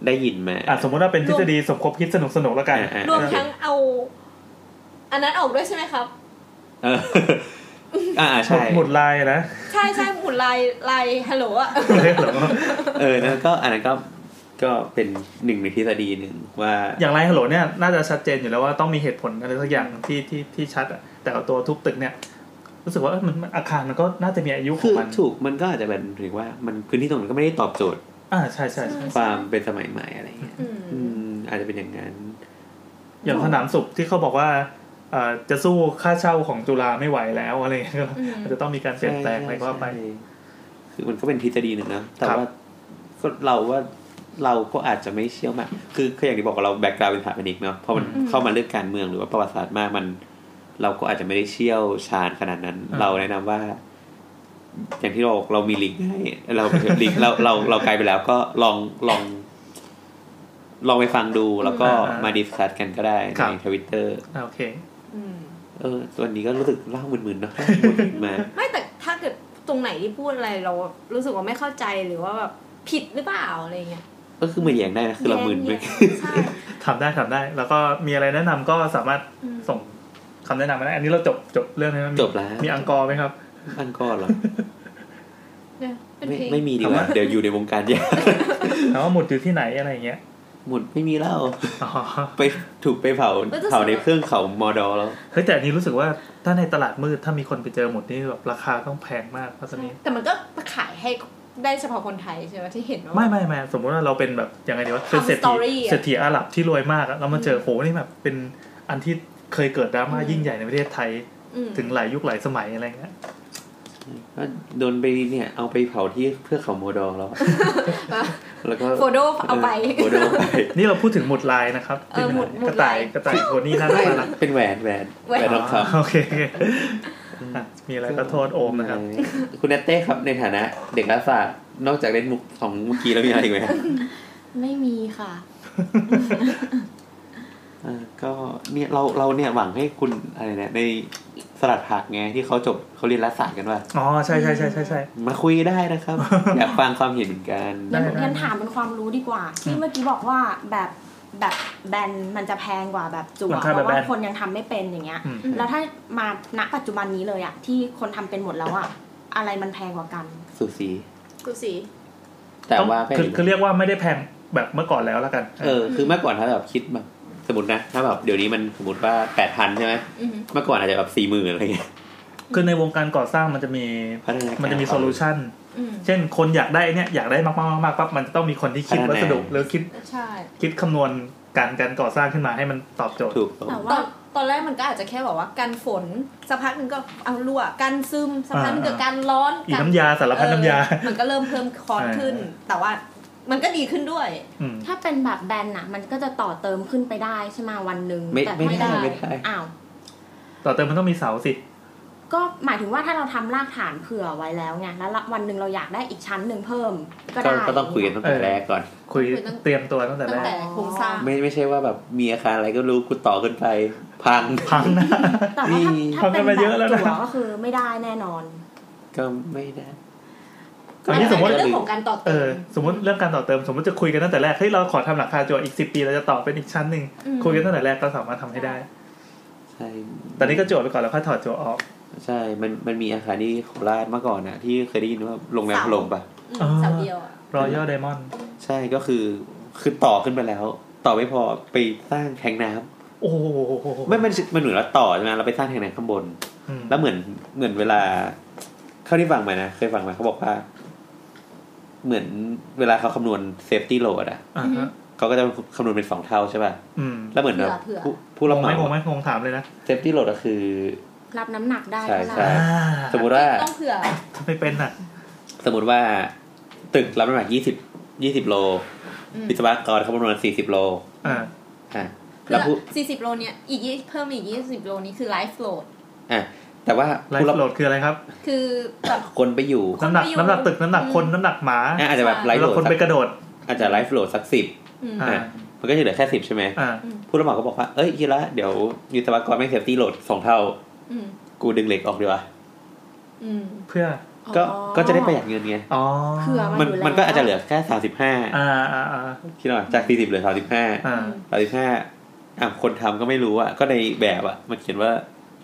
[SPEAKER 3] ได้ยินมา
[SPEAKER 4] อ่ะสมมติว่าเป็นทฤษฎีสมคบคิดสนุกสนุกๆแล้วกัน
[SPEAKER 3] อ่าอ่าร
[SPEAKER 5] วมทั้งเอา อันนั้นออกด้วยใช่ไหมครับ
[SPEAKER 3] เอออ่าอ่า
[SPEAKER 4] หมุ
[SPEAKER 3] ใช่
[SPEAKER 4] ดหมุดลายนะ
[SPEAKER 5] ใช่ใช่หมุนลายลายฮัลโหลอะ
[SPEAKER 4] เรียกเหรอ
[SPEAKER 3] เออแล้วก็อันนั้นก็ก็เป็นหนึ่งในทฤษฎีหนึ่งว่า
[SPEAKER 4] อย่างไรฮัลโหลเนี่ยน่าจะชัดเจนอยู่แล้วว่าต้องมีเหตุผลอะไรสักอย่างที่ที่ที่ชัดอะแต่เอาตัวทุบตึกเนี่ยรู้สึกว่าเอ้ยมันมันอาคารมันก็น่าจะมีอายุข
[SPEAKER 3] คือ อง
[SPEAKER 4] มัน
[SPEAKER 3] ถูกมันก็อาจจะเป็นถึงว่ามันพื้นที่ตรงนั้นก็ไม่ได้ตอบโจทย์
[SPEAKER 4] อ่าใช่ใช่ใช่
[SPEAKER 3] ความเป็นสมัยใหม่อะไรเงี้ย
[SPEAKER 5] อืม
[SPEAKER 3] อืม อาจจะเป็นอย่างนั้น
[SPEAKER 4] อย่างสนามสุขที่เขาบอกว่าเอ่อจะสู้ค่าเช่าของจุฬาไม่ไหวแล้วอะไรอย่างเงี้ยก็อาจจะต้องมีการเปลี่ยนแปลงอะไรก็ว่าไป
[SPEAKER 3] ใช่คือมันก็เป็นทฤษฎีหนึ่งนะ แต่
[SPEAKER 4] ครับ
[SPEAKER 3] ว่าก็เราว่าเราก็อาจจะไม่เชี่ยวมาก คือคืออย่างที่บอกว่าเราแบ็กกราวด์เป็นสถาปนิกเนาะ พอมันเข้ามาเรื่องการเมืองหรือว่าประวัติศาสตร์มากมัน เราก็อาจจะไม่ได้เชี่ยวชาญขนาดนั้น
[SPEAKER 4] อ่า
[SPEAKER 3] เราแนะนำว่า อย่างที่เราบอกเรามีลิงก์ให้เราลิงก์เราเราเราไกลไปแล้วก็ลองลอง ลองไปฟังดูแล้วก็มาดิสคัสกันก็ได้
[SPEAKER 4] ครับ
[SPEAKER 3] ในทวิตเตอร์
[SPEAKER 4] อ่าโอเค
[SPEAKER 6] อืม
[SPEAKER 3] เออตัวนนี้ก็รู้สึกเล่ามึนๆเนาะมึนๆมา
[SPEAKER 5] ไม่แต่ถ้าเกิดตรงไหนที่พูดอะไรเรา รู้สึกว่าไม่เข้าใจหรือว่าแบบผิดหรือเปล่าอะไรเงี้ย
[SPEAKER 3] ก็คือมาแย่งได้นะคือเรามึนไป
[SPEAKER 5] แย้งๆใช่
[SPEAKER 4] ทำได้ทำได้ แล้วก็มีอะไรแนะนำก็สามารถ
[SPEAKER 5] อืม
[SPEAKER 4] ส่งคำแนะนำมาได้อันนี้เราจบจบเรื่องนี้ไหมมี
[SPEAKER 3] จบแล้ว
[SPEAKER 4] มีอังกอร์ไหมครับ
[SPEAKER 3] อังกอร์เหรอ
[SPEAKER 5] เนี่ยเป็น
[SPEAKER 3] ไม่
[SPEAKER 5] เพลง
[SPEAKER 3] ไม่มีดีกว่า เดี๋ยวอยู่ในวงการยาก
[SPEAKER 4] แล้วว่าหมุดอยู่ที่ไหนอะไรอย่างเงี้ย
[SPEAKER 3] หมดไม่มีเล่า
[SPEAKER 4] อ๋อ
[SPEAKER 3] ไปถูกไปเผาเผาในเครื่องเขามอดอแล้ว
[SPEAKER 4] เฮ้ยแต่อันนี้รู้สึกว่าถ้าในตลาดมืดถ้ามีคนไปเจอหมุดนี่แบบราคาต้องแพงมากเพราะตอนนี้
[SPEAKER 5] แต่มันก็ขายให้ได้เฉพาะคนไทยใช่ไหมที่เห็นว่า
[SPEAKER 4] ไม่ไม่ไม่สมมติว่าเราเป็นแบบยังไงดีวะเป็นเศรษ
[SPEAKER 5] ทำสต
[SPEAKER 4] ฐี
[SPEAKER 5] อรี่อะ
[SPEAKER 4] เศรษฐีอาหรับที่รวยมากอะแล้วมาเจอโหนี่แบบเป็นอันที่เคยเกิดดราม่ายิ่งใหญ่ในประเทศไทย
[SPEAKER 5] อืม
[SPEAKER 4] ถึงหลายยุคหลายสมัยอะไรเงี้ย
[SPEAKER 3] ก็โดนไปเนี่ยเอาไปเผาที่เพื่อกเขาโมดอแล้ว อะแล้วก็
[SPEAKER 5] โฟโดเอาไป
[SPEAKER 3] โฟโดเอาไป
[SPEAKER 4] นี่เราพูดถึงหมุดลายนะครับ
[SPEAKER 5] เออหมุดหมุด
[SPEAKER 4] กระต่าย
[SPEAKER 5] ลาย
[SPEAKER 4] กระต่ายโทนี่น่ารักน่ารัก
[SPEAKER 3] เป็นแหวนแหวน
[SPEAKER 5] แหวน
[SPEAKER 3] แหวนทองคำ
[SPEAKER 4] โอเคโอเคอ่ะมีอะไรก็โทษโอมนะครับ
[SPEAKER 3] คุณเนตเต้ครับในฐานะ เด็กรัฐศาสตร์นอกจากเล่นมุกของเมื่อกี้แล้วมีอะไรอีกไหมฮะ
[SPEAKER 5] ไม่มีค่ะ
[SPEAKER 3] อ่าก็เนี่ยเราเราเนี่ยหวังให้คุณอะไรเนี่ยในสลัดผักไงที่เขาจบเขาเรียนรัฐศาสตร์กันว่า
[SPEAKER 4] อ๋อ ใช่ใช่ใช่ใช่ใช่
[SPEAKER 3] มาคุยได้ นะครับ อยากฟังความเห็นเหมือนกัน
[SPEAKER 4] ได้
[SPEAKER 6] งั้นงั้นถามเป็นความรู้ดีกว่า ที่เมื่อกี้บอกว่าแบบแบบแบนมันจะแพงกว่าแบบจุ
[SPEAKER 4] มั
[SPEAKER 6] อะ
[SPEAKER 4] น
[SPEAKER 6] เพ
[SPEAKER 4] ค่าแบบ
[SPEAKER 6] ราะ
[SPEAKER 4] แบ
[SPEAKER 6] ว่า
[SPEAKER 4] น
[SPEAKER 6] คนยังทำไม่เป็นอย่างเงี้ย
[SPEAKER 4] อืม
[SPEAKER 6] แล้วถ้ามาณปัจจุบันนี้เลยอะที่คนทำเป็นหมดแล้วอะอะไรมันแพงกว่ากัน
[SPEAKER 3] สุสี
[SPEAKER 5] กูสี
[SPEAKER 3] แต่ว่า
[SPEAKER 4] ต้อ
[SPEAKER 3] ก็
[SPEAKER 4] งคือ
[SPEAKER 3] ห็น
[SPEAKER 4] คือเรียกว่าไม่ได้แพงแบบเมื่อก่อนแล้วละกัน
[SPEAKER 3] เออคือเมื่อก่อนถ้าแบบคิดแบบสมมตินะ ถ้าแบบเดี๋ยวนี้มันสมมติว่าแปดพันใช่ไหม
[SPEAKER 5] อืม
[SPEAKER 3] เมื่อก่อนอาจจะแบบสี่หมื่นอะไรเงี้ย
[SPEAKER 4] คือในวงการก่อสร้างมันจะมี
[SPEAKER 3] พัฒนาการ
[SPEAKER 4] มันจะมีโซลูชัน
[SPEAKER 5] อืม
[SPEAKER 4] เช่นคนอยากได้เนี่ยอยากได้มากๆมากๆปั๊บมันจะต้องมีคนที่คิด
[SPEAKER 3] พัฒนา
[SPEAKER 4] วัสดุหรือคิด
[SPEAKER 5] ใช่
[SPEAKER 4] คิดคำนวณการการก่อสร้างขึ้นมาให้มันตอบโจทย์
[SPEAKER 3] ถูก
[SPEAKER 5] แต่ว่าตอนแรกมันก็อาจจะแค่แบบว่ากันฝนสักพักมันงก็เอารั่วกันซึมสักพักมันงก็
[SPEAKER 4] อ่า
[SPEAKER 5] กันร้อน
[SPEAKER 4] อี
[SPEAKER 5] กัน
[SPEAKER 4] น้ำยาสารพัดน้ำยา
[SPEAKER 5] เออมันก็เริ่มเพิ่มคอร์สขึ้น
[SPEAKER 4] อ่า
[SPEAKER 5] แต่ว่ามันก็ดีขึ้นด้วย
[SPEAKER 4] ม
[SPEAKER 6] ถ้าเป็นแบบแบนอะมันก็จะต่อเติมขึ้นไปได้ใช่ไหมวันหนึ่ง
[SPEAKER 3] ไม่
[SPEAKER 6] แต่
[SPEAKER 3] ไม่ได้
[SPEAKER 5] ไม่
[SPEAKER 3] ไม่
[SPEAKER 5] ได้
[SPEAKER 3] ได้
[SPEAKER 6] อ้าว
[SPEAKER 4] ต่อเติมมันต้องมีเสาสิ
[SPEAKER 6] ก็หมายถึงว่าถ้าเราทำรากฐานเผื่อไว้แล้วไงแล้วละวันหนึ่งเราอยากได้อีกชั้นหนึ่งเพิ่ม ก็
[SPEAKER 3] ก็
[SPEAKER 6] ได้
[SPEAKER 3] ก็ต้องคุยกันตั้งแต่แรกก่อน
[SPEAKER 4] คุย
[SPEAKER 5] คุยตั้ง
[SPEAKER 4] เตรียมตัวตั้งแต่
[SPEAKER 5] ตั้
[SPEAKER 4] แรง ก
[SPEAKER 5] แต่โครงสร้าง
[SPEAKER 3] ไม่ไม่ใช่ว่าแบบมีอาคารอะไรก็รู้กูต่อขึ้นไป พัง
[SPEAKER 4] พังนะ
[SPEAKER 6] แต่ว่า
[SPEAKER 3] มี
[SPEAKER 6] ถ้าถ้าเป็น
[SPEAKER 4] ทำกันมา
[SPEAKER 6] แบบ
[SPEAKER 4] เยอะแล้วนะ
[SPEAKER 6] จั่วก็คือไม่ได้แน่นอน
[SPEAKER 3] ก็ไม่ได้
[SPEAKER 4] อันนี้สมมติ
[SPEAKER 5] เรื่องของการต่อ
[SPEAKER 4] เอ
[SPEAKER 5] เติ
[SPEAKER 4] อ
[SPEAKER 5] ม
[SPEAKER 4] สมมติเรื่องการต่อเติมสมมติจะคุยกันตั้งแต่แรกเฮ้ยเราขอทำหลังคาจั่วอีกสิปีเราจะต่อเป็นอีกชั้นหนึ่ง
[SPEAKER 5] อืม
[SPEAKER 4] คุยกันตั้งแต่แรกก็สามารถทำให้ได้
[SPEAKER 3] ใช่
[SPEAKER 4] ตอนนี้ก็จั่วไปก่อนแล้วค่อยถอดจั่วออก
[SPEAKER 3] ใช่มันมันมีอาคารที่โคราชเมื่อก่อนนะที่เคยได้ยินว่าโรงแรมถล่มปะ
[SPEAKER 5] อืมเสาเดียวอะ
[SPEAKER 4] รอยัลไดมอนด์
[SPEAKER 3] ใช่ก็คือคือต่อขึ้นไปแล้ว ต่อไม่พอไปสร้างแทงน้ำ
[SPEAKER 4] โอ้โห
[SPEAKER 3] ไม่มันมันเหมือนเราต่อใช่ไหมเราไปสร้างแทงน้ำข้างบน
[SPEAKER 4] อืม
[SPEAKER 3] แล้วเหมือนเหมือนเวลา เข้าที่ฟังมานะ เคยฟังมาเขาบอกว่า เหมือนเวลาเขาคำนวณเซฟตี้โหลดอ่ะ
[SPEAKER 4] อ่าฮะ
[SPEAKER 3] เขาก็จะคำนวณเป็นสองเท่าใช่ป่ะ
[SPEAKER 4] อืม
[SPEAKER 3] แล้วเหมือนแบบผู้ผู้
[SPEAKER 4] ง
[SPEAKER 3] รับ
[SPEAKER 4] ง
[SPEAKER 3] เห
[SPEAKER 4] ไหม่
[SPEAKER 3] มาง
[SPEAKER 4] งไหม่งงถามเลยนะ
[SPEAKER 3] เซฟตี้โหลดก็คือ
[SPEAKER 6] รับน้ำหนักได้
[SPEAKER 3] ใช่
[SPEAKER 6] เท่าไหร่
[SPEAKER 3] ใช่สมมติว่า
[SPEAKER 5] ต้องเผื่อ
[SPEAKER 4] ทำไมเป็นอ่ะ
[SPEAKER 3] สมมติว่า ตึกรับน้ำหนักยี่สิบยี่สิบโล
[SPEAKER 5] อืม
[SPEAKER 3] วิศวกรเขาคำนวณสี่สิบโล
[SPEAKER 4] อ่า
[SPEAKER 3] อ่ะ
[SPEAKER 5] เผื่
[SPEAKER 3] แล้วผู้
[SPEAKER 5] อ40 โลเนี่ยอีกยี่เพิ่มอีก 20 โลนี้คือไลฟ์โหลด
[SPEAKER 3] อ่ะแต่ว่า
[SPEAKER 4] ไล
[SPEAKER 3] ผู้
[SPEAKER 4] ฟ์
[SPEAKER 3] รับ
[SPEAKER 4] โหลดคืออะไรครับ
[SPEAKER 5] คือแบบ
[SPEAKER 3] คนไปอยู่
[SPEAKER 4] น้ำหนัก
[SPEAKER 5] ไม่อยู่
[SPEAKER 4] น้ำหนักตึกน้ำหนักคน
[SPEAKER 5] อืม
[SPEAKER 4] น้ำหนักหมา
[SPEAKER 3] อ่ะอาจจะแบบไลฟ์โห
[SPEAKER 4] แล้
[SPEAKER 3] ล
[SPEAKER 4] ว
[SPEAKER 3] ด
[SPEAKER 4] คน
[SPEAKER 3] สั
[SPEAKER 4] ไป
[SPEAKER 3] ก
[SPEAKER 4] กระโดด
[SPEAKER 3] อาจจะไลฟ์โหลดสักสิบ
[SPEAKER 5] อืม
[SPEAKER 4] อ่า
[SPEAKER 3] อ่ะมันก็จะเหลือแค่สิบใช่ไหม
[SPEAKER 4] อ่า
[SPEAKER 3] ผู้รับเหมาก็บอกว่า เอ้ยทีละเดี๋ยววิศวกรไม่เซฟตี้โหลดสองเท่า
[SPEAKER 5] อืม
[SPEAKER 3] กูดึงเหล็กออกดีกว่า
[SPEAKER 5] อืม
[SPEAKER 4] เพื่อ
[SPEAKER 3] ก็ ก็จะได้ประหยัดเงินไง
[SPEAKER 4] อ๋อ
[SPEAKER 6] เผื่อ
[SPEAKER 3] มัมั
[SPEAKER 6] มัน นอยู่แล้ว
[SPEAKER 3] นก็อาจจะเหลือแค่สามสิบห้า
[SPEAKER 4] อ่าอ่าอ่า
[SPEAKER 3] คิดหน่อยจากสี่สิบเหลือสามสิบห้า
[SPEAKER 4] อ่า
[SPEAKER 3] สามสิบห้าอ่ะคนทำก็ไม่รู้อ่ะ ก็ในแบบอ่ะ มันเขียนว่า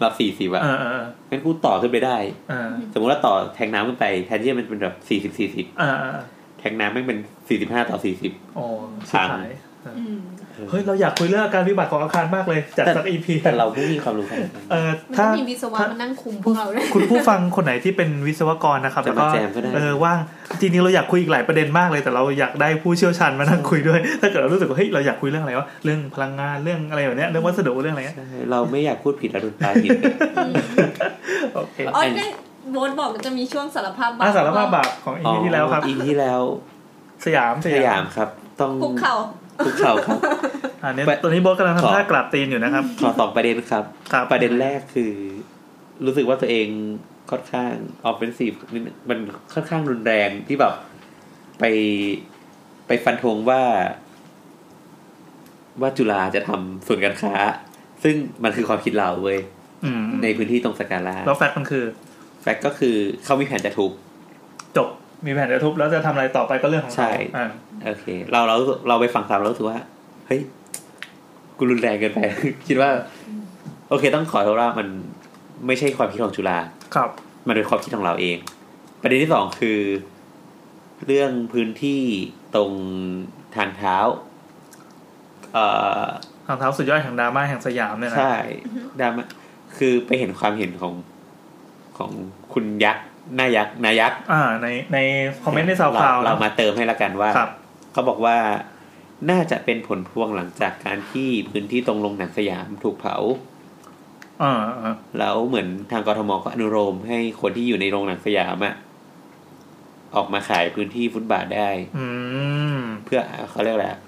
[SPEAKER 3] รับสี่สิบอ่ะ
[SPEAKER 4] อ่าอ่า
[SPEAKER 3] งั้นกูต่อขึ้นไปได้
[SPEAKER 4] อ่า
[SPEAKER 3] สมมติว่าต่อแทงน้ำขึ้นไป แทนที่มันเป็นแบบสี่สิบสี่สิบ
[SPEAKER 4] อ่าอ่า
[SPEAKER 3] แทงน้ำไม่งเป็นสี่สิบห้าต่อสี่สิบ
[SPEAKER 4] โอ้ชิบหายอ่ะ
[SPEAKER 5] อืม
[SPEAKER 4] เฮ้ยเราอยากคุยเรื่องอาการวิบัติของอาคารมากเลยจัด
[SPEAKER 3] แต่
[SPEAKER 4] สักอีพี
[SPEAKER 3] แต่เราไม่มีความรู้ขนาดนั้น
[SPEAKER 4] เออ
[SPEAKER 5] มัน
[SPEAKER 4] ถ้า
[SPEAKER 5] ก็มีวิศวะมานั่งคุมพวกเราด้วย
[SPEAKER 4] คุณผู้ฟัง คนไหนที่เป็นวิศวกรนะครับ
[SPEAKER 3] จะ
[SPEAKER 4] แล้
[SPEAKER 3] มา
[SPEAKER 4] วก็
[SPEAKER 3] แจมก็ได้
[SPEAKER 4] เออว่างจริงๆเราอยากคุยอีกหลายประเด็นมากเลย แต่เราอยากได้ผู้เชี่ยวชาญมานั่งคุยด้วย ถ้าเกิดเรารู้สึกว่าเฮ้ยเราอยากคุยเรื่องอะไรวะเรื่องพลังงานเรื่องอะไรแบบเนี้ยเรื่องวัสดุเรื่องอะไรเงี้ย
[SPEAKER 3] ใช่เราไม่อยากพูดผิดแล้วโดนตายผิด
[SPEAKER 4] โอเค
[SPEAKER 5] อ๋อได้โบทบอกจะมีช่วงสารภาพบาป
[SPEAKER 4] อาสารภาพบาปของอี
[SPEAKER 3] อ๋อ
[SPEAKER 4] พีที่แล้วครับ
[SPEAKER 3] อีที่แล้ว
[SPEAKER 4] สยาม
[SPEAKER 3] สยามครับ ต้อง
[SPEAKER 5] คุกเข่า
[SPEAKER 3] ทุกเสาร์ครับ
[SPEAKER 4] อันนี้
[SPEAKER 3] ไป
[SPEAKER 4] ตอนนี้โบทกำลัง
[SPEAKER 3] ขอ
[SPEAKER 4] ทำท่ากราบตีนอยู่นะครับ
[SPEAKER 3] ขอสองประเด็นครับ
[SPEAKER 4] ครับ
[SPEAKER 3] ประเด็นแรกคือ รู้สึกว่าตัวเองค่อนข้างออฟเฟนซีฟนิดนึงมันค่อนข้างรุนแรงที่แบบไปไปฟันธงว่า ว่าจุฬาจะทำส่วนย์การค้า ซึ่งมันคือความคิดเราเว้ย
[SPEAKER 4] อืม
[SPEAKER 3] ในพื้นที่ตรงสกาลา
[SPEAKER 4] แล้วแฟกต์มันคือ
[SPEAKER 3] แฟกต์ก็คือเขามีแผนจะทุบ
[SPEAKER 4] จบมีแผนจะทุบแล้วจะทำอะไรต่อไปก็เรื่องของ
[SPEAKER 3] ใช่
[SPEAKER 4] เราอ่า
[SPEAKER 3] โอเค เราเราเราไปฟังตามเรารู้สึกว่าเฮ้ยกูรุนแรงเกินไป คิดว่า โอเค ต้องขอโทษว่ามันไม่ใช่ความคิดของจุฬา
[SPEAKER 4] ครับ
[SPEAKER 3] มันเป็นความคิดของเราเอง ประเด็นที่สองคือ เรื่องพื้นที่ตรงทางเท้า เอ่อ
[SPEAKER 4] ทางเท้าสุดยอดแห่งดราม่าแห่งสยามเนี่ยนะ
[SPEAKER 3] ใช่ดราม่าคือไปเห็นความเห็นของของคุณยักษ์หน้ายักษ์นายักษ์
[SPEAKER 4] อ่า ในในคอมเมนต์ในซาวคลาว
[SPEAKER 3] เรเรามาเติมให้ละกันว่า
[SPEAKER 4] ครับ
[SPEAKER 3] เขาบอกว่าน่าจะเป็นผลพวงหลังจากการที่พื้นที่ตรงโรงหนังสยามถูกเผา
[SPEAKER 4] อ่าอ่า
[SPEAKER 3] แล้วเหมือนทางกรทมก็อนุโลมให้คนที่อยู่ในโรงหนังสยามอะออกมาขายพื้นที่ฟุตบาทได้
[SPEAKER 4] อืม
[SPEAKER 3] เพื่อเขาเรียกอะไรอะ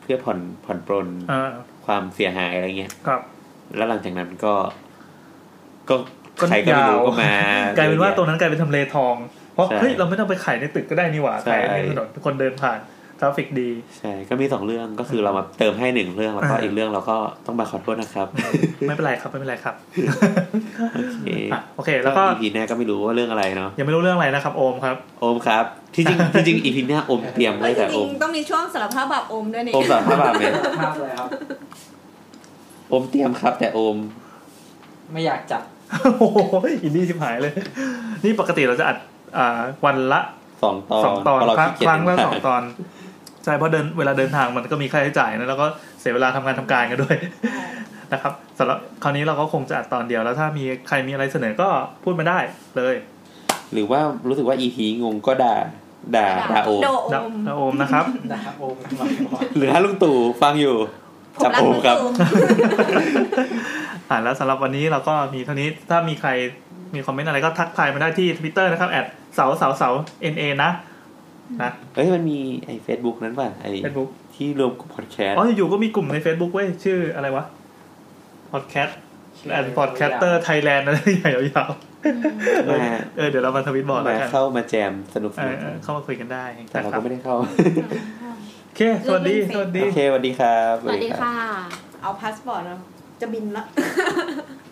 [SPEAKER 3] เพื่อผ่อนผ่อนปรน
[SPEAKER 4] อ่า
[SPEAKER 3] ความเสียหายอะไรเงี้ย
[SPEAKER 4] ครับ
[SPEAKER 3] แล้วหลังจากนั้นก็ ก็
[SPEAKER 4] ก็
[SPEAKER 3] ใครก็ไม่รู้
[SPEAKER 4] ยาว
[SPEAKER 3] ก็มา
[SPEAKER 4] กลายเป็นว่าตรงนั้นกลายเป็นทำเลทอง เพราะ
[SPEAKER 3] ใช่
[SPEAKER 4] เฮ้ยเราไม่ต้องไปขายในตึกก็ได้นี่หว่า
[SPEAKER 3] ใช่
[SPEAKER 4] ขายในถนนคนเดินผ่านทราฟิกดี
[SPEAKER 3] ใช่ก็มีสองเรื่องก็คือเรามาเติมให้หนึ่งเรื่องแล้วก็
[SPEAKER 4] อ่า
[SPEAKER 3] อีกเรื่องเราก็ต้องมาขอโทษนะครับ
[SPEAKER 4] ไม่เป็นไรครับไม่เป็นไรครับ
[SPEAKER 3] โอเค
[SPEAKER 4] อ่ะโอเค แล้วก็
[SPEAKER 3] อีพีหน้าก็ไม่รู้ว่าเรื่องอะไรเนาะ
[SPEAKER 4] ยังไม่รู้เรื่องอะไรนะครับโอมครับ
[SPEAKER 3] โอมครับ ที่จริงที่จริงอีพีหน้าโอมเตรียมไว้แต่
[SPEAKER 5] จ
[SPEAKER 3] โอ
[SPEAKER 5] ริ
[SPEAKER 3] ม
[SPEAKER 5] งๆต้องมีช่วงสารภาพบาปโอมด้วยนี่
[SPEAKER 3] โอมสารภาพบาปไหม
[SPEAKER 8] มากเลยครับ
[SPEAKER 3] โอมเตรียมครับ แต่โอม
[SPEAKER 8] ไม่อยากจับ
[SPEAKER 4] โอ้โหอินดี้ชิบหายเลย นี่ปกติเราจะอัดอ่าวันละ
[SPEAKER 3] สองตอน
[SPEAKER 4] สองตอน
[SPEAKER 3] เพราะเรา
[SPEAKER 4] ครั้ง
[SPEAKER 3] ขี้เกียจ
[SPEAKER 4] ครั้งละ
[SPEAKER 3] เดินทา
[SPEAKER 4] สองตอน ใช่เพราะเดินเวลาเดินทางมันก็มีค่าใช้จ่ายนะแล้วก็เสียเวลาทำงานทำการกันด้วย นะครับสำหรับคราวนี้เราก็คงจะอัดตอนเดียวแล้วถ้ามีใครมีอะไรเสนอก็พูดมาได้เลย
[SPEAKER 3] หรือว่ารู้สึกว่าอีพีงงก็ด่าด่าด่าโอม
[SPEAKER 5] โดโอ
[SPEAKER 4] นะ
[SPEAKER 5] ม
[SPEAKER 4] นะโอมนะครับ
[SPEAKER 8] นะครับโอมทำไมวะ
[SPEAKER 3] หรือถ้าลุงตู่ฟังอยู่ จับโอมครับ
[SPEAKER 5] ผม
[SPEAKER 4] อ่าแล้วสำหรับวันนี้เราก็มีเท่านี้ถ้ามีใครมีคอมเมนต์อะไรก็ทักทายมาได้ที่ทวิตเตอร์นะครับแอดเสาเสาเสา na นะนะ
[SPEAKER 3] เอ้ยมันมีไอ้เฟซบุ๊กนั้นป่ะไอ้
[SPEAKER 4] Facebook
[SPEAKER 3] ที่รวมกับพอดแคสต์
[SPEAKER 4] อ๋ออยู่ๆก็มีกลุ่มใน Facebook เว้ย ชื่ออะไรวะ podcast and podcaster Thailand อะไรใหญ่ยาวๆเออ
[SPEAKER 3] มา
[SPEAKER 4] เออเดี๋ยวเรามาทวิตบอกแล้ว
[SPEAKER 3] มา
[SPEAKER 4] กัน
[SPEAKER 3] เข้ามาแจมสนุกส
[SPEAKER 4] เอ
[SPEAKER 3] นุ
[SPEAKER 4] อก เออเข้ามาคุยกันได้นะค
[SPEAKER 3] แต่
[SPEAKER 4] รับ
[SPEAKER 3] เราก็ไม่ได้เข้า
[SPEAKER 4] โอเค สวัสดี สวัสดี
[SPEAKER 3] โอเคสวัสดีครับ
[SPEAKER 5] สวัสดีค่ะ
[SPEAKER 7] เอาพาสปอร์ตเราจะบินละ
[SPEAKER 3] ส